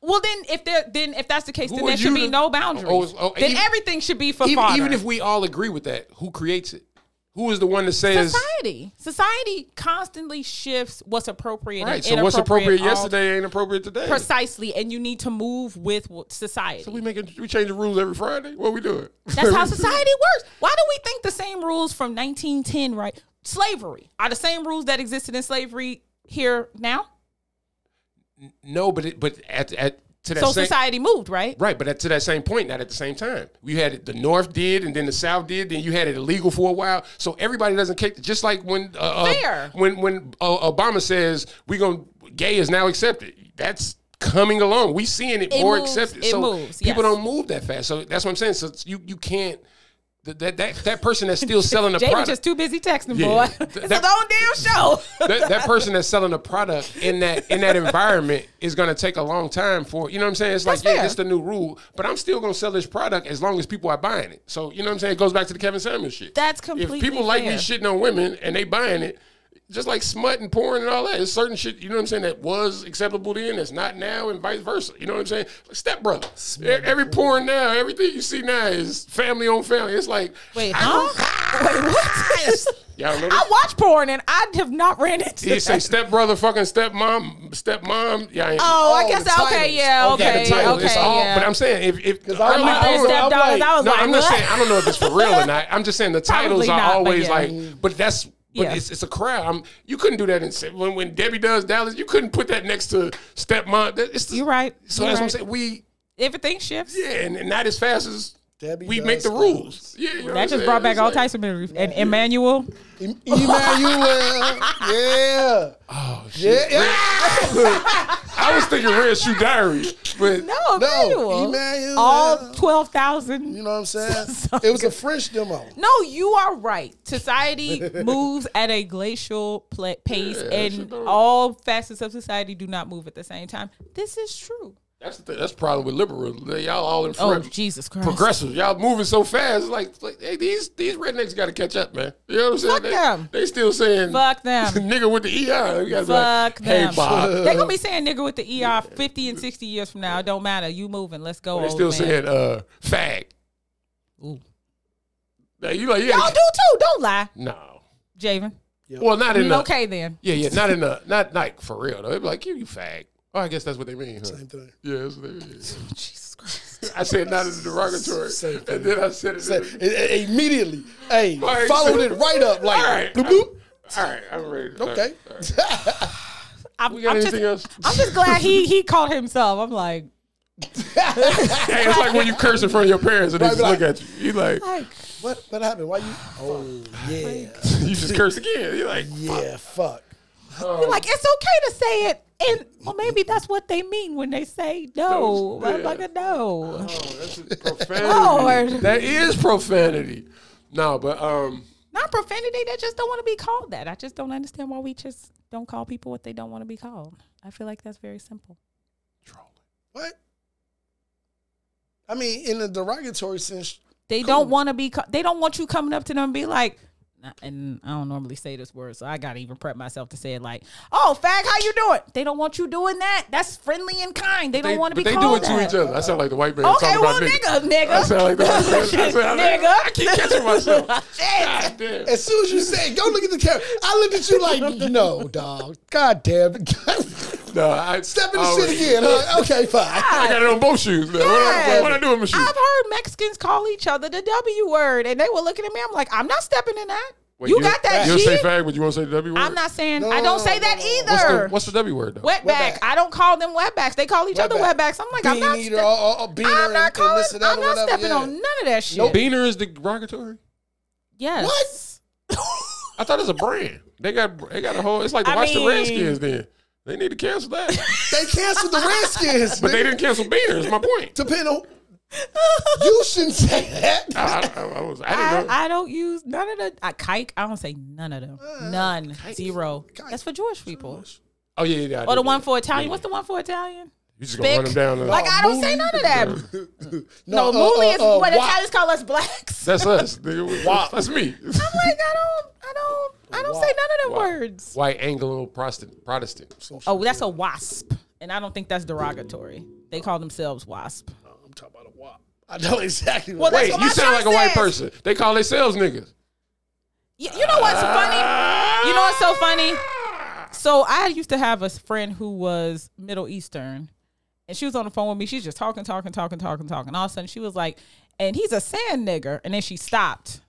Well, then if there then if that's the case,
Who
then
are
there
you
should be
to-
no boundaries.
Oh, oh, oh,
then
even-
everything should be for
even,
fodder.
even if we all agree with that, who creates it? Who is the one that says
society society constantly shifts what's appropriate.
right?
and
So what's appropriate
inappropriate all-
yesterday ain't appropriate today.
Precisely, and you need to move with w- society.
So we making we change the rules every Friday. What we doing?
That's how society works. Why do we think the same rules from 1910, right? Slavery are the same rules that existed in slavery here now.
No, but it, but at, at to that
So
same,
society moved, right?
Right, but at, to that same point, not at the same time. You had it, the North did, and then the South did, then you had it illegal for a while. So everybody doesn't care. Just like when uh, uh,
Fair.
when when uh, Obama says we going gay is now accepted. That's coming along. We seeing it,
It
more
moves,
accepted.
it
so
moves,
people
yes.
don't move that fast. So that's what I'm saying. So you you can't. th- That that that person that's still selling a
Jay was
product.
just too busy texting,
Yeah.
boy.
Th-
it's his
that-
own damn show.
that, that person that's selling a product in that in that environment is going to take a long time for you know what I'm saying. It's like
That's
yeah,
fair.
it's the new rule, but I'm still going to sell this product as long as people are buying it. So you know what I'm saying. It goes back to the Kevin Samuel shit.
That's completely
If people like me
fair.
shitting on women and they buying it, just like smut and porn and all that, it's certain shit. You know what I'm saying that was acceptable then, that's not now, and vice versa. You know what I'm saying. Like Step brother, E- every porn now, everything you see now is family on family. It's like
Wait,
I don't-
huh? Wait, what?
Y'all remember?
I watch porn and I have not ran into
He say
that.
step brother, fucking step mom, step mom. Yeah, I ain't-
Oh, I
Oh,
guess
the
I- okay,
titles.
yeah,
Okay,
okay,
the title.
okay,
it's all,
yeah.
but I'm saying if if
Because I'm
I
like,
don't-
oh,
step
I'm
daughters,
like-
I was
no,
like,
I'm not
what?
saying I don't know if it's for real or not. I'm just saying the titles
Probably
are
not, but
always
yeah.
like, but that's but
Yeah.
it's, it's a crowd. I'm, you couldn't do that in se- when when Debbie does Dallas. You couldn't put that next to stepmom. That, it's the-
You're right.
So
You're
that's what I'm
right.
saying. We
Everything shifts.
yeah, and, and not as fast as
Debbie
we
Does
make the
Dallas.
rules. Yeah, you know what I'm
That just
saying?
brought back
It's
all
like-
types of memories. And Emmanuel,
Em- Emmanuel. yeah.
Oh shit!
Yeah. yeah.
I was thinking Red Shoe Diaries, but
no, Emmanuel,
No, Emmanuel.
all twelve thousand.
You know what I'm saying? it was a French demo.
No, you are right. Society moves at a glacial pla pace, and all facets of society do not move at the same time. This is true.
That's the thing. That's the problem with liberals. They- Y'all all in
Oh,
front.
Jesus Christ!
Progressives, y'all moving so fast. Like, like, hey, these these rednecks got to catch up, man. You know what I'm saying?
Fuck
they,
them.
They still saying
Fuck them.
nigga with the EI. You guys be
Fuck
like, hey,
them.
Bob.
They're gonna be saying nigga with the ER fifty and sixty years from now. It don't matter. You moving. Let's go.
They
old
still
man.
saying uh, fag.
Ooh.
Now, you like,
Y'all
yeah,
do too. Don't lie,
no.
Javen.
Well, not in the.
Okay then.
Yeah, yeah, not in the, not like for real though. They be like, you, you fag. Oh, I guess that's what they mean. Huh?
Same thing.
Yeah, that's what they mean.
Jesus Christ.
I said not in the derogatory,
Same
and then I said it.
Say-
in the-
i- i- immediately. Hey,
All right,
followed
so-
it right up like
all right,
bloop, bloop.
all right, I'm ready.
Okay.
All right.
I'm,
We got
I'm just,
anything else?
I'm just glad he he caught himself. I'm like,
Hey, it's like when you curse in front of your parents and they
Right,
just
be
look at you. You like,
like
What what happened? Why you Oh yeah.
you just curse again. You like,
Yeah, fuck.
You're like, it's okay to say it. And well, maybe that's what they mean when they say no.
Those- yeah.
Motherfucker, no.
oh, that's just profanity.
Oh, Lord.
That is profanity. No, but um,
Not profanity. They just don't want to be called that. I just don't understand why we just don't call people what they don't want to be called. I feel like that's very simple.
What? I mean, in a derogatory sense,
They don't want to be. Ca- they don't want you coming up to them and be like. "Nah," And I don't normally say this word, so I gotta even prep myself to say it. Like, "Oh, fag, how you doing?" They don't want you doing that. That's friendly and kind. They don't want to be
but they do
called
it
that.
to each other. I sound like the white man
Okay,
talking
well,
about
nigga, nigga.
I sound like the white man. I, sound like,
Nigga.
I keep catching myself. God damn.
as soon as you say, it, go look at the camera. I looked at you like, no, dog. God damn it.
No, I,
Step in
I
the shit
already-
again. Huh? Okay, fine.
I got it on both shoes. Man. What, I,
Yes.
what I do with my shoes?
I've heard Mexicans call each other the W word, and they were looking at me. I'm like, I'm not stepping in that.
Wait,
you, got that
You'll say
shit?
fag, but you won't say the W word.
I'm not saying
No,
I
no,
don't say
no,
that
no.
What's the,
either.
what's the W word though?
wetback.
Wetback.
I don't call them wetbacks. They call each other
Wetback.
wetbacks. I'm like, I'm
Bean
not.
eater,
step-
or- or beaner
I'm not
and- and
calling.
uh, this and that
I'm
or
not
whatever,
stepping
yeah.
on none of that shit.
Beaner is derogatory.
Yes.
I thought it was a brand. They got they got a whole. It's like the
I
watch
mean-
the Redskins. Then they need to cancel that,
They canceled the Redskins.
but they
nigga.
didn't cancel Beaner. Is my point.
Depending on. You shouldn't say that.
I, I, I was I
I,
didn't know.
I don't use none of the I, kike. I don't say none of them.
Uh,
None. Zero. That's for Jewish people.
oh yeah, yeah. I
Or
did
the one
that.
for Italian. What's the one for Italian?
you just gonna run them
Bic.
down. Oh, And,
Like I don't
Mooly.
say none of that.
uh,
No, Mooly is
Oh,
uh, uh,
what
wop.
Italians call us blacks.
that's us. Nigga. That's me.
I'm like, I don't, I don't, I don't say none of them words.
White Anglo Protestant. Protestant.
Oh, that's a wasp, and I don't think that's derogatory. They call themselves WASP.
I'm talking about a wop. I know exactly what.
Well, that's
Wait,
what
you
my
sound
shirt
like a white
says.
person. They call themselves niggas.
Y- You know what's funny? You know what's so funny? So I used to have a s- friend who was Middle Eastern, and she was on the phone with me. She's just talking, talking, talking, talking, talking. All of a sudden, she was like, "And he's a sand nigger," and then she stopped,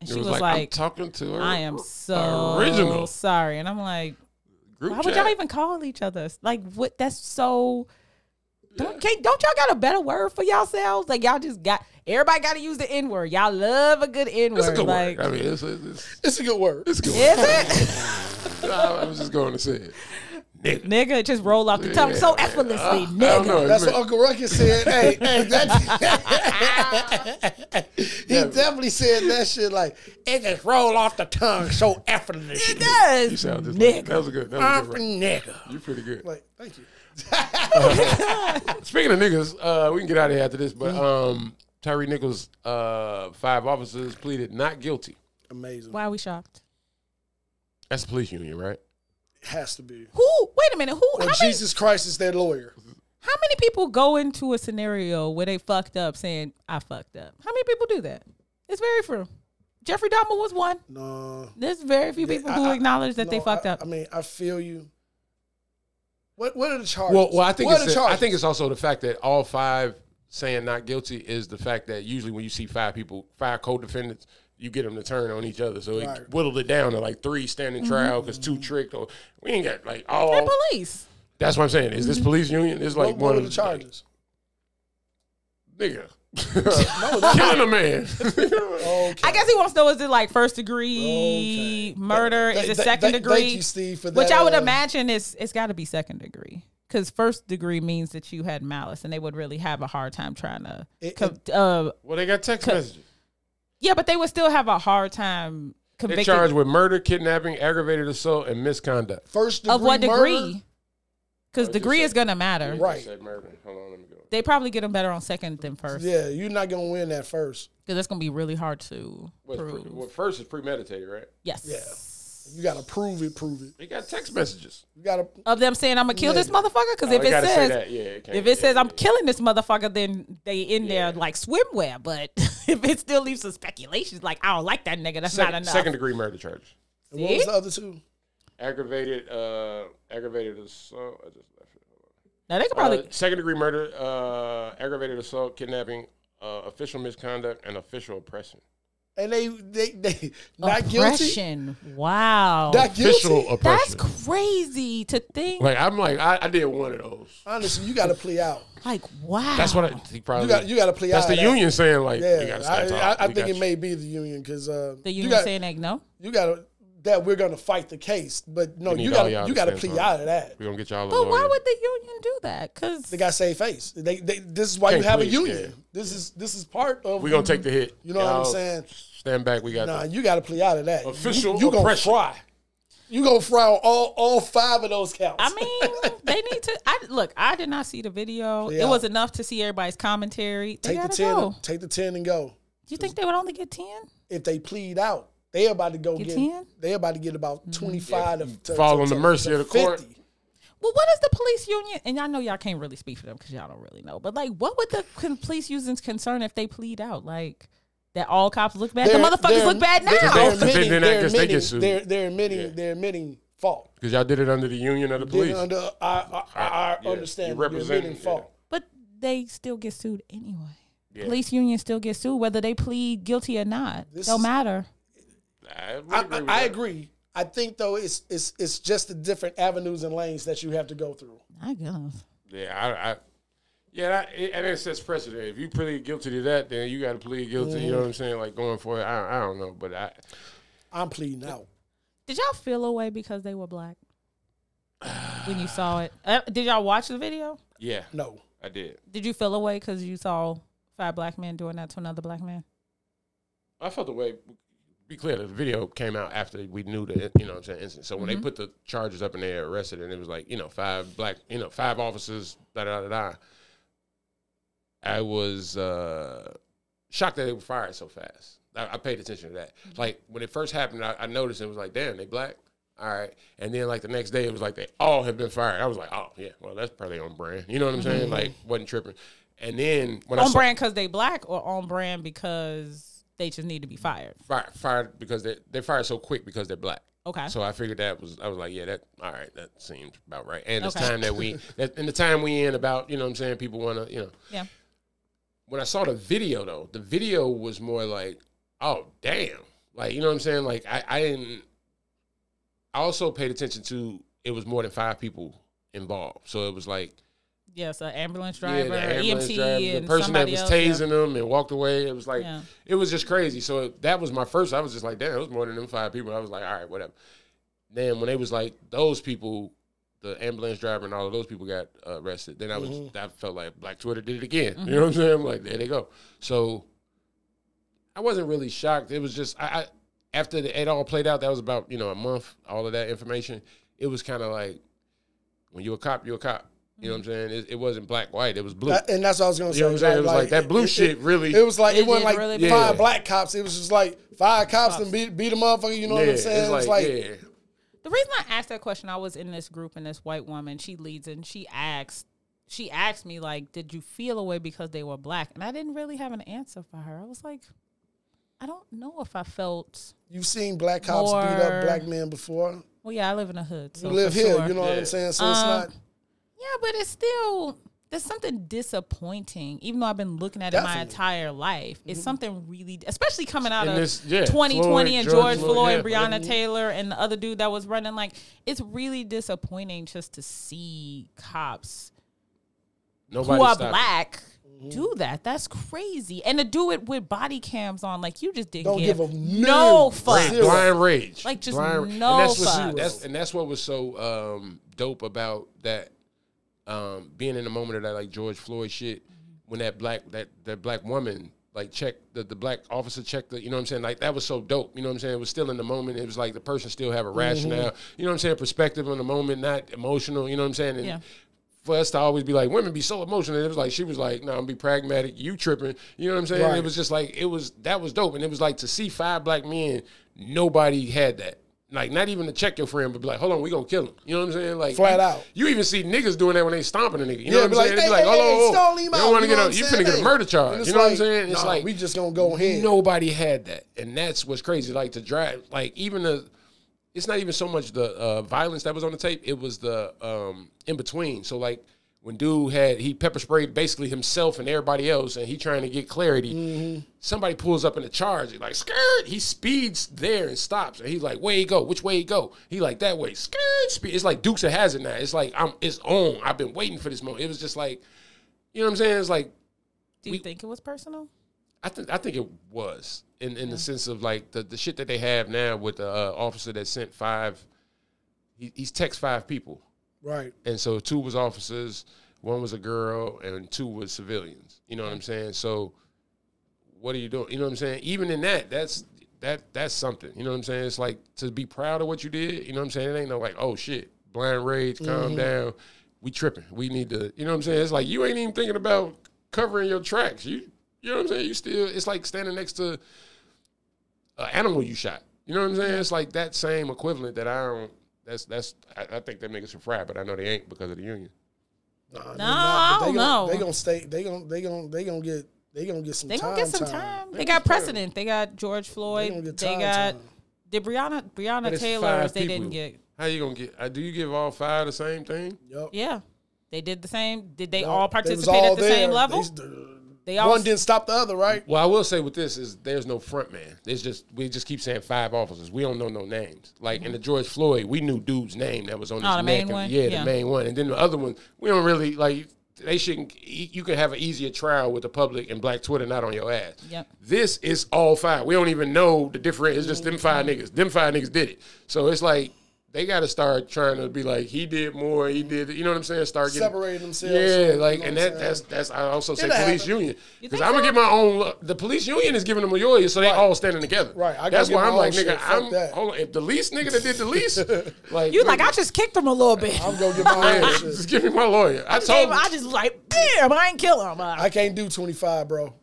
and
It
she was, like,
I'm talking to her.
"I am so
original.
sorry," and I'm like,
Group
"Why would
chat.
y'all even call each other? Like, what? That's so." Don't, can't, don't y'all got a better word for yourselves? Like y'all just got everybody got to use the N word. Y'all love a good N word.
It's a good
like,
word. I mean, it's, it's, it's,
It's a good word.
it's a good
Is it?
word. I, I was just going to say it. Nigga.
nigga it just roll off the tongue so effortlessly,
I don't
nigga.
know.
That's what
It's-
Uncle Ruckus said. hey, hey, that he definitely said that shit like it just roll off the tongue so effortlessly.
It does.
you sound just like,
nigga.
that was a good. That
I'm
was a
a
good right.
nigga.
You're pretty good.
Like, thank you.
Speaking of niggas, uh, we can get out of here after this.
Mm.
But um, Tyree Nichols, uh, five officers pleaded not guilty.
Amazing.
Why are we shocked?
That's a police union, right?
Has to be.
Who? Wait a minute. Who? How
Or
many,
Jesus Christ is their lawyer.
how many people go into a scenario where they fucked up saying I fucked up? How many people do that? It's very few. Jeffrey Dahmer was one.
No.
There's very few people who
I- I-
acknowledge that they
no,
fucked
I-
up.
I mean, I feel you. What What are the charges?
Well, well, I think
what
it's
are the
the- I
charges?
think it's also the fact that all five saying not guilty is the fact that usually when you see five people, five co-defendants, you get them to turn on each other. So it
Right. Mm-hmm.
whittled it down to like three standing trial because two tricked or we ain't got like
They're
all.
police.
That's what I'm saying. Is this police union? It's
What-
like
what
one
are
of
the charges?
nigga.
that's-
Killing a man.
Okay.
I guess he wants to know is it like first degree
Okay.
murder?
Th-
Is it
th-
second
th-
degree?
Thank you, Steve, for that.
Which I would
uh,
imagine is it's got to be second degree because first degree means that you had malice, and they would really have a hard time trying to.
It-
co- uh,
well, they got text messages.
yeah, but they would still have a hard time
They're
convicting
charged with murder, kidnapping, aggravated assault, and misconduct.
First degree
of what
murder?
degree? Because degree is gonna matter.
Right.
Said murder. Hold on, let me go.
They probably get them better on second than first because
Yeah, you're not gonna win that first.
it's gonna be really hard to
What's pre-
prove.
well, first is premeditated, right?
yes.
You gotta prove it. Prove it.
They got text messages.
You gotta.
Of them saying I'm gonna kill this
Yeah.
motherfucker because
Oh,
if
it
it
gotta say
says
that. Yeah, it can't-
if it
yeah,
says I'm
yeah.
killing this motherfucker, then they in there
Yeah.
like swimwear. But if it still leaves some speculations, like I don't like that nigga, that's
Second,
not enough.
second degree murder charges.
And what was
See?
the other two?
Aggravated, uh, aggravated assault. I just left it.
now they could
Uh,
probably
second degree murder, uh, aggravated assault, kidnapping, uh, official misconduct, and official oppression.
And they they they not guilty.
oppression. Wow,
Not guilty.
that's crazy to think.
like I'm like I, I did one of those.
Honestly, you gotta plea out.
Like wow,
That's what I he probably.
You got you gotta plea
that's
out.
the
of that.
union saying like you
Yeah,
gotta stop
I,
talking.
I, I
We
think
got
it
you.
may be the union because uh,
the
you
union
got-
saying like no.
you gotta that we're gonna fight the case, but no,
need
you
all
gotta
y'all
you
to
gotta
stand
plea
firm.
out of that.
We gonna get y'all. a
But why
lawyer.
would the union do that? Because
They gotta save face. They, they this is why
Can't
you have
please,
a union.
yeah.
This is this is part of
we gonna take the hit?
You know what I'm
Y'all
saying?
Stand back. We got.
Nah,
this.
you gotta plea out of that.
Official
you, you gonna
oppression.
fry. You gonna fry on all all five of those counts.
I mean, they need to. I look. I did not see the video.
Yeah.
It was enough to see everybody's commentary. They
take the
gotta
ten.
go.
Take the ten and go.
Do you think they would only get ten?
If they plead out, they about to go
Get Mm-hmm.
get.
10?
They about to get about twenty five to, to
fall
to-
on the
to-
mercy
to
of the court.
50.
Well, what is the police union? And I know y'all can't really speak for them because y'all don't really know. But like, what would the con- police unions concern if they plead out? Like that all cops look bad.
They're-
the motherfuckers
they're-
look bad
they're-
They're
now.
But then- then I
They're
guess they get
admitting.
sued.
They're they're admitting.
Yeah.
They're admitting fault.
Because y'all did it under the union of the
They're
police.
Under our, our, our
Yeah.
understanding,
You
you're
represent-
admitting
yeah.
fault.
But they still get sued anyway. Police unions still get sued whether they plead guilty or not.
This
Don't
is-
matter.
I, would
I,
with
I
that.
agree. I think though it's it's it's just the different avenues and lanes that you have to go through.
I guess.
Yeah, I, I yeah, that, it, and it sets precedent. If you plead guilty to that, then you got to plead guilty.
Mm-hmm.
You know what I'm saying? Like going for it. I, I don't know, but I
I'm pleading out.
Did y'all feel away because they were black when you saw it? Uh, did y'all watch the video?
yeah,
No,
I did.
Did you feel away because you saw five black men doing that to another black man?
I felt the way. Be clear, the video came out after we knew the you know what I'm saying incident. So when
Mm-hmm.
they put the charges up and they arrested, and it was like you know five black you know five officers da da da da. I was uh, shocked that they were
Mm-hmm.
fired so fast. I, I paid attention to that. Like when it first happened, I, I noticed it was like, damn, they black. All right. And then like the next day, it was like they all have been fired. I was like, oh yeah, well that's probably on brand. You know what I'm saying? Like wasn't tripping. And then when I
Mm-hmm. on
saw
brand because they black or on brand because they just need to be fired.
fired, fired because they they fired so quick because they're black.
Okay.
So I figured that was I was like, yeah, that all right, that seems about right. And it's
Okay.
time that we that and the time we in about you know what I'm saying people want to you know
Yeah.
when I saw the video though, the video was more like, oh damn, like you know what I'm saying. Like I, I didn't. I also paid attention to it was more than five people involved, so it was like
Yes, an ambulance
yeah,
driver,
the ambulance
EMT,
driver, the
and
person that
somebody
was
else. yeah.
tasing them and walked away. It was like
Yeah.
it was just crazy. So that was my first. I was just like, damn, it was more than them five people. I was like, all right, whatever. Then when they was like those people, the ambulance driver and all of those people got uh, arrested. Then I was
Mm-hmm.
I felt like Black Twitter did it again. You know what I'm saying? I'm like there they go. So I wasn't really shocked. It was just I, I after the, it all played out. That was about you know a month. All of that information. It was kind of like when you're a cop, you're a cop. You know what I'm saying? It, it wasn't black white. It was blue.
Mm-hmm. That- and that's what I was gonna say.
You know what I'm saying? It was like that blue shit really-
It was like it,
It
wasn't
did
like
really
five
Yeah.
black cops. It was just like five cops and beat beat a motherfucker. You know what I'm saying?
It's like, yeah.
The reason I asked that question, I was in this group and this white woman, she leads and she asked, she asked me like, did you feel away because they were black? And I didn't really have an answer for her. I was like, I don't know if I felt.
You've seen black cops beat
More-
up black men before.
Well, yeah, I live in a hood. So
You live
for
here.
sure. Uh-huh.
You know what I'm saying? So it's not.
Yeah, but it's still there's something disappointing. Even though I've been looking at it my
Definitely.
entire life, it's something really, especially coming out
And
of
Mm-hmm. this- yeah,
2020 and
Floyd,
George
George Floyd,
Floyd, and
yeah. Mm-hmm.
Breonna Taylor and the other dude that was running. Like, it's really disappointing just to see cops
Nobody
who are
stopped it. Mm-hmm.
black. Do that. That's crazy. And to do it with body cams on, like you just didn't
Don't
give,
give a
no
million
fuck.
zero.
Blind rage.
Like, just
Blind,
no
and that's,
fucks.
what, that's, and that's what was so um, dope about that um, being in the moment of that like George Floyd shit when that black that, that black woman like checked the, the black officer checked the you know what I'm saying like that was so dope you know what I'm saying it was still in the moment it was like the person still have a rationale
Mm-hmm.
you know what I'm saying perspective on the moment not emotional you know what I'm saying and
Yeah.
for us to always be like women be so emotional it was like she was like no I'm be pragmatic you tripping you know what I'm saying
Right.
it was just like it was that was dope and it was like to see five black men nobody had that like not even to check your friend but be like hold on we gonna kill him you know what I'm saying like
Flat
you-
out.
you even see niggas doing that when they stomping a nigga. You
Yeah,
know what I'm
be like,
saying? They
"Hey,
be like,
hey,
oh,
hey,
oh, oh,
stole him
you
out,"
don't want
you
to get
know
a,
what
you
I'm
finna get a
saying?
murder
And
charge.
it's
You know what I'm
like,
saying? It's
nah,
like
we just gonna go ahead.
Nobody had that, and that's what's crazy. Like to drive, like even the, it's not even so much the uh, violence that was on the tape. It was the um, in between. So like when dude had he pepper sprayed basically himself and everybody else, and he trying to get clarity.
Mm-hmm.
Somebody pulls up in a charge. He like skirt. He speeds there and stops, and he's like, "Where he go? Which way he go?" He like that way. Skirt. Speed. It's like Dukes of Hazard now. It's like I'm. It's on. I've been waiting for this moment. It was just like, you know what I'm saying? It's like
Do you think it was personal?
I think I think it was in in the sense of like the, the shit that they have now with the uh, officer that sent five. He, he's text five people,
Right.
and so two was officers, one was a girl, and two was civilians. You know what I'm saying? So, what are you doing? You know what I'm saying? Even in that, that's that that's something. You know what I'm saying? It's like to be proud of what you did. You know what I'm saying? It ain't no like oh shit, blind rage, calm down. We tripping. We need to. You know what I'm saying? It's like you ain't even thinking about covering your tracks. You you know what I'm saying? You still. It's like standing next to an animal you shot. You know what I'm saying? It's like that same equivalent that I don't. That's that's. I, I think them niggas are fried, but I know they ain't because of the union.
Nah,
No,
nah, but
I
they
don't
gonna,
know.
They gonna stay. They gonna they gonna they gonna get they gonna get some.
They
time,
gonna get some time. They got precedent. They got George
gonna
Floyd.
get
They
time,
got
time.
did Breonna
But
Breonna
it's
Taylor.
five
They
people.
didn't get.
How you gonna get? Uh, do you give all five the same thing?
Yep.
Yeah, they did the same. Did they
Yep.
all
They was
participate
all
at the same
there.
level?
They,
They all
one didn't stop the other, right?
Well, I will say with this is there's no front man. It's just we just keep saying five officers. We don't know no names. Like in the George Floyd, we knew dude's name that was on his
Mm-hmm. Oh, the
neck.
main
and-
one?
Yeah,
Yeah.
the main one. And then the other one, we don't really like. They shouldn't. You can have an easier trial with the public and Black Twitter not on your ass.
Yep.
This is all five. We don't even know the different. It's
Mm-hmm.
just them five niggas. Them five niggas did it. So it's like. They got to start trying to be like he did more. He did, you know what I'm saying? Start getting
Separating themselves. You
Yeah, like
know
and
what I'm
that that's that's I also say
It'll
police
happen.
union because
think
I'm gonna
so?
get my own. look. The police union is giving them a lawyer, so they all standing together.
Right, I gotta
That's
get
why
my
I'm like,
own shit,
nigga,
fuck
I'm
that.
hold on. If the least nigga that did the least, like
you like I just kicked him a little bit.
I'm gonna get my
man,
own shit.
just give me my lawyer. I
Damn,
told him.
I just like damn. I ain't kill him. Uh,
I can't do 25, bro.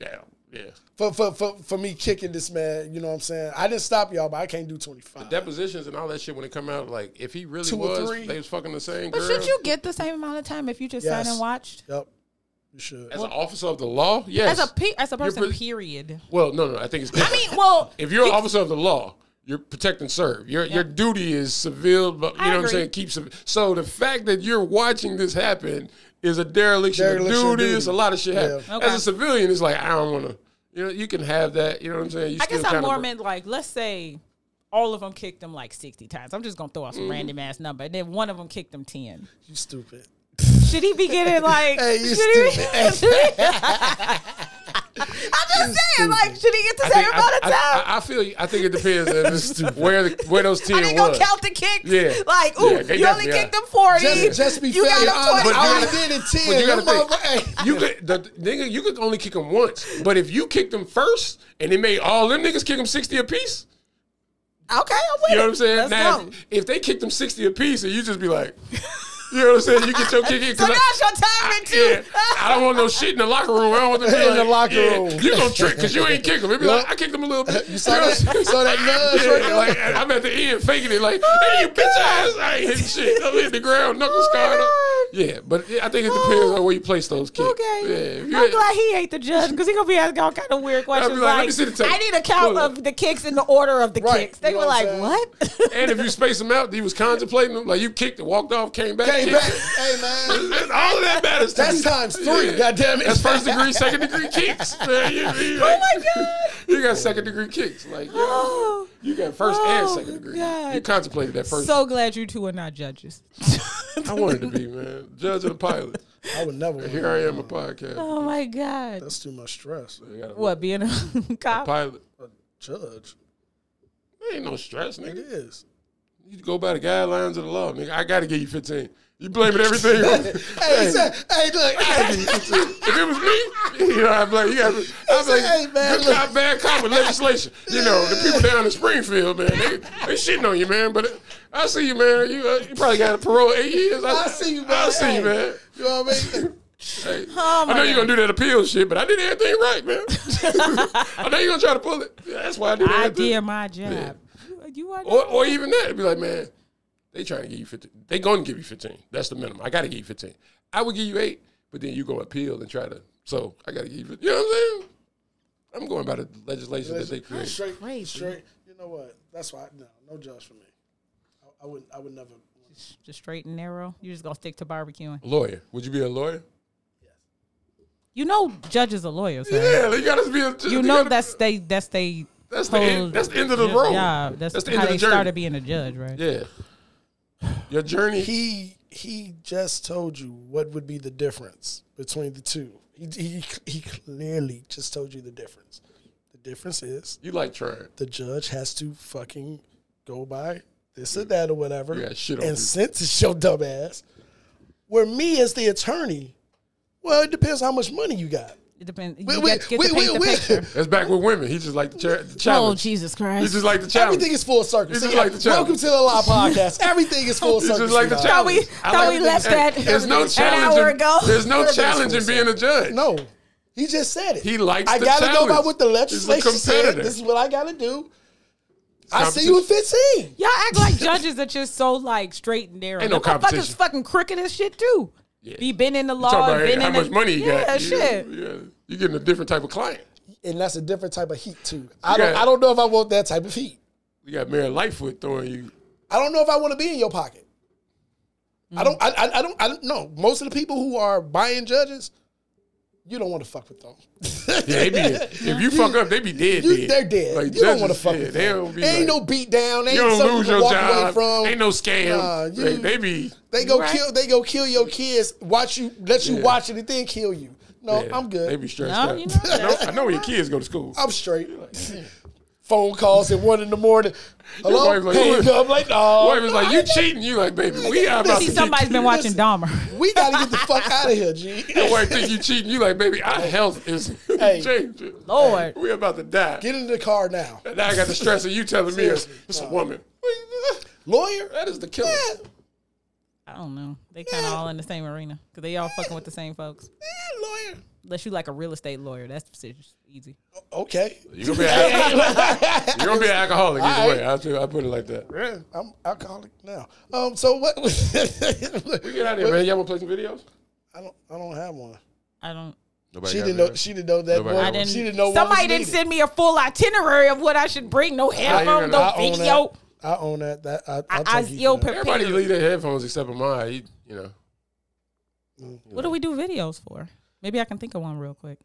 Yeah, Yeah.
for, for, for, for me kicking this man. You know what I'm saying? I didn't stop y'all, but I can't do 25.
Depositions and all that shit when it come out, like if he really
Two or
was,
three.
they was fucking the same
But
girl.
should you get the same amount of time if you just
Yes.
sat and watched?
yep, you should.
as an officer of the law? Yes.
As a pe- as a person,
pre-
period.
well, no, no, I think it's. Different.
I mean, well,
if you're an officer of the law, you're protect and serve. Your your duty is civil, but you know
I
what I'm
agree.
saying. Keep civ- so the fact that you're watching this happen is a dereliction,
Dereliction
of
of
duty.
duty.
It's a lot of shit happening.
Yeah.
As a civilian, it's like I don't want to. You know, you can have that. You know what I'm saying. You
I guess
still
I'm
kinda-
more meant like, let's say all of them kicked them like 60 times. I'm just going to throw out
Mm-hmm.
some random ass number. And then one of them kicked them 10.
You stupid.
Should he be getting like.
Hey, you
should he be-
stupid.
should he- I'm just saying, like, should he get the
I,
same
think,
amount
I,
of
I,
time?
I, I feel you. I think it depends if it's where the, where those ten
I, didn't go
was.
count the kicks.
Yeah.
Like, ooh,
Yeah, they
you only
definitely
kicked
are.
them 40.
Just, just be
you
fair.
got
Your honor,
them 20.
I only did it 10.
But you gotta
Them
think,
motherfucker- hey.
you could the, nigga, you could only kick him once. But if you kicked him first, and it made all them niggas kick him sixty apiece,
Okay, I'm with
You know
it.
what I'm saying?
Let's
now,
go.
if, if they kicked them 60 apiece, and you just be like, you know what I'm saying? You get your kick in. 'cause
So
I-
now's your time
I-
in two.
yeah, I don't want no shit in the locker room. I don't want them to be
In the
like,
locker
yeah,
room.
You gonna trick because you ain't kick them. It'd be like, I kicked them a little bit.
You saw that, you saw that nudge
Yeah,
right there?
like, and I'm at the end faking it like, hey, you bitch ass. I ain't hitting shit. I'm hitting the ground, knuckles
Oh, my
scarred up.
God.
Yeah, but it- I think it depends on where you place those kicks.
Okay.
Yeah, if you
I'm
had-
glad he ain't the judge because he gonna be asking all kind of weird questions.
like,
like,
"Let me see the tape."
I need a count
Look.
of the kicks in the order of the
Right.
kicks. They
You
were
know what
like,
I'm
"What?"
and if you space them out, he was contemplating them. Like you kicked it, walked off, came back,
Came
kicked
back.
it.
Hey, man.
All of that matters. to
That's
me.
times three. Goddamn it.
That's first degree, second degree kicks. Man, you, you,
oh my god!
You got second degree kicks. Like yo,
Oh,
you got first and
Oh,
second degree.
God.
You contemplated that first.
so glad you two are not judges.
I wanted to be man, judge of the pilot.
I would never. want
Here
that.
I am, a podcast.
oh my god!
That's too much stress.
I got a
What being a cop?
Pilot.
Judge.
There ain't no stress,
It
nigga.
is.
You go by the guidelines of the law, nigga. I gotta give you fifteen. You blaming everything. on-
Hey, he said, hey, look. Hey,
if it was me, you know, I'd be like, you gotta, I'd be like,
Hey, man,
good
look.
cop, bad cop with legislation. You know, the people down in Springfield, man, they, they shitting on you, man. But I see you, man. You, uh, you probably got a parole eight years.
I see you, man.
I see
Hey.
you, man.
you know what I mean?
Hey,
Oh,
I know
my
you're gonna do that appeal shit, but I did everything right, man. I know you're gonna try to pull it. Yeah, that's why I did
I
everything.
did my job. You- You are
Or, or even that, it'd be like, man, they trying to give you 15. They going to give you 15. That's the minimum. I got to give you 15. I would give you eight, but then you go appeal and try to. So I got to give you, 15. you know what I'm saying? I'm going by the legislation that they create.
Straight,
Crazy.
straight. You know what? That's why no, no judge for me. I, I would, I would never.
just straight and narrow. You're just gonna stick to barbecuing.
Lawyer. Would you be a lawyer?
You know, judges are lawyers. Right?
Yeah, you got to be a
You
they
know
gotta-
that's they. That's they.
That's the end-
whole
that's the end of the
ju-
road.
job. That's,
That's the
how
end of
they
the journey.
started being a judge, right?
Yeah. Your journey.
He, he just told you what would be the difference between the two. He, he, he clearly just told you the difference. The difference is
you like trying.
the judge has to fucking go by this or that or whatever
You got shit on you.
and sentence your dumb ass. Where me as the attorney, well, it depends how much money you got.
It depends.
We-
you
we-
get, to- get
we-
to paint
we-
the
we-
picture.
That's back with women. He just like the, cha- the
Oh
challenge.
Jesus
He
Christ!
just like the challenge.
Everything is full circle.
It's
See,
just like the challenge.
welcome to the Law Podcast. Everything is full
It's
circle.
just like the
sweetheart.
thought
challenge.
we
I
thought
like
we
the-
left that
There's no
an
challenge.
hour
in-
ago.
There's no
Everything's
challenge in
forced.
being a judge.
No, he just said it.
He likes
I
the
gotta go by
challenge.
what the
He's a
legislation said.
competitor.
This is what I gotta do. I see you in fifteen.
Y'all act like judges are just so like straight and narrow.
Ain't no
The motherfuckers
competition.
fucking crooked as shit too.
Yeah.
Be been in the
Talk
law,
about
and been
how
in
much
the,
money you
yeah,
got.
shit.
Yeah, yeah. You're getting a different type of client.
and that's a different type of heat too. I don't.
Yeah.
I don't know if I want that type of heat.
You got Mary Lightfoot throwing you.
I don't know if I want to be in your pocket. I don't. I, I, I don't. I don't know. Most of the people who are buying judges, you don't want to fuck with them.
Yeah, they be, if you fuck up, they be dead.
You,
dead.
they're dead.
Like,
you don't
judges
want to fuck
dead.
with them.
They don't be
ain't
like,
no beat down. Ain't
You don't
something
lose
to
your
walk away
job.
from.
Ain't no scam.
Nah, you-
Like, they be.
They go
Right.
kill. They go kill your kids. Watch you. Let you
Yeah.
watch it and then kill you. No,
yeah,
I'm good.
They be stressed
No,
out.
you know,
I know, I know where your kids go to school.
I'm straight. Phone calls at one in the morning. Hello.
wife like,
Hang
"Who-
up. Like, oh,
Wife is like, you cheating. You like, baby, we are about
See,
to get
somebody's been watching
Listen.
Dahmer.
We gotta get the fuck out of here, G.
Your wife think you cheating. You like, baby, our health is
Hey.
changing.
Lord.
we about to die.
Get in the car now.
now I got the stress of you telling me it's, it's a woman.
Lawyer? Eh,
That is the killer.
Yeah.
I don't know. They kind of all in the same arena because they all fucking with the same folks.
Yeah, lawyer.
Unless you like a real estate lawyer, that's just easy.
Okay.
You're gonna be, an- you're gonna be an alcoholic either
All right.
way. I'll, tell you- I'll put it like that.
Yeah, I'm alcoholic now. Um, so what?
Get out of here, man. Y'all wanna play some videos?
I don't. I don't have one.
I don't.
Nobody
She
got
didn't
video?
know. She didn't know that.
Nobody
boy-
got
I didn't.
She didn't know. what
somebody
was
didn't
needed.
send me a full itinerary of what I should bring. No headphone, no
gonna-
I own
video.
that. I own that. That I.
I,
I'll
I
take
was
you for
ill
that.
Everybody
prepared.
leave their headphones except for mine. He, you know,
What do we do videos for? Maybe I can think of one real quick.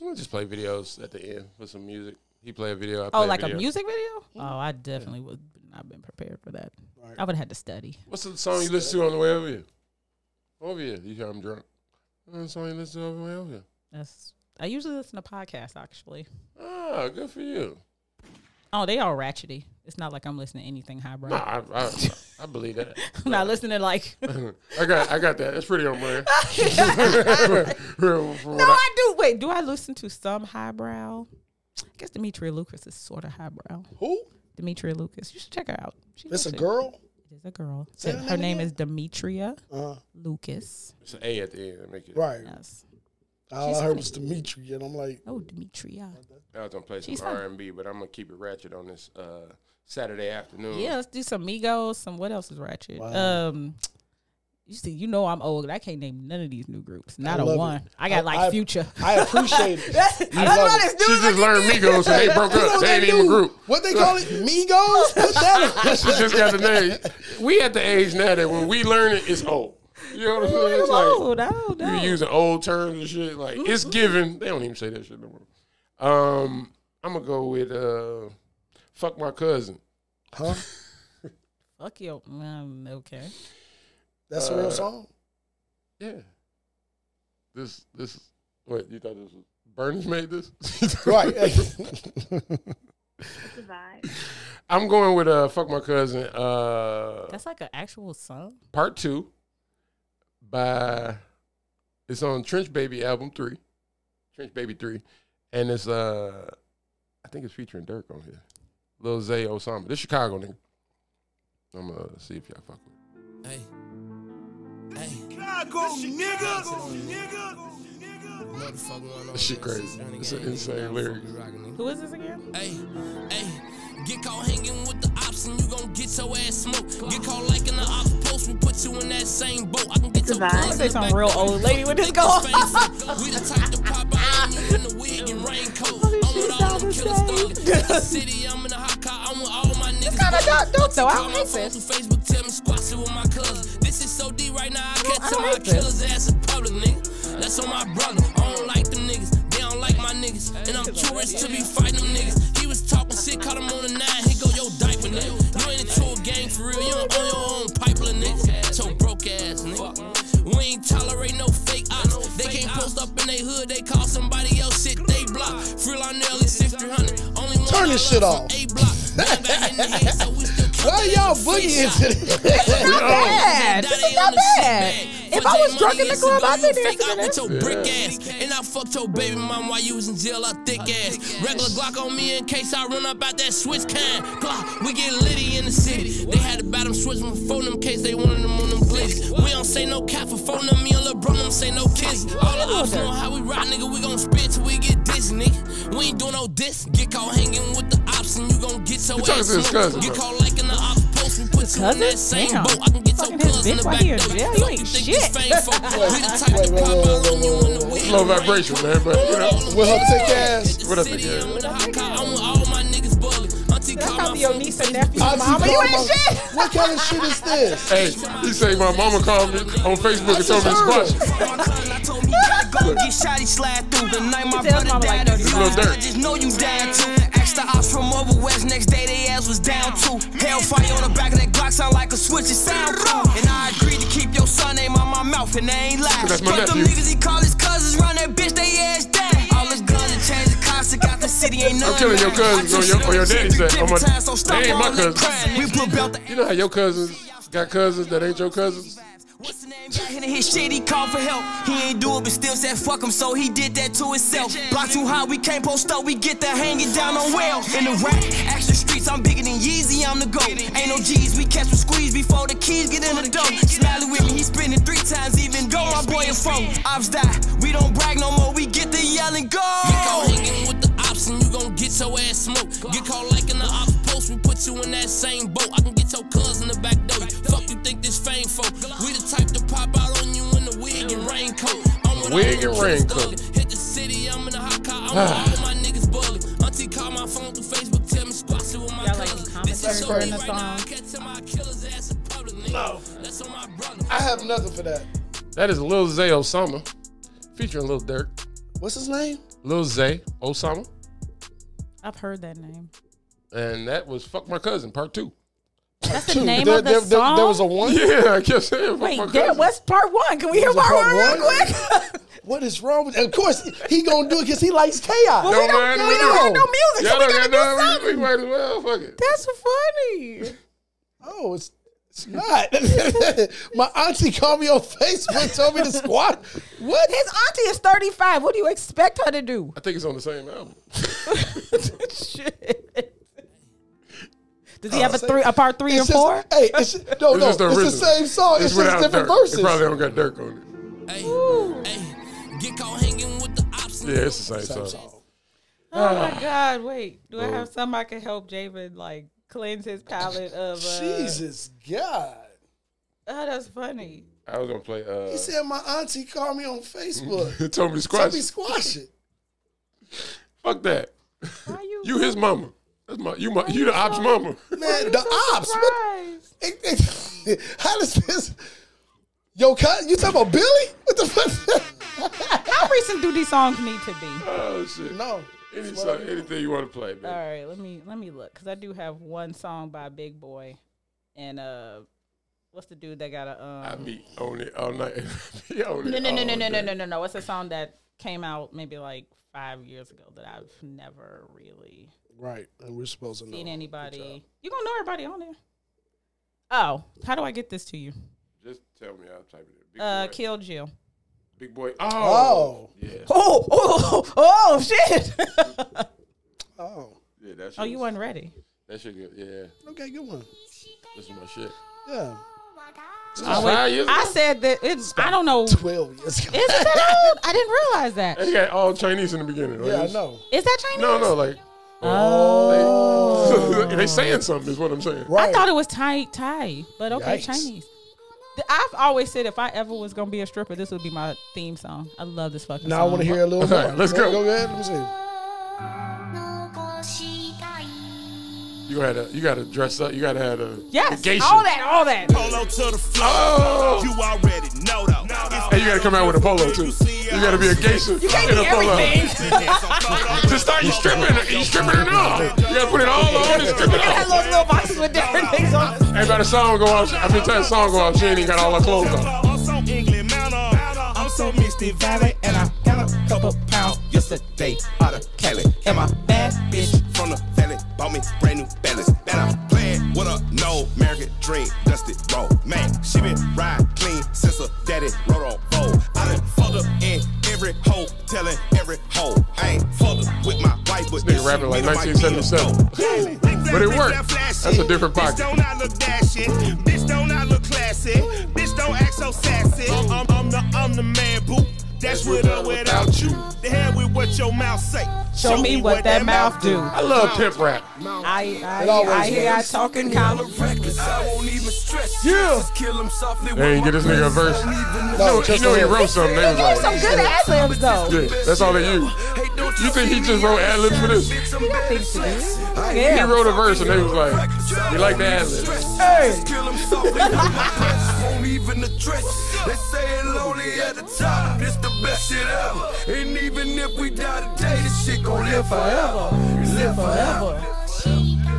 we'll just play videos at the end with some music. He play a video. I play
Oh, like
video.
a music video? Oh, I definitely would not been prepared for that. I would have had to study.
What's the song you listen to on the way over here? Over here, you hear I'm drunk. What's the song you listen to on the way over here?
That's I usually listen to podcasts actually.
Ah, good for you.
Oh, they all ratchety. It's not like I'm listening to anything highbrow.
Nah, I, I, I believe that.
I'm not listening to like. no,
I got, I got that. That's pretty on brand. From what I-
I do. Wait, do I listen to some highbrow? I guess Demetria Lucas is sort of highbrow.
Who?
Demetria Lucas, you should check her out. She's
It's a
actually-
girl.
It is a girl.
Say
Her
her
her
name
name
again?
is Demetria
Uh,
Lucas.
It's an A at the end. That make it.
right.
Yes.
All I heard was Dimitri, and I'm like,
Oh, Demetria.
I was gonna play some
She's fine.
R and B, but I'm gonna keep it ratchet on this uh, Saturday afternoon.
Yeah, let's do some Migos. Some what else is ratchet? Um, you see, you know I'm old. I can't name none of these new groups. Not a
love
one.
it.
I got like
I-
Future.
I appreciate it.
That's, that's
love it.
what it's
She
doing.
just learned Migos, so they broke up. They ain't even a group.
What they call it? Migos? Put that in.
She just got the name. We at the age now that when we learn it, it's old. You know what I'm saying? It's like
old. I don't know.
you using old terms and shit. Like it's given. They don't even say that shit no more. Um, I'm gonna go with uh, fuck my cousin.
Huh?
Fuck you. Um, okay.
That's a real song?
Yeah. This this what you thought this was Bernie's made this?
Right.
I'm going with uh fuck my cousin. Uh,
That's like an actual song.
part two by it's on Trench Baby album three, Trench Baby three, and it's uh I think it's featuring Dirk on here, Lil Zay Osama. This Chicago nigga. I'm gonna see if y'all fuck with. it.
Hey. Hey.
This shit crazy. It's an insane lyric.
Who is this again?
Hey, hey, get caught hanging with the ops and you gon' get your ass smoked. Get caught liking the ops post, we put you in that same boat. I can get your
Goodbye.
cousin
Say some real old lady with this going.
face. We the type to pop out on you in the wig and raincoat. I'm with all them killer thugs. In the city, I'm in a hot car. I'm with all my niggas.
kinda dope- dope though. I
Call
don't
my
hate
phone
this.
through Facebook, tell me squash it with my cousin. This is so deep right now. I
I
can't
don't
tell my
hate this.
killer's ass in public, nigga. That's on my brother. I don't like them niggas. They don't like my niggas. And I'm curious to be fighting them niggas. He was talking shit, caught him on the nine. He go, yo, diaper, nigga. You ain't into a gang for real. You don't own your own pipeline, nigga. So broke ass, nigga. We ain't tolerate no fake ops. They can't post up in they hood. They call somebody else shit. They block. Free Lionel is 6300. Only one
Turn this shit
from
off.
A block. Bang, bang in the head, so we still count
Why
that
y'all
as a fake
boogie
shot.
into this?
Not bad. This is not bad. If I was drunk in the club, I'd be dancing to
with
this.
your brick ass. And I fucked your baby mom while you was in jail, I thick ass. Regular Glock on me in case I run up out that switch kind. Glock, we get litty in the city. They had about them switch before them case they wanted them on them blitz. We don't say no cap for phone them, me and LeBron don't say no kiss. All the ops know how we rock, nigga, we gon' spit till we get this, nigga. We ain't doing no diss. Get caught hanging with the ops and you gon' get your
You talking
ass
to his
smoked.
cousin,
Get
bro.
caught like in the ops post, we put you in
cousin?
that same
Damn.
boat. I can get your
Fucking his
cousin in
bitch
the
while
back
he in
door.
jail, you
Fuck
ain't
think
shit.
this fame folk. We the type to
Wait, wait,
pop
wait,
out on you in the
wait,
wig.
Low vibration, man, but you know.
With her thick ass.
What up, big ass?
When I call, I'm with all my niggas bully. Auntie
That's
call
how
my
your
phone.
niece and nephew.
Auntie
Mama, you
called
ain't
my-
shit.
What kind of shit is this?
Hey, he say my mama called me on Facebook and told me to squash it.
I told me gotta go get shot, he slide through the night. My
Tell his mama
brother
like
died of
that.
Little
pride.
dirt.
I just know you down too. Extra ops from over west, next day they ass was down too. Hellfire on the back of that Glock sound like a switch, it sound cool. And I agreed to keep your son name on my mouth, and they ain't lie.
That's my
but them
nephew.
niggas he call his cousins run that bitch, they ass down. All his guns and chains and cops that got the city ain't none.
I'm killing your
back.
cousins
I
on
just
your- on your
know
daddy's
shit
side. On my-
different times, so stop
they ain't my
all that
cousins.
crying. We blew belt the
You know how your cousins got cousins that ain't your cousins?
What's the name? Got hit in his shit, he called for help. He ain't do it, but still said fuck him, so he did that to himself. Block too high, we can't post up, we get the hanging down on well. In the rack, extra streets, I'm bigger than Yeezy, I'm the GOAT. Ain't no G's, we catch with squeeze before the keys get in the door. Smiley with me, he spinning three times, even go, my boy a foe. Ops die, we don't brag no more, we same folk. We the type to pop out on you in the wig and raincoat. I'm with
Wig and
all the kids
raincoat.
thugging. Hit the city, I'm in a hot car. I'm with all my niggas bugging. Auntie called my phone through Facebook, tell me squash it with my
Y'all like
cousins.
commentary
so
during
me
the
right now, I
song?
can't tell my killer's ass in public, nigga.
No.
That's on my brother.
Ah.
I have nothing for that.
That is Lil Zay Osama featuring Lil Durk.
What's his name?
Lil Zay Osama.
I've heard that name.
And that was Fuck My Cousin, part two.
That's the
Two.
name
There-
of the
there- there-
song.
There was a one.
Yeah, I kept saying Fuck
Wait,
My
yeah,
Cousin.
what's part one? Can we hear
Is it
part,
part
one real
one?
quick?
What is wrong with? Of course, he gonna do it because he likes chaos.
Well, we
Don't
don't,
mind
we
if
don't
we
have no
don't.
music, so
Y'all
we gotta
don't got
do
nothing.
something.
We might as well. Fuck it.
That's funny.
Oh, it's it's not. My auntie called me on Facebook, told me to squat. What?
His auntie is 35. What do you expect her to do?
I think it's on the same album.
Shit. Does he have a
say-
three, a part three
It's
and
just-
four?
Hey, it's no,
It's
no.
just the original.
it's the same song. It's, just
without
different
Durk.
verses. Oh,
It probably don't got Dirk on it.
Hey, hey, get caught hanging with the ops.
Yeah, it's the same, song.
Oh my God! Wait, do I have somebody can help Javen like cleanse his palate of? Uh,
Jesus God.
oh, that's funny.
I was gonna play. Uh,
He said my auntie called me on Facebook.
told me to squash.
Told me squash it.
Fuck that.
Why you?
You his mama. That's my. You my. You the ops mama.
Man, the ops. What,
surprised?
it- it- how does this? Yo, cut. You talking about Billy? What the fuck?
How recent do these songs need to be?
Oh shit.
no.
Any song, anything you want to play,
All
man.
right, let me let me look because I do have one song by Big Boy, and uh, what's the dude that got a
I
um?
be on it all night. I be on it
No, no, no, no,
all
no, no,
day.
no, no, no. What's a song that came out maybe like five years ago that I've never really
Right, and we're supposed to know.
seen anybody? You gonna know everybody on there? Oh, how do I get this to you?
Just tell me. I'll type it. in. Big
Uh,
boy.
Kill Jill.
Big boy.
Oh.
Oh. Yeah.
Oh, oh, oh, shit.
Oh,
Yeah. That shit
oh, you
was-
weren't ready.
That shit. Good. Yeah.
okay, good one.
This is my shit.
Yeah,
I five years.
I
ago?
said that it's, I don't know. Is it
twelve years ago.
that old? I didn't realize that.
They got all Chinese in the beginning.
Yeah, I
right?
know.
Is that Chinese?
No, no, like. Oh. They, saying something is what I'm saying.
Right.
I thought it was Thai, Thai, but okay,
Yikes.
Chinese. Th- I've always said if I ever was gonna be a stripper, this would be my theme song. I love this fucking.
now I
song.
want to hear a little more.
All right, let's
Go-
go.
Go ahead. Let me see.
You gotta, you gotta dress up. You gotta have a
Yes,
geisha.
all that, all that.
Polo to the floor.
Oh.
You already know though.
And you gotta come out with a polo too. You gotta be a geisha
You can't
in
be
a polo.
everything.
Just start you stripping, you stripping it all. You gotta put it all on and strip it
I had
off.
those little boxes with different things on. it.
Hey, by the song go out, I mean, time the song go out, she ain't even got all her clothes on.
I'm so England, man, uh, I'm so Misty Valley, and I got a couple pounds yesterday out of Cali. And my bad bitch from the valley bought me brand new balance. And I'm playing with a no American dream, dusty road. Man, she been ride clean since her daddy rode on roll. I done fucked up in every hole, telling every hole. I ain't fucked up with my wife, but
This nigga rapping like 1977. But it worked. That's a different
Bitch,
pocket.
don't I look dashing? Bitch, don't I look classy? Bitch, don't act so sassy. I'm, I'm the, I'm the man, boo. That's with or without you. The hell with what your mouth say.
Show me what that mouth do.
I love pimp rap.
I, I,
It always
I hear y'all
was.
talking kind of.
reckless. I won't even stress.
Yeah.
Just kill him softly.
They ain't get this nigga a verse. No, you
just
know he
a-
wrote something. They was
There's
like,
some good ad libs though.
yeah, that's all they use. You think he just wrote ad libs for this? He
Yeah.
wrote a verse and they was like, we like the ad libs.
Hey. Kill him softly. Won't even address. They say it lonely at the top. This the best shit ever. And even if we die today, this shit gon' live forever. Live forever.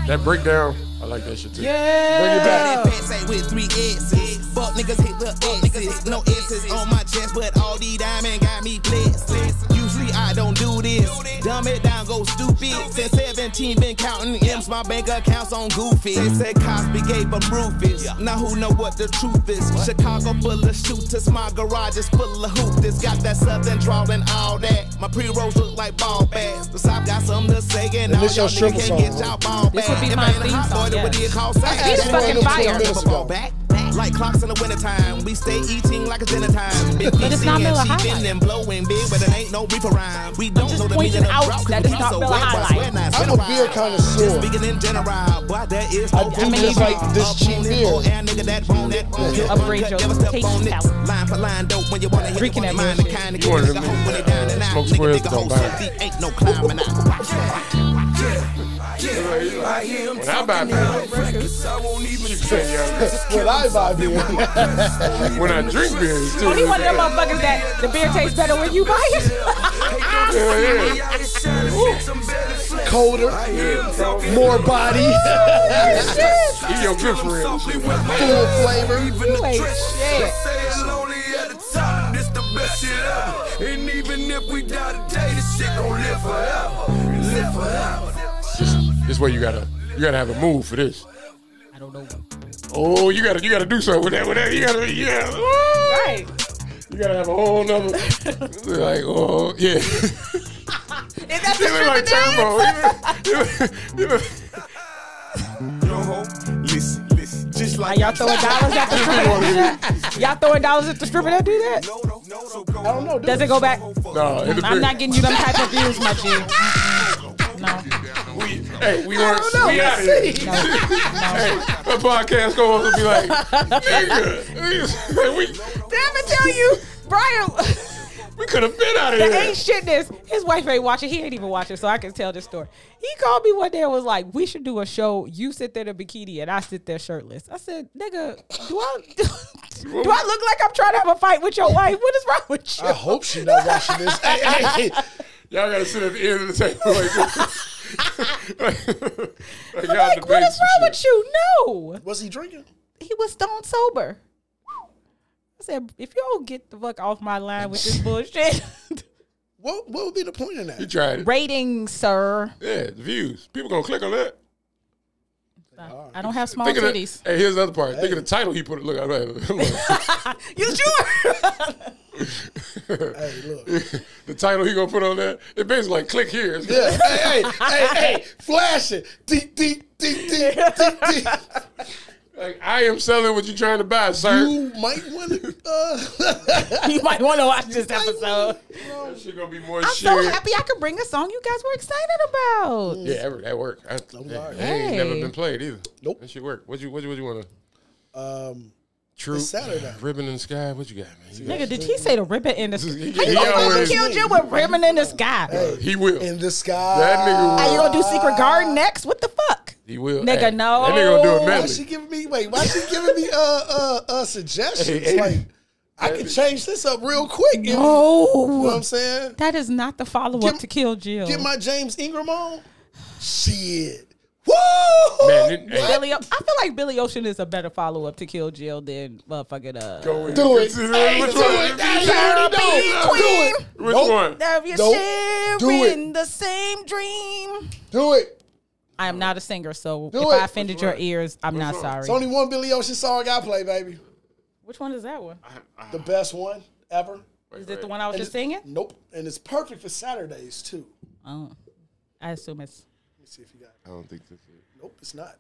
That breakdown, I like that shit too.
Yeah.
Bring it back.
Pants ain't with three X's. Fuck niggas hit the X's. No X's on my chest, but all these diamond got me blitzed. Usually I don't do this. Dumb it down, go stupid. Since 17, been counting M's. My bank account's on goofy. They said Cosby gave them roofies. Now who know what the truth is? Chicago full of shooters. My garage is full of hoopers. Got that southern drawl and all that. My pre-rolls look like ball bags. The South got something to say and all
this your
y'all
stripper
niggas
song,
can't get
huh?
y'all ball back.
This would be
If
my
I ain't a
theme
hot
song,
boy, then what
yes.
do you call sex?
asked one
That's
of
fucking
them 20
fire.
minutes ago.
Back, back. Like clocks in the wintertime, we stay eating like it's dinner time. Big
But it's
PC
not
and
Miller
she
High
been
Life.
and blowing big, but it ain't no reaper rhyme. We don't
just
know the
pointing
meaning of
out
drought, 'cause
that
we
it's
be
not
so
Miller
wet,
High
but I swear
Life.
not, it's
I'm
been
a beer
while.
connoisseur.
Just speaking in general, boy, there is
I do
no opponent.
just like this cheap
Opponent
beer.
or air nigga that bone that bone. Get
upgrade
one cut,
your
never step
taste
on it.
palate.
Line for line, dope when you wanna hit it,
Drinking
wanna
that
mind the
bullshit.
kind of
You
get
wanted
it, the
to
hoe
make,
when it down
uh,
and out.
smoke
Nigga,
squares,
big a
don't
hoe,
buy
so deep, ain't no climbing out.
Yeah, I hear him
When I buy
talking
beer,
about records. I won't even
When I buy beer,
when I drink beer, it's too.
Only one of them motherfuckers that the beer tastes better when you buy it.
Hell yeah.
colder, more body,
He your good friend.
full flavor.
You ain't shit.
And even if we die today, this shit gon' live forever. Live forever.
This, this way you gotta you gotta have a move for this.
I don't know.
Oh, you gotta you gotta do something with that. With that, you gotta yeah.
Right.
You gotta have a whole nother like oh yeah.
Is that
You look like Turbo. You look- you look-
Yo ho, listen, listen, just
Are
like
y'all throwing dollars at the stripper? y'all throwing dollars at the stripper that do that?
No, no, no, so go.
I don't know.
Does it go back?
No, it's a
I'm
big-
not getting you them type of views, my G.
We, hey, we weren't.
know,
We
let's
out here.
see.
Hey, the podcast goes and be like, nigga, we,
Did I ever tell you, Brian?
we could have been out of
The
here.
ain't shitness. His wife ain't watching. He ain't even watching, so I can tell this story. He called me one day and was like, "We should do a show. You sit there in a bikini and I sit there shirtless." I said, "Nigga, do I do I look like I'm trying to have a fight with your wife? What is wrong with you?"
I hope she not watching this. Hey, hey, hey.
Y'all gotta sit at the end of the table like this. like, y'all
like, what
debating
is
some
wrong
shit.
with you? No,
Was he drinking?
he was stone sober. I said, "If you don't get the fuck off my line with this bullshit,
What What would be the point in
You
that?
tried it.
ratings, sir.
Yeah, the views. People gonna click on that.
I don't have small
Think of the,
titties.
hey, here's the other part. Think of the title he put. Look, I look.
You sure?"
Hey, look.
the title he gonna put on that. It basically like click here. It's-
Yeah. Hey, hey, hey, hey. Flash it. Deep, deep, deep, deep, deep, deep.
Like I am selling what you're trying to buy, sir.
You might want to. Uh,
you might want to watch this episode.
That shit gonna be more
I'm
shit.
so happy I could bring a song you guys were excited about.
Yeah, ever that work. I, that ain't
Hey.
never been played either.
Nope.
That shit work. What you what you what you wanna?
um,
True.
It's Saturday.
Ribbon in the sky. What you got, man? You
Nigga, did he say the ribbon in the sky?
He-
How
he
you gonna fucking
always-
kill you with ribbon in the sky?
got- he will.
in the sky.
That nigga
How you
will.
gonna do Secret Garden next? What the fuck?
He will.
Nigga,
Hey,
no.
That nigga gonna do a
Why she
medley.
giving me? Wait, why she giving me uh uh uh suggestions?
Hey, hey.
like, I can change this up real quick. if- You know what
Oh,
I'm saying?
that is not the follow up
Get-
to Kill Jill.
Get my James Ingram on. Shit. Woo!
Man, it- hey.
Billy, O- I feel like Billy Ocean is a better follow up to Kill Jill than motherfucking uh.
Go in.
Do it.
Consider
Hey,
Which
do
one?
it. Hey, you already know. Do it.
Which
Nope.
one?
Now if you're
Nope. Do it.
sharing the same dream.
Do it.
I am not a singer, so
Do
if
it.
I offended your ears, I'm not sorry.
It's only one Billy Ocean song I play, baby.
Which one is that one?
The best one ever.
Is it the one I was just
it's-
singing?
Nope. And it's perfect for Saturdays too.
Oh, I assume it's.
Let me see if you got.
I
It.
don't think this is.
Nope, it's not.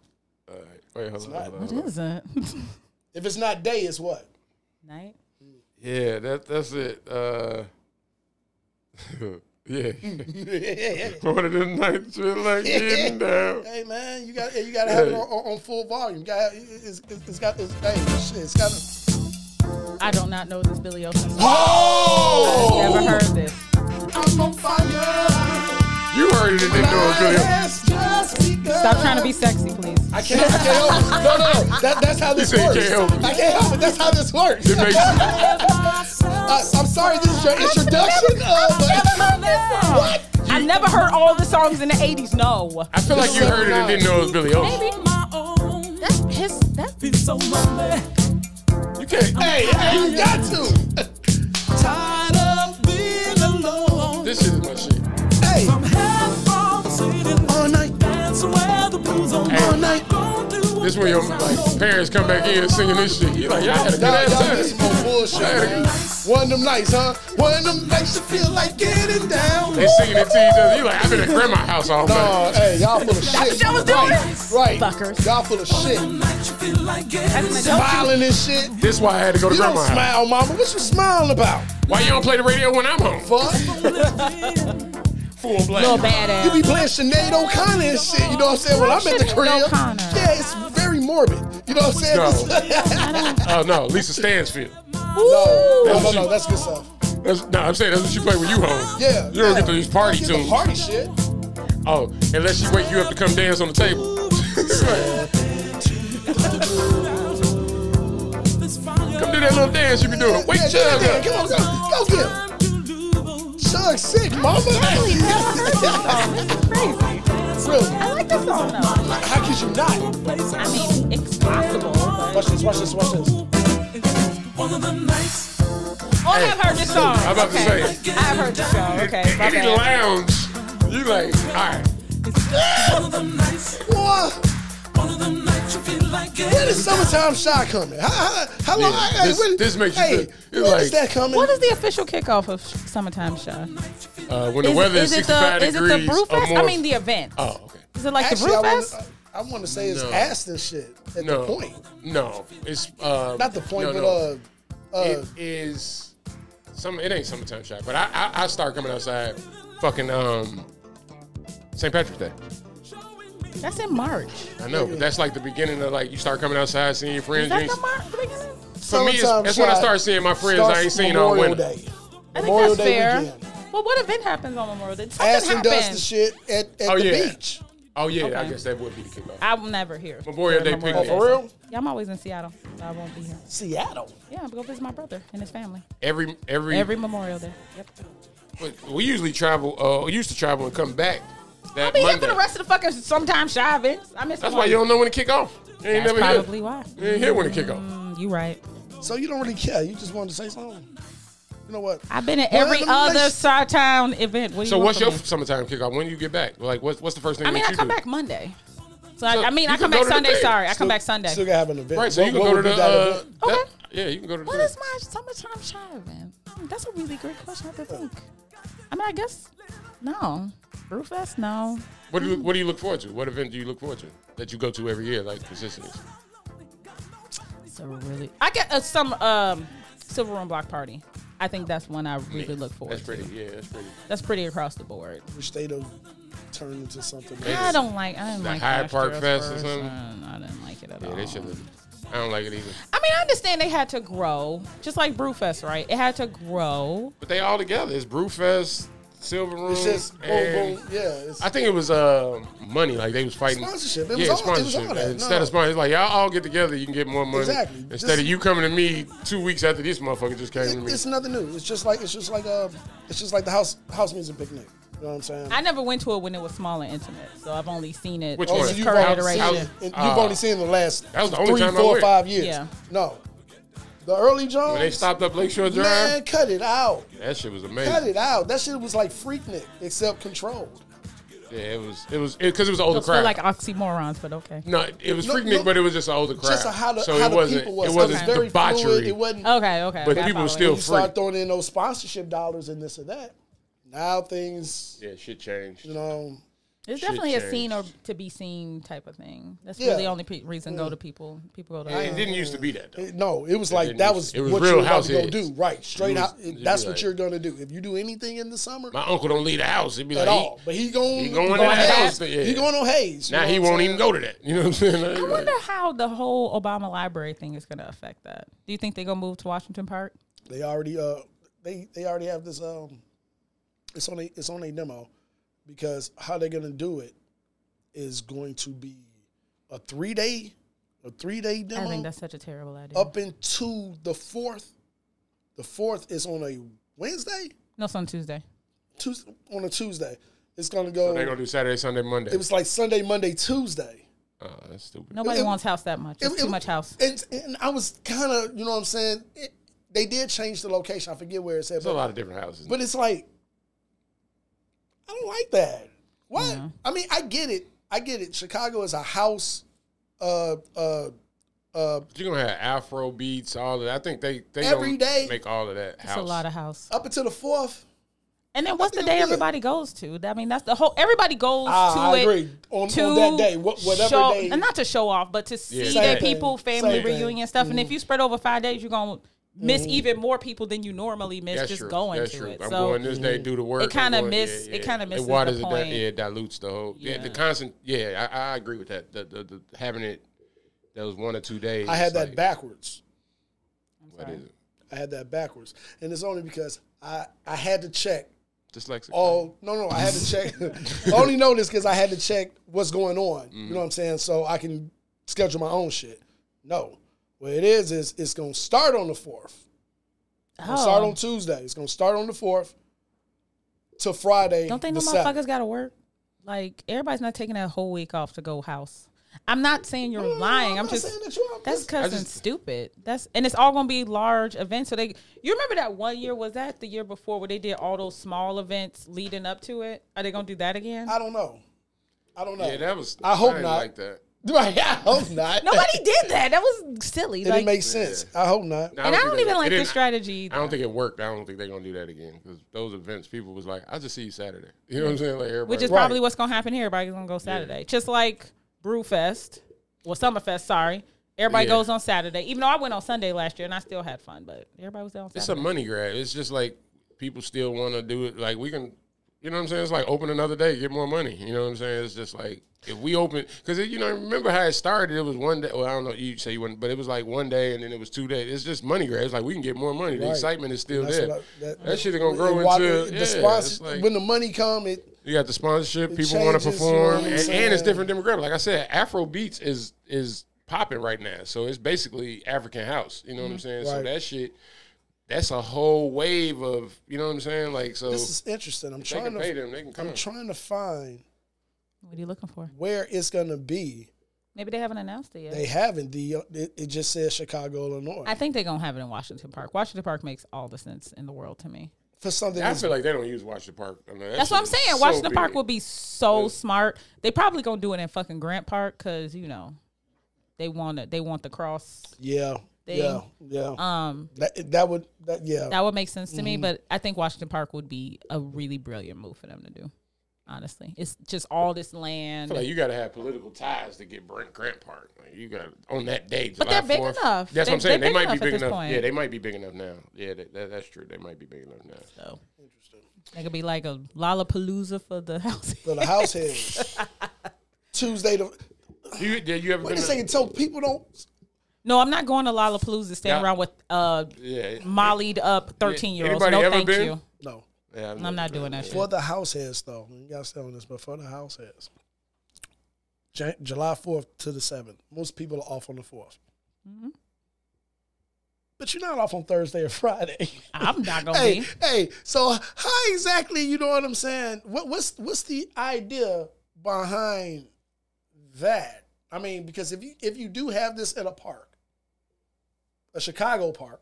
All right. Wait, hold on.
not.
hold on, hold on.
What is it?
If it's not day, it's what?
Night.
Yeah, that that's it. Uh, yeah.
hey
One of them nights feel like getting down.
man, you got you got to have it on, on, on full volume. You got it's, it's, it's got it's, hey, shit, it's got.
I do not know this Billy Ocean. song.
Oh!
Never heard this.
I'm on fire.
You heard it and didn't know it, Billy.
Stop
Stop
trying to be sexy, please.
I can't, I can't help it. No, no, no. That, that's how this
said you
works.
can't help it.
I can't help it. That's how this works.
It makes
I, I'm sorry, this is your introduction. Uh,
Never
but
heard this song. I never heard all the songs in the '80s. No.
I feel like you heard it and didn't know it was Billy Ocean.
Maybe that's his. That
You can't.
hey, hey, you got to.
Tired of being alone.
This shit is my shit.
Hey,
All night.
Hey.
All night.
This when your like parents come back in singing this shit. You like y'all had a good
y'all,
ass
y'all get some
time.
more bullshit. One of them nights, huh? One of them nights you feel like getting down.
They singing it to each other. You like I've been at grandma's house all night.
No, hey, y'all full of shit.
what y'all was doing?
Right.
Fuckers.
Y'all full of shit.
That's an adult.
Smiling and shit.
This is why I had to go to
You don't
grandma's house.
smile, mama. What you smiling about?
Why you don't play the radio when I'm home?
Fuck.
Full black.
Little
You be
badass.
playing Sinead O'Connor and shit. You know what I'm saying? Well, I'm at the
Sinead
crib.
O'Connor?
Yeah, it's very morbid. You know what I'm saying?
Oh no, Lisa Stansfield.
No, no,
That's
no,
what
no,
you-
that's good stuff.
That's, no, I'm saying that's what you play when you home.
Yeah.
You don't
yeah.
get to these party
You don't get
tunes.
the Party shit.
Oh, unless she wake you up to come dance on the table. come do that little dance you be doing. Wake
Yeah,
Chug
yeah,
up.
Come on, go, go get him. Chug sick, mama. really?
I like this song though.
How could you not?
I mean, it's possible.
Watch this, watch this, watch this.
Oh, I've heard this song.
I'm about to
okay.
say.
I've heard this song. Okay, my
Any
bad.
lounge, you like, all right.
Boy, when is summertime shy coming? How, how, how long?
Yeah,
hey,
this-
when,
this makes you
hey,
feel- you're
when
like-
is that coming?
What is the official kickoff of Summertime Show?
Uh, when the weather is, 65
the is it
degrees
the brew
or
fest?
more.
I mean the event.
oh, okay.
Is it like
Actually,
the
I
brew
want,
fest?
I, I want to say it's
No.
Aston shit at
No,
the point.
no, it's uh,
Not the point,
no,
but
no.
uh, uh,
it is some. It ain't summertime shot, but I, I I start coming outside, fucking um, St. Patrick's Day.
uh,
That's in March.
I know, but that's like the beginning of like you start coming outside, seeing your
Is
friends. you
that
ain't-
the March beginning?
For me, it's,
Summertime
that's when I
Shy
start seeing my friends
starts
I ain't seen all
Memorial
winter.
Day.
I think
Memorial
that's
Day
fair.
weekend.
Well, what event happens on Memorial Day? Something
Aston
happens.
does the shit at, at
Oh,
the
yeah.
beach.
Oh yeah, I
Okay.
guess that would be the kickoff.
I'm never here.
Memorial Day
during
Oh,
picnic.
for real?
Yeah, I'm always in Seattle. So I won't be here.
Seattle.
Yeah, I'm going to visit my brother and his family
Every every,
every Memorial Day. Yep.
but we usually travel. Uh, we used to travel and come back that
I'll be
Monday.
here for the rest of the fucking sometime shy events. I miss
That's
one.
why you don't know when to kick off. You ain't
That's
never
probably
here.
why. Mm,
You ain't here when to kick off.
You right.
So you don't really care. You just wanted to say something. You know what?
I've been at
Well,
every
then let's-
other sci town event. What do you
So
want
what's
from
your
me?
summertime kickoff? When do you get back? Like what's what's the first thing?
I mean,
that
I
you
come
do?
back Monday. So, I,
So
I mean, I
you
come back
can go to the
Sunday.
thing.
Sorry, I come back Sunday.
Still gotta have an event.
Right, so you can
What-
go to
what would
the.
be that
Uh,
event?
that-
Okay.
yeah, you can go to
What
the.
is my summertime shy event? Hmm, That's a really great question. I have to think. I mean, I guess no. Brewfest, no.
What do you What do you look forward to? What event do you look forward to that you go to every year, like consistently?
So really, I get uh, some um, silver room block party. I think that's one I really look forward
That's
to.
pretty. Yeah, that's pretty.
That's pretty across the board.
Which they don't turn into something.
I don't like. I didn't
The
like March
Hyde Park
31st.
Fest or something?
I didn't like it at
Yeah,
all.
they should. I don't like it either.
I mean, I understand they had to grow, just like Brewfest, right? It had to grow.
But they all together. It's Brewfest, Silver Room.
It's just boom,
and-
boom. Yeah. It's,
I think it was uh, money. Like they was fighting
Sponsorship. It
yeah,
was all- it was
sponsorship.
all that.
Instead
No.
of sponsorship, like y'all all get together, you can get more money.
Exactly.
Instead
Just-
of you coming to me two weeks after this motherfucker just came to
it-
me.
it's nothing new. It's just like it's just like uh it's just like the house house music picnic. You know what I'm saying?
I never went to it when it was small and intimate, so I've only seen it.
Which
in
one?
its
you've
current
only
iteration.
seen it. in- You've
Ah.
only seen the last
That was the only
three,
time I
four,
went.
five years.
Yeah.
No, the early Jones.
when they stopped up Lakeshore Drive,
Man, cut it out.
that shit was amazing.
Cut it out. That shit was like Freaknik, except controlled.
Yeah, it was. It was because it, was an older
Those feel
crowd.
like oxymorons, but okay.
no, it was
No,
freaking,
no.
but it was just an older crowd.
Just how the,
so
how
it
the
wasn't.
people was.
It wasn't
it was very
debauchery.
fluid. It wasn't.
Okay, okay.
But
I
people
follow
still-
you
you.
start throwing in those sponsorship dollars and this and that. Now things,
yeah, shit changed.
you know,
It's
Shit
definitely a
changed.
seen or to be seen type of thing. That's
Yeah.
really the only pe- reason go to people. People go to.
it didn't used to be that though.
it- no, it was like that was,
it was
what
real
you were about
house
to go
heads.
do, right? Straight
was-
out.
it'd be
that's what
like-
you're gonna do. If you do anything in the summer
My uncle don't leave the house. It'd be
at
like he-
all, but he going,
he going in
on
that
Hayes.
house, yeah.
He going on Hayes. you
now
know
he
what I'm
won't
saying?
even go to that. You know what I'm saying?
I wonder how the whole Obama library thing is going to affect that. Do you think they're going to move to Washington Park?
They already uh they they already have this um it's on a it's on a demo because how they're gonna do it is going to be a three day a three day
I think
demo
that's such a terrible idea.
up into the fourth. The fourth is on a Wednesday,
No, it's on Tuesday.
Tuesday on a Tuesday. It's gonna go.
They're gonna do Saturday, Sunday, Monday.
it was like Sunday, Monday, Tuesday.
oh, that's stupid.
Nobody
It-
wants house that much. It's
It-
too
it-
much house.
And, and I was kind of, you know what I'm saying. It, they did change the location. I forget where it's at.
There's a
but-
lot of different houses.
But it's like, I don't like that. What? I mean, I get it. I get it. Chicago is a house, uh, uh, uh,
You're gonna have Afro beats, all of that. I think they they
Every
gonna
day.
make all of that house.
It's a lot of house.
up until the fourth.
And then what's the
think
day
I'm good.
everybody goes to? I mean, that's the whole. Everybody goes
Ah,
to
I
it
agree. On- on
to
that day, what- whatever
show,
day-
and not to show off, but to see
same
their
thing.
people, family
Same thing. Mm.
reunion stuff. And if you spread over five days, you're gonna miss even more people than you normally miss
That's
just
true.
going
That's
to
true.
it.
I'm
so
going this day, do the work. I'm
kinda
going-
miss- it kinda misses
It
the
waters it down.
point.
Yeah, it dilutes the whole. Yeah, the
Yeah.
constant. Yeah, I, I agree with that. The, the, the having it those one or two days.
I had
it's
that
like,
backwards.
What is it?
I had that backwards, and it's only because I I had to check
Dyslexic.
Oh no, no, I had to check. I only know this because I had to check what's going on.
Mm-hmm.
You know what I'm saying? So I can schedule my own shit. No, what it is is it's gonna start on the fourth.
oh,
It's gonna start on Tuesday. It's gonna start on the fourth to Friday.
Don't they
the
know
Saturday.
motherfuckers got to work? Like everybody's not taking that whole week off to go house. I'm not saying you're lying. I'm,
Mm, not
just
saying that you are.
that's
I
cousin
just-
stupid. That's and it's all gonna be large events. So they, you remember that one year was that the year before where they did all those small events leading up to it? Are they gonna do that again?
I don't know. I don't know.
yeah, that was.
I hope
didn't
not.
Like that.
Right, I hope not.
Nobody did that. That was silly.
It
Like,
didn't make sense. I hope not.
No,
and I
think
don't
they-
even
it
like
didn't-
this strategy.
I don't think it worked. I don't think they're gonna do that again because those events, people was like, "I'll just see you Saturday." You know what I'm saying? Like everybody,
which is
Right.
probably what's gonna happen here. Everybody's gonna go Saturday, just like Brewfest, well Summerfest. Sorry, everybody
Yeah.
goes on Saturday. Even though I went on Sunday last year and I still had fun, but everybody was there on
it's a
Saturday.
money grab. It's just like people still want to do it. Like we can, you know what I'm saying? It's like open another day, get more money. You know what I'm saying? It's just like if we open because you know remember how it started? It was one day. Well, I don't know. You say you went, but it was like one day, and then it was two days. It's just money grab. It's like we can get more money. The
Right.
excitement is still
That's
there.
what I-
that, shit is gonna grow
and why-
into
the
yeah, it's
sponsors-
like-
when the money come, it
You got the sponsorship. People want
changes,
to
you know
perform,
what I'm
and, and it's
saying?
different demographic. Like I said, Afro beats is is popping right now, so it's basically African house. You know what I'm saying? So
Mm-hmm. Right.
that shit, that's a whole wave of you know what I'm saying. Like so,
this is interesting. I'm
they
trying
can pay
to
them. They can come.
I'm trying to find
What are you looking for?
where it's gonna be.
Maybe they haven't announced it yet.
They haven't. The it, it just says Chicago, Illinois
I think they're gonna have it in Washington Park. Washington Park makes all the sense in the world to me.
for something.
I
That's,
feel like they don't use Washington Park. I mean, that
That's what I'm
shit is
saying.
so
Washington Park
big.
will be so smart. They probably gonna do it in fucking Grant Park because you know they want to They want the cross.
yeah,
Thing.
yeah, yeah.
Um,
that that would that yeah.
that would make sense to me.
Mm-hmm.
But I think Washington Park would be a really brilliant move for them to do. Honestly, it's just all this land.
I feel like you got to have political ties to get Brent Grant Park. Like you got on that day,
But
July
they're big
4th.
enough.
That's
They-
what I'm
they're
saying. They
big
might be
enough at
big
this
enough.
point.
Yeah, they might be big enough now. Yeah, that, that, that's true. They might be big enough now.
so it could be like a Lollapalooza for the house.
For the house heads. Tuesday to
You, yeah, you ever
wait a
been? to-
second. So people don't.
no, I'm not going to Lollapalooza. Standing
Yeah.
around with uh,
Yeah,
mollied up 13 year olds.
Anybody
No,
ever
thank
been?
you.
No,
Yeah, I've
I'm not
never been.
doing that
for
shit.
the house heads though. You gotta stay on this, but for the house heads, Jan- July fourth to the seventh. Most people are off on the 4th But you're not off on Thursday or Friday.
I'm not gonna
hey,
be.
hey. So how exactly you know what I'm saying? What what's what's the idea behind that? I mean, because if you if you do have this at a park, a Chicago park,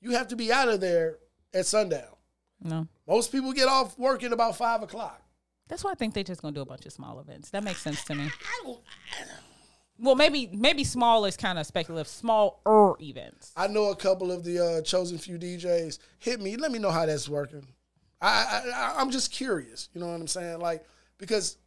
you have to be out of there at sundown.
No,
Most people get off work at about five o'clock.
that's why I think they're just gonna do a bunch of small events. That makes sense to me. Well, maybe maybe small is kind of speculative. Smaller events.
I know a couple of the uh, chosen few DJs. Hit me. Let me know how that's working. I, I, I I'm just curious. You know what I'm saying? Like because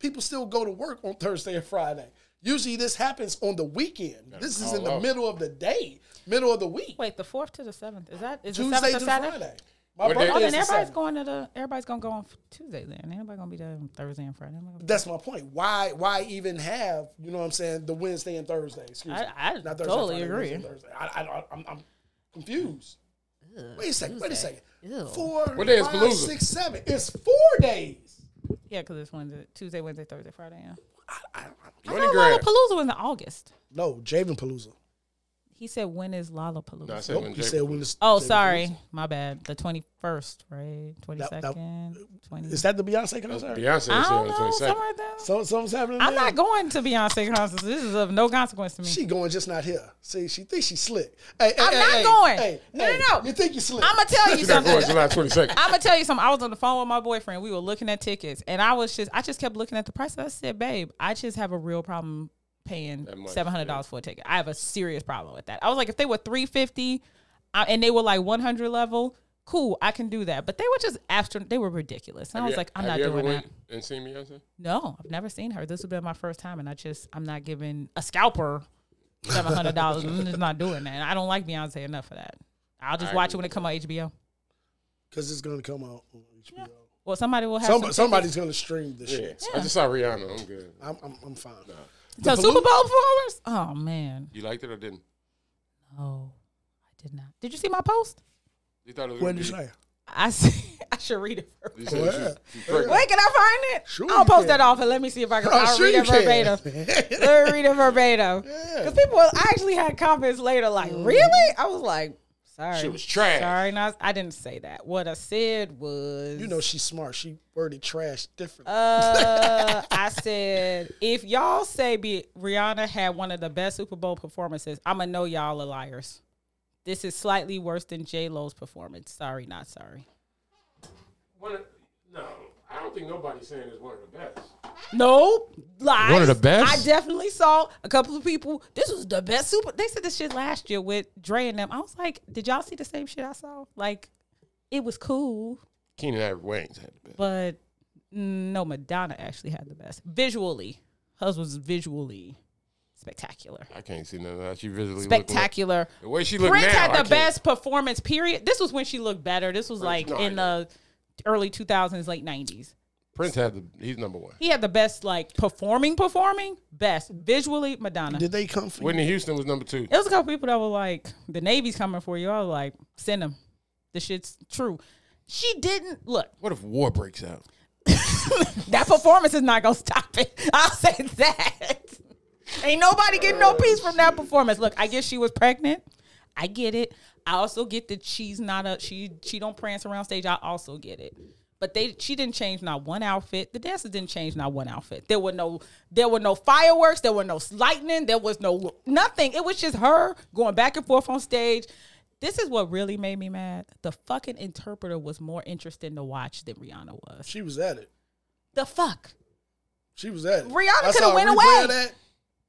people still go to work on Thursday and Friday. Usually this happens on the weekend. This is in the
call up.
middle of the day, middle of the week,
Wait, the fourth to the seventh is that is the
Tuesday
seventh
to
to Saturday?
Friday. My
What
birthday
day?
Oh,
is
then
the
everybody's
seventh.
going to the. Everybody's gonna go on f- Tuesday then. Ain't Everybody gonna be there on Thursday and Friday.
That's my point. Why why even have you know what I'm saying the Wednesday and Thursday? Excuse
I-
me.
I totally agree.
Wednesday and Thursday. I, I, I'm, I'm confused. wait a second. Wait a second.
Ew.
Four,
What day is
five,
Palooza?
six, seven. It's four days.
Yeah, because it's Wednesday, Tuesday, Wednesday, Thursday, Friday. Yeah.
Money
No,
grab.
Lollapalooza was in August.
No, Javen Palooza.
He said, "When is
No, I
Lollapalooza?"
said
Nope,
when
you
Jay-
said when it's
oh,
Javen
sorry, my bad. The twenty first, right? Twenty
that-
second, twenty.
Palooza. Is that the Beyonce concert?
Beyonce said
I
on
don't
the
know.
22nd.
Somewhere there.
So something's happening.
I'm
there?
not going to Beyonce concerts. This is of no consequence to me.
She going just not here. See, she thinks she's slick. Hey, hey,
I'm
hey,
not
hey,
going.
hey,
No,
hey,
no, no.
You think you slick?
I'm gonna tell you
She's not going
something.
July 22nd.
I'm gonna tell you something. I was on the phone with my boyfriend. We were looking at tickets, and I was just, I just kept looking at the price. I said, "Babe, I just have a real problem paying
much,
seven hundred dollars for a ticket. I have a serious problem with that. I was like, if they were three fifty, uh, and they were like one hundred level, cool, I can do that. But they were just astro. They were ridiculous. And I was like, I'm
Have
not
you ever
doing that.
went And seen Beyonce?
No, I've never seen her. This would been my first time, and I just I'm not giving a scalper seven hundred dollars. I'm just not doing that. And I don't like Beyonce enough for that. I'll just watch it when it come on HBO.
because it's gonna come out. On HBO.
Well, somebody will have
Somebody-
some
somebody's gonna stream this
Yeah.
shit.
I just saw Rihanna. I'm good.
I'm, I'm, I'm fine.
So Super Bowl performers. Oh man,
You liked it or didn't?
oh, I did not. Did you see my post?
You thought it was
What
gonna
did you
be-
say?
I see. I should read it. First.
You said you-
Yeah.
you pregnant.
Wait, can I find it?
Sure
I'll
you
post
can.
that off and let me see if I can.
Oh,
I'll
sure
read
you
it verbatim.
can.
Let me read it verbatim. Because people, I actually had comments later like,
Mm-hmm.
really? I was like, sorry.
She was trash.
Sorry, not, I didn't say that. What I said was,
You know she's smart. She worded trash differently.
uh, I said, if y'all say be, Rihanna had one of the best Super Bowl performances, I'm going to know y'all are liars. This is slightly worse than J Lo's performance. Sorry, not sorry.
One of- No, I don't think nobody's saying it's one of the best.
Nope. Lies.
One of the best?
I definitely saw a couple of people. This was the best super. They said this shit last year with Dre and them. I was like, did y'all see the same shit I saw? Like, it was cool,
Keenan Ivory Wayne's had the best.
but no, Madonna actually had the best. Visually, hers was visually spectacular.
I can't see nothing. How she visually looking.
Spectacular.
The way she looked
Prince
now, I
had the
can't-
best performance, period. This was when she looked better. This was like
no, I
in the early 2000s, late 90s.
Prince had the. He's number one.
He had the best, like performing, performing, best visually. Madonna.
Did they come for you?
Whitney Houston was number two.
It was a couple people that were like, "The Navy's coming for you." I was like, "Send them. The shit's true." She didn't look.
What if war breaks out?
That performance is not gonna stop it. I'll say that. Ain't nobody getting no peace from that performance. Look, I guess she was pregnant. I get it. I also get that she's not a she. She don't prance around stage. I also get it. But they, she didn't change not one outfit. The dancers didn't change not one outfit. There were no, there were no fireworks. There were no lightning. There was no nothing. It was just her going back and forth on stage. This is what really made me mad. The fucking interpreter was more interesting to watch than Rihanna was.
She was at it.
The fuck.
She was at it.
Rihanna
I
coulda
saw a
went
replay
away.
of that.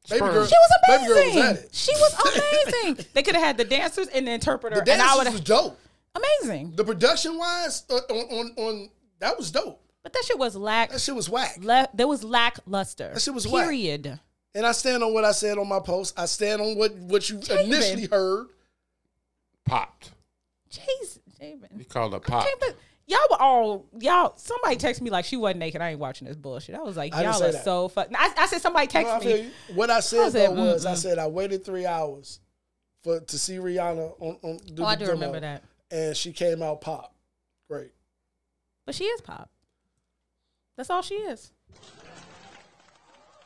Baby
Sperm.
girl,
She was amazing.
Baby girl was at it.
She was amazing. they could have had the dancers and the interpreter,
The
and I would
dance was
have
dope.
amazing.
The production wise, uh, on, on on that was dope.
But that shit was lack.
That shit was whack.
Le- there was lackluster.
That shit was whack.
period.
And I stand on what I said on my post. I stand on what what you
Javen.
initially heard.
Popped.
Jeez,
He
Javen.
called her pop.
Javen, Y'all were all y'all. Somebody texted me like she wasn't naked. I ain't watching this bullshit. I was like,
I didn't
y'all
say
are
that.
so fuck. I, I said somebody
No, I
texted
feel
me.
you. What I said
I said,
though was, I
mm-mm.
said I waited three hours for to see Rihanna on. on do
Oh, I
the
do
demo,
remember that.
And she came out pop. Great.
But she is pop. That's all she is.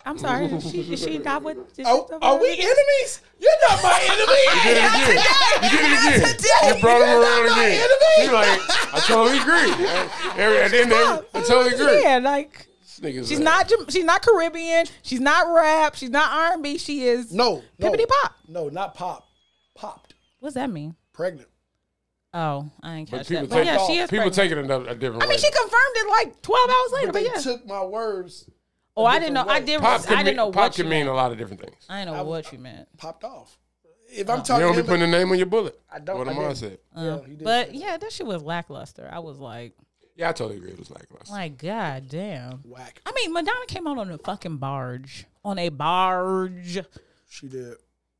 I'm sorry. Is she, is she not what? is she
Oh,
somebody-
are we enemies? You're not my enemy.
Did it again. You did it again. You brought him around again. You like, I totally agree. I, every, at the end, of every- I totally agree.
Yeah, like
This nigga's
she's
a-
not Jam- she's not Caribbean. She's not rap. She's not R and B. She is
No, no.
Pippity pop.
No, not pop. Popped.
What does that mean?
Pregnant.
Oh, I ain't
But
catch
people
that. But
take
yeah, she is.
people
pregnant.
take it another a different
I mean,
way.
she confirmed it like twelve hours later. But
They
yeah.
took my words,
oh, I didn't know. I
different
did.
pop
I
can,
didn't
mean,
know
pop
what you
can mean
meant.
a lot of different things.
I didn't know what you meant.
popped off. If I'm
You
talking,
don't be
about-
putting a name on your bullet.
I don't-
What
I
Amar
didn't.
said.
Yeah, he did.
But yeah, that shit was lackluster. I was like,
Yeah, I totally agree. It was like last.
like, god damn.
whack.
I mean, Madonna came out on a fucking barge. On a barge.
She did.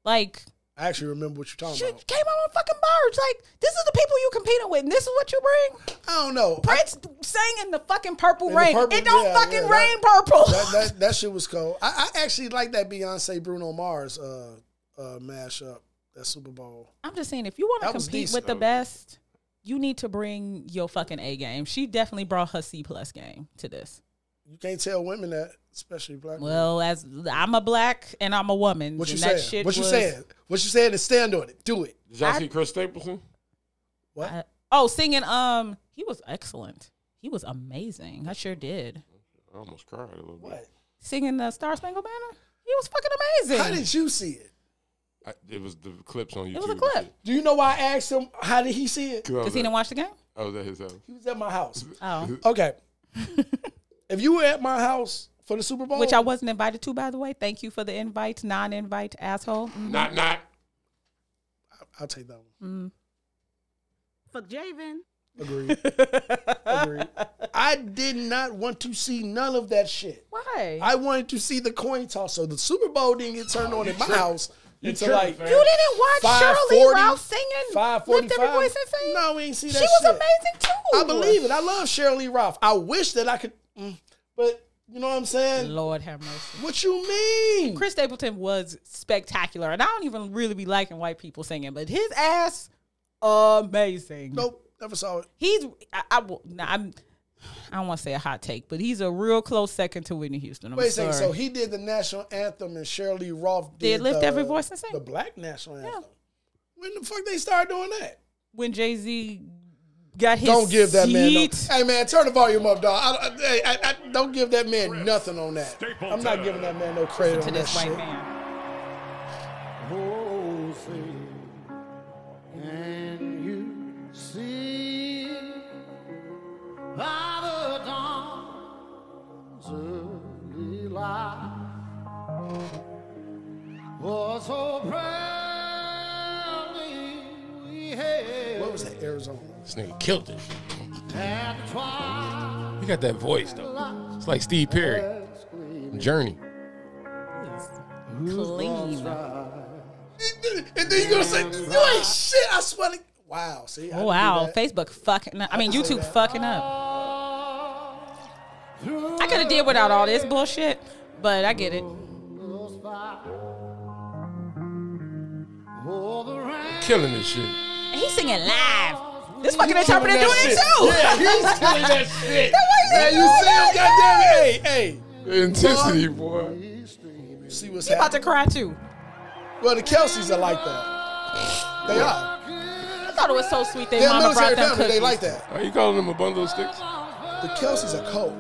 Like,
I actually remember what you're talking
she came
about.
out on a fucking barge. Like, this is the people you competing with, and this is what you bring.
I don't know.
Prince sang in the fucking purple
In the
rain.
purple-
it don't
yeah,
fucking
yeah,
rain
that-
purple.
that, that that shit was cold. I, I actually like that Beyonce Bruno Mars uh uh mashup. That Super Bowl.
I'm just saying, if you want to
That was
compete
decent.
with the best, you need to bring your fucking A game. She definitely brought her C plus game to this.
You can't tell women that, especially black. women.
Well, as I'm a black and I'm a woman,
what you
and
saying?
that shit
what you
was-
saying? What you saying? Is stand on it. Do it.
Did y'all see Chris Stapleton?
What?
I- oh, singing. Um, he was excellent. He was amazing. I sure did.
I almost cried a little
what?
Singing the Star Spangled Banner. He was fucking
How
amazing.
did you see it?
bit. I, it was the clips on YouTube.
It was a clip.
Do you know why I asked him? How did he see it?
Cause
Cause he Mm-hmm. didn't watch the game.
I was at Oh, his house.
He was at my house.
Oh,
Okay. if you were at my house for the Super Bowl.
which I wasn't invited to, by the way. Thank you for the invite, non-invite asshole. Mm.
Not not.
I'll take that one.
Mm.
Fuck Javen.
Agreed. Agreed. I did not want to see none of that shit.
Why?
I wanted to see the coin toss. So the Super Bowl didn't get turned on in my house until like
tripping,
you didn't watch Shirley
540,
Ralph singing,
Five
lift every
forty-five.
voice and sing.
No, we ain't see that.
she was
shit.
amazing too.
I believe it. I love Shirley Ralph. I wish that I could, mm, but you know what I'm saying.
Lord have mercy.
What you mean?
Chris Stapleton was spectacular, and I don't even really be liking white people singing, but his ass, amazing.
Nope, never saw it.
he's I, I will- nah, I'm I don't want to say a hot take, but he's a real close second to Whitney Houston. I'm
Wait a
sorry.
second. So he did the national anthem, and Shirley Roth
Did
did,
Lift
the,
Every Voice and Sing.
the black national anthem. When the fuck they start doing that?
when Jay Z got his
Don't give that man. No,
seat,
hey man, turn the volume up, dog. I, I, I, I- don't give that man nothing on that. I'm not giving that man no credit
to
on
this
that
white
shit.
man.
And you see by the dawn's early light was so proudly we
What
hailed
was that? Arizona.
This nigga killed it.
at twilight
He got that voice though. It's like Steve Perry, Journey.
Clean.
And then you gonna say you ain't shit. I swear to. Wow. See. I
Oh
knew
wow,
that.
Facebook fucking. Up. I mean YouTube fucking up. I could have did without all this bullshit, but I get it.
Killing this shit.
And he's singing live. This fucking interpreter doing it too.
Yeah, he's killing that shit.
Hey, you see him? Goddamn it! Hey, hey.
Intensity, boy.
You see what's
He about to
happening?
cry too.
Well, the Kelseys are like that. They are.
I thought it was so sweet that
They're a
mama
military
brought them
family.
cookies.
They like that.
Are you calling him a bundle of sticks?
The Kelseys are cold.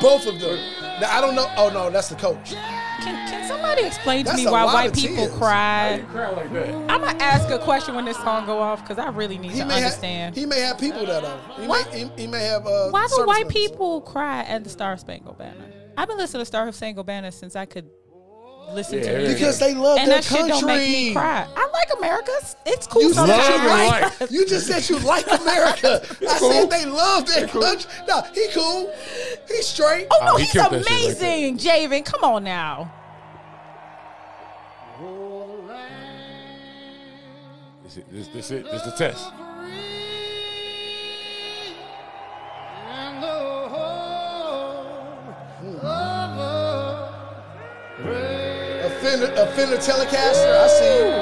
Both of them. Now, I don't know. Oh no, that's the coach.
Can, can somebody explain to
That's
me
a
why
lot
white
of
people
tears.
Why
cry?
you cry like that?
I'm gonna ask a question when this song go off because I really need
He
to
may
understand.
have. He may have people that are. He,
Why-
may, he, he may have. Uh,
why do
service
white
members.
people cry at the Star Spangled Banner? I've been listening to Star Spangled Banner since I could listen
Yeah,
to
yeah.
music.
Because they love
and
their
that
country.
shit don't make me cry. I like America. It's- It's cool.
You
so
love
that you
your
like
life.
us.
You just said you like America. I
cool.
said they love their country. No, he cool. He's straight.
Oh no,
Oh, he
he's
killed that shit right
amazing, Javen. Come on now.
This it. This, this it. This the test.
and the whole of
Offender, offender telecaster. I see you.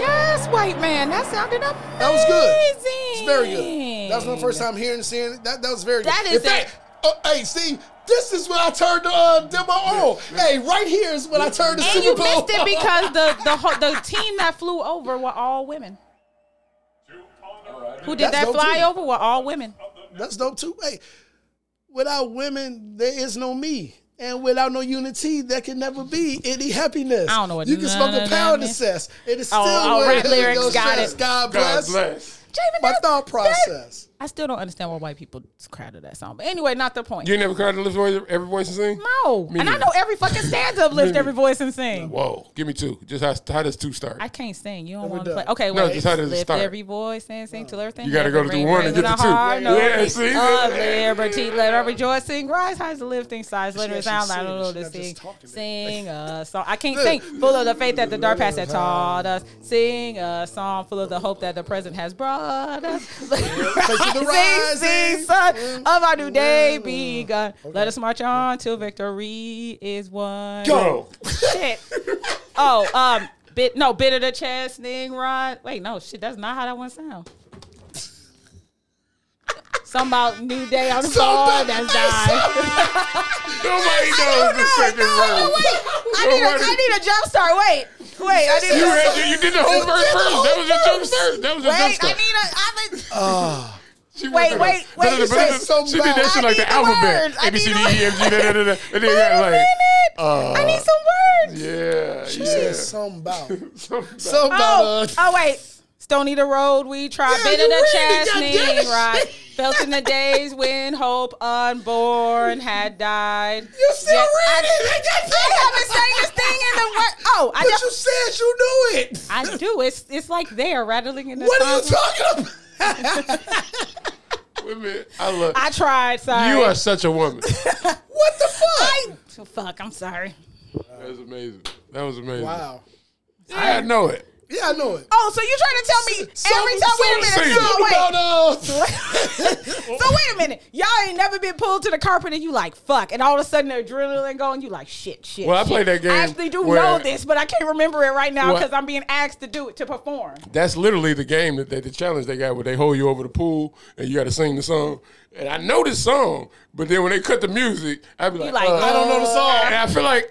Yes, white man. That sounded amazing.
That was good. It's very good. That was my first time hearing and seeing it. That, that was very
That
good.
is
In fact, oh, hey, see, this is when I turned the uh, demo on. Hey, right here is when I turned the
And
Super
you
Bowl.
missed it because the the ho- the team that flew over were all women. Who did
That's
that
dope,
flyover
too.
were all women.
That's dope too. Hey, without women, there is no me. And without no unity, there can never be any happiness.
I don't know what
You can smoke
none
a
of
pound
that
of
means.
cess. It is still
Oh, oh,
where
rap lyrics,
goes
got
chest.
it.
God
God
bless.
bless.
Javen,
My
that-
thought
that-
process.
I still don't understand why white people cried to that song. But anyway, not the point.
You ain't never cried to lift every- every voice and sing?
no,
Me
and I
neither.
know every fucking stanza of lift every voice and sing.
Whoa, give me two. Just how, how does two start?
I can't sing. You don't
Never
want to
done.
play. Okay,
No,
wait.
just how does it
lift
start?
every voice and sing
Oh.
till everything.
You gotta go to the
happens.
one and
Ring, ring
get the
with
two.
a heart,
Yeah, yeah,
no,
see?
Of liberty, let her rejoice, sing, rise, highs, lifting, sighs, let her
actually
sound like a
singing. She's
little to
not just
sing.
talking it.
Sing a song. I can't sing. Full of the faith that the dark past had taught us. Sing a song full of the hope that the present has brought us.
the
sing,
rising.
sing, sun of our new day begun. Let us march on till victory is won
Go.
shit. Oh, um, bit no bit of the chastening rod. Wait, no shit, that's not how that one sound. Something about new day on the ball
Something-
that's died.
Nobody
Oh,
knows the second verse.
I need, a, I need a jump start. Wait, wait, I need
You,
a
had you, you did the whole verse first. That was your jump start. That was your jump
wait. I
start.
need a. I need,
She
wait,
went
wait,
like,
wait, you
da-da-da-da-da.
said so
She did that
bad.
shit
I
like the
need the
alphabet.
words. I
A B C D
need
E F G da da da da. And then you got
a
like,
minute. I
uh,
need some words.
yeah,
She
yeah.
said something about.
Something about-
Something about.
Oh,
us.
oh wait. Stony the road we try,
Yeah,
bit
you
of the
read it,
chastening
goddamn it.
rod. Felt in the days when hope unborn had died.
You still
Yet
read
I,
it. That's
I
it.
haven't sang this thing in the word. Oh, I
But
know.
you said you knew it.
I do. It's it's like there rattling in the.
What are you
song.
talking about?
Wait a minute. I love
I tried. Sorry.
you. Are such a woman.
What the fuck?
I, oh, fuck. I'm sorry.
That's amazing. That was amazing.
Wow.
I know it.
Yeah, I know it.
Oh, so you're trying to tell me every time? Wait a
Sing
minute.
it.
No, wait.
no, no.
so wait a minute, y'all ain't never been pulled to the carpet and you like fuck, and all of a sudden the adrenaline going, you like shit, shit.
Well, I
shit.
played that game
I actually do
where-
know this, but I can't remember it right now
Well-
because I'm being asked to do it to perform.
That's literally the game that, that the challenge they got where they hold you over the pool and you got to sing the song. And I know this song, but then when they cut the music, I'd be like,
like,
uh,
I don't know the
song.
And I feel like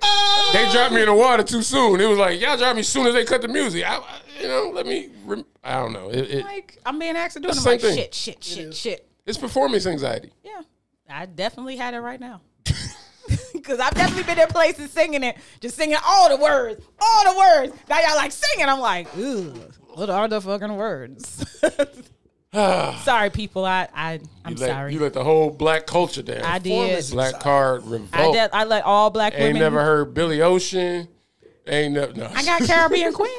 they dropped me in the water too soon. It was like y'all dropped me as soon as they cut the music. I, I- you know, let me. Rem- I don't know. It, it,
Like I'm being asked to do it.
That's
I'm
the
like
same thing.
shit, shit, shit, shit.
it's performance anxiety.
Yeah, I definitely had it right now. Cause I've definitely been in places singing it, just singing all the words, all the words. Now y'all like singing. I'm like, ooh, what are the fucking words? sorry, people. I, I I'm
You let,
sorry.
You let the whole black culture down.
I did.
Black card
I,
revolt.
did, I let all black
Oh. Ain't
women.
never heard Billy Ocean. Ain't never. No.
I got Caribbean Queen.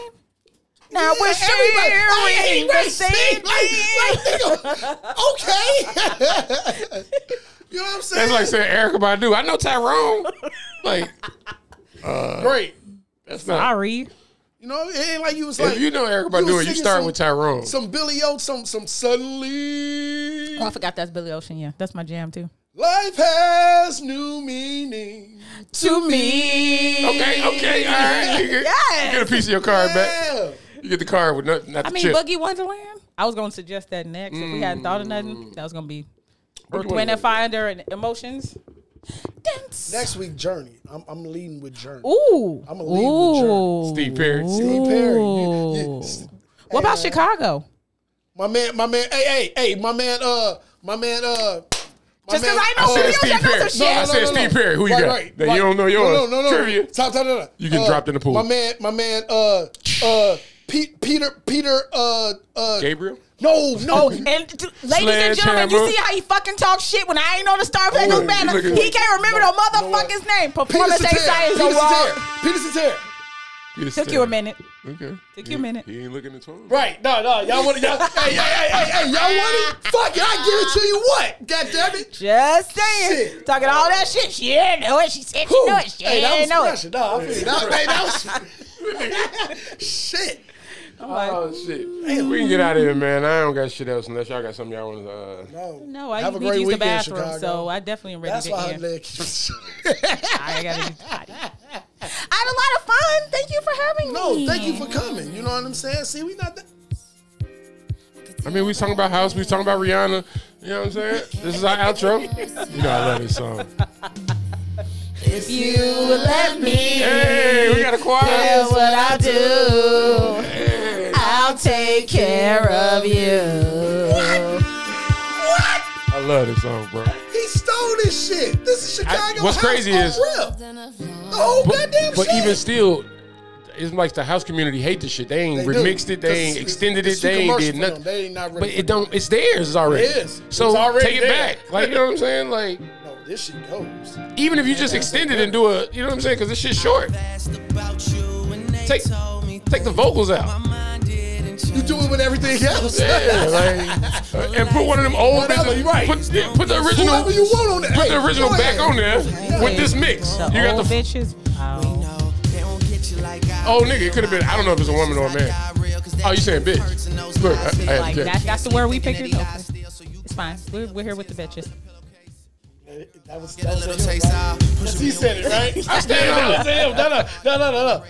Now we're
everybody- I
sharing
ain't
the
raised
same
me. Like,
thing.
Okay. you know what I'm saying?
That's like saying Erica Badu. I know Tyrone. like
great.
that's not.
Sorry.
You know, it ain't like you was
If
like
you know Erica
was
Badu, you
singing
start
some-
with Tyrone.
some Billy Oates, some some suddenly
Oh, I forgot that's Billy Ocean. Yeah, that's my jam too.
life has new meaning.
To me.
okay, okay, all right. You get,
Yes.
you get a piece of your card back.
Yeah.
You get the card with not, not
I
the
mean,
chip.
Boogie Wonderland. I was going to suggest that next. If we hadn't thought of nothing, that was going to be
Boogie
When I
Wonderland.
Find Her and Emotions. Dance.
Next week, Journey. I'm, I'm leading with Journey.
Ooh.
I'ma leave with Journey.
Ooh.
Steve Perry.
Steve Perry. You- you-
Ooh. What about
Hey, man.
Chicago?
My man, my man, hey, hey, hey, my man, uh, my man, uh, my uh,
Just 'cause I know
I said
you
Steve
don't know some
Perry.
shit.
I said Steve Perry. Who you got? Now, you don't know yours.
No, no, no, no.
Trivia.
Top, top, top, top.
You getting dropped in the pool.
My man, my man, uh, uh, Pe- Peter, Peter, uh, uh,
Gabriel.
no, no,
Oh, and t- ladies and gentlemen,
Sledgehammer.
you see how he fucking talks shit when I ain't on the Star Spangled
Boy,
Banner.
you look at-
He can't remember
Oh, No,
no,
you know what?
motherfucker's name. Performance anxiety is a
Peter
wall.
Cetera. Peter Cetera.
uh, Took you a minute.
Okay.
Took
He-
you a minute.
He ain't looking at twelve.
Right, no, no, y'all want it, y'all, hey, hey, hey, hey, hey, y'all want it? Fuck it, I give it to you what? God damn it.
Just saying.
Shit.
Talking all that shit. She didn't know it. She said she
Whew.
knew it. She
hey, that was
didn't know it.
pressure. No, I feel you. That, hey, that was shit.
I'm like,
Oh shit. We can get out of here, man. I don't got shit else unless y'all got something y'all want to. Uh,
No,
no, I need to use the bathroom, so I definitely am ready
That's
to
why her
end.
leg keeps.
I gotta use the potty. I had a lot of fun. Thank you for having me.
no, thank you for coming. You know what I'm saying? See, we not that.
I mean, we was talking about house. We was talking about Rihanna. You know what I'm saying? This is our outro. You know I love this song.
If you would let me,
Hey, we got a choir.
here's what I do. I'll take care of you.
I love this song, bro.
He stole this shit. This is Chicago.
I- what's
house
crazy
on
is-
real. the whole goddamn
but
shit.
even still, it's like the house community hate this shit. They ain't
They do.
remixed it. They ain't
It's-
extended
it's
it.
too
They ain't
commercial
did
for
nothing.
them. They ain't not ready.
But
for
it
them.
don't. It's theirs already.
It is.
So
It's already
take it
there.
back. Like you know what I'm saying? Like
No, this shit goes.
even if you just extend it and do a, you know what I'm saying? Because this shit's short. Take take the vocals out.
You do it with everything else.
Yeah, like, Uh, and put one of them old
Whatever,
bitches-
you right.
Put, yeah, put the original.
Whoever you want on that.
Put
Hey,
the original
go
back
ahead.
on there with this mix.
The
you got
old
the f-
bitches. Wow.
oh nigga. It could have been. I don't know if it's a woman or a man. Oh, you saying bitch? Look, I, I,
Like
yeah.
that, that's the word we picked. it up. It's fine. We're, we're here with the bitches.
That was, that uh, was a taste out. He said it right.
I stand on it.
Damn, no, no, no, no, no, no.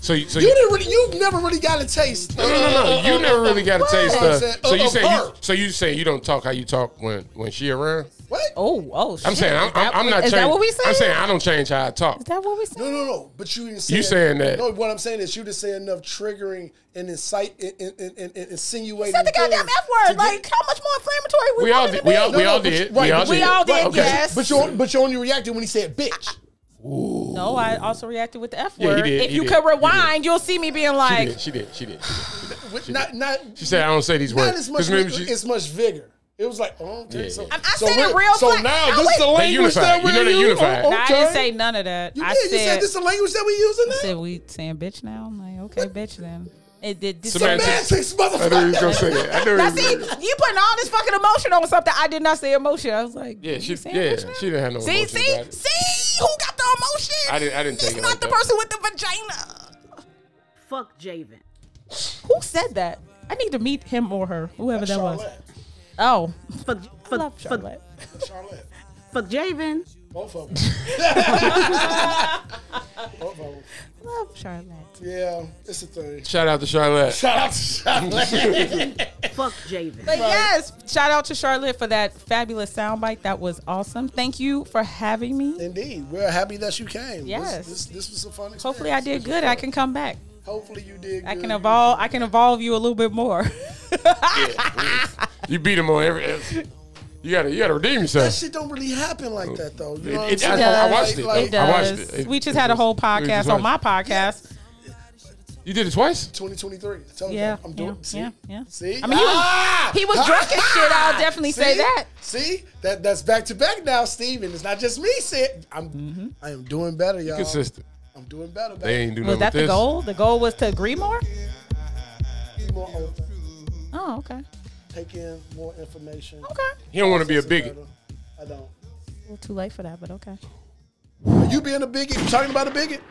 So, you- so
You
you,
didn't really. You never really got a taste.
no, no, no, no. You never really got to taste
What?
the. So you
Of
say you,
her.
so you say you don't talk how you talk when when she around.
What?
Oh, oh. Shit.
I'm saying I'm,
Is that
I'm, I'm
what-
not.
Is
changing.
that what we saying?
I'm saying I don't change how I talk.
Is that what we
No,
saying?
no, no. But you didn't say
You saying that.
No, what I'm saying is you didn't say enough triggering and incite and, and, and, and insinuating.
Said the goddamn
things
F
to
word.
get-
Like, how much more inflammatory we,
We all
wanted
did.
to be?
We
No,
all.
no,
We all
but you-
did.
right,
We all
but we
did.
all did,
Okay.
yes.
But you, but you only reacted when he said bitch.
No, I also reacted with the F
Yeah, he
word.
did,
if
he
you
did,
could
he did.
rewind, you'll see me being
She
like,
did. She did. She did. She did.
With not not
She said I don't say these
not
words.
as much
'Cause remember she-
as much vigor. It was like, oh, okay.
Yeah,
so,
yeah. I-
I
so
said it
we're-
real
So
flat.
now
I
this is the
went-
They
language that
unified.
we're
You know they
using?
unified.
Oh,
Nah,
Nah, I didn't
okay.
say none of that.
You
I
did. you said this is the language that we're using
I
now?
said we saying bitch now. I'm like, okay, bitch then. It did. did
Semantics.
Semantics,
I knew he was
motherfucker.
gonna say it. I knew he
Now
was
see, you putting all this fucking emotion on something I did not say emotion. I was like,
Yeah,
you
she
saying
yeah,
bitch now?
she didn't have no
See,
emotion
see,
about it.
see, who got the emotion?
I didn't- I didn't
It's
take it
not
like
the
that.
person with the vagina.
Fuck Javen.
Who said that? I need to meet him or her, whoever that was.
Charlotte.
Oh,
Fuck,
I
fuck,
love
fuck,
Charlotte.
Charlotte.
fuck Javen.
Both of them. Both of them.
Love Charlotte.
Yeah, it's a thing.
Shout out to Charlotte.
Shout out to Charlotte.
Fuck Javen.
But yes, shout out to Charlotte for that fabulous soundbite. That was awesome. Thank you for having me.
Indeed, we're happy that you came. This-
Yes.
This, this, was a fun experience.
Hopefully, I did good. I can come back.
Hopefully you did.
I can
good.
evolve. I can evolve you a little bit more.
You beat him on every. You gotta you gotta redeem
That
yourself.
shit don't really happen like that though. You
Oh. It-
know what
it
I'm saying?
does. I watched it.
Like,
It I watched it.
We just
It
had a
was-
whole
it was just
podcast on my
like-
podcast.
You did it twice.
2023. I told
Yeah,
you, I'm
yeah,
doing. see?
yeah, yeah.
See, Ah,
I mean, he was-
Ah!
He was drunk as shit. I'll definitely
See?
say that.
See that that's back to back now, Steve, and it's not just me. See, I'm
Mm-hmm.
I am doing better, y'all.
Consistent.
I'm doing better.
They
baby.
ain't do
Was
nothing
that
with
the
this.
goal? The goal was to agree more.
Be more open,
Oh, okay,
take in more information.
okay.
He don't want to be a bigot.
I don't.
Well, too late for that, but okay,
Are you being a bigot? You talking about a bigot?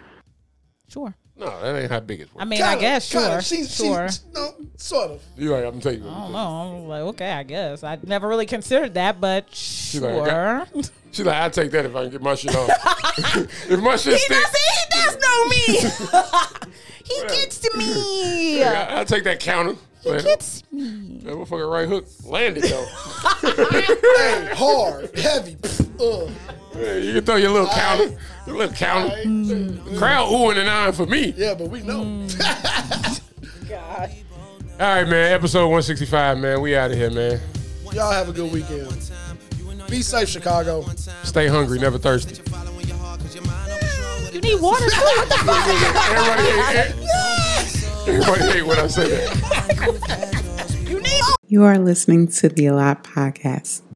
sure.
No, that ain't how big it was.
I mean, I
Kinda,
guess sure,
kinda. She's, she's-
sure.
no, sort of.
You right? I'm telling you.
I don't know. I'm like, okay, I guess. I never really considered that, but
like,
sure. he does
She like, I take that if I can get my shit off. if my shit
he
stinks,
does know me. he gets to me.
I, I'll take that counter. Man, that
Gets me.
motherfucker right hook landed though.
Hey, hard, heavy. uh, Ugh.
Hey, you can throw your little counter, your little counter. Mm. Crowd oohing and eyeing for me.
Yeah, but we know.
Mm.
All right, man. Episode 165, man. We out of here, man.
Y'all have a good weekend. Be safe, Chicago.
Stay hungry, never thirsty.
You need water too. What the fuck?
Everybody hate, everybody hate when I say that.
you need
You are listening to the Lot Podcast.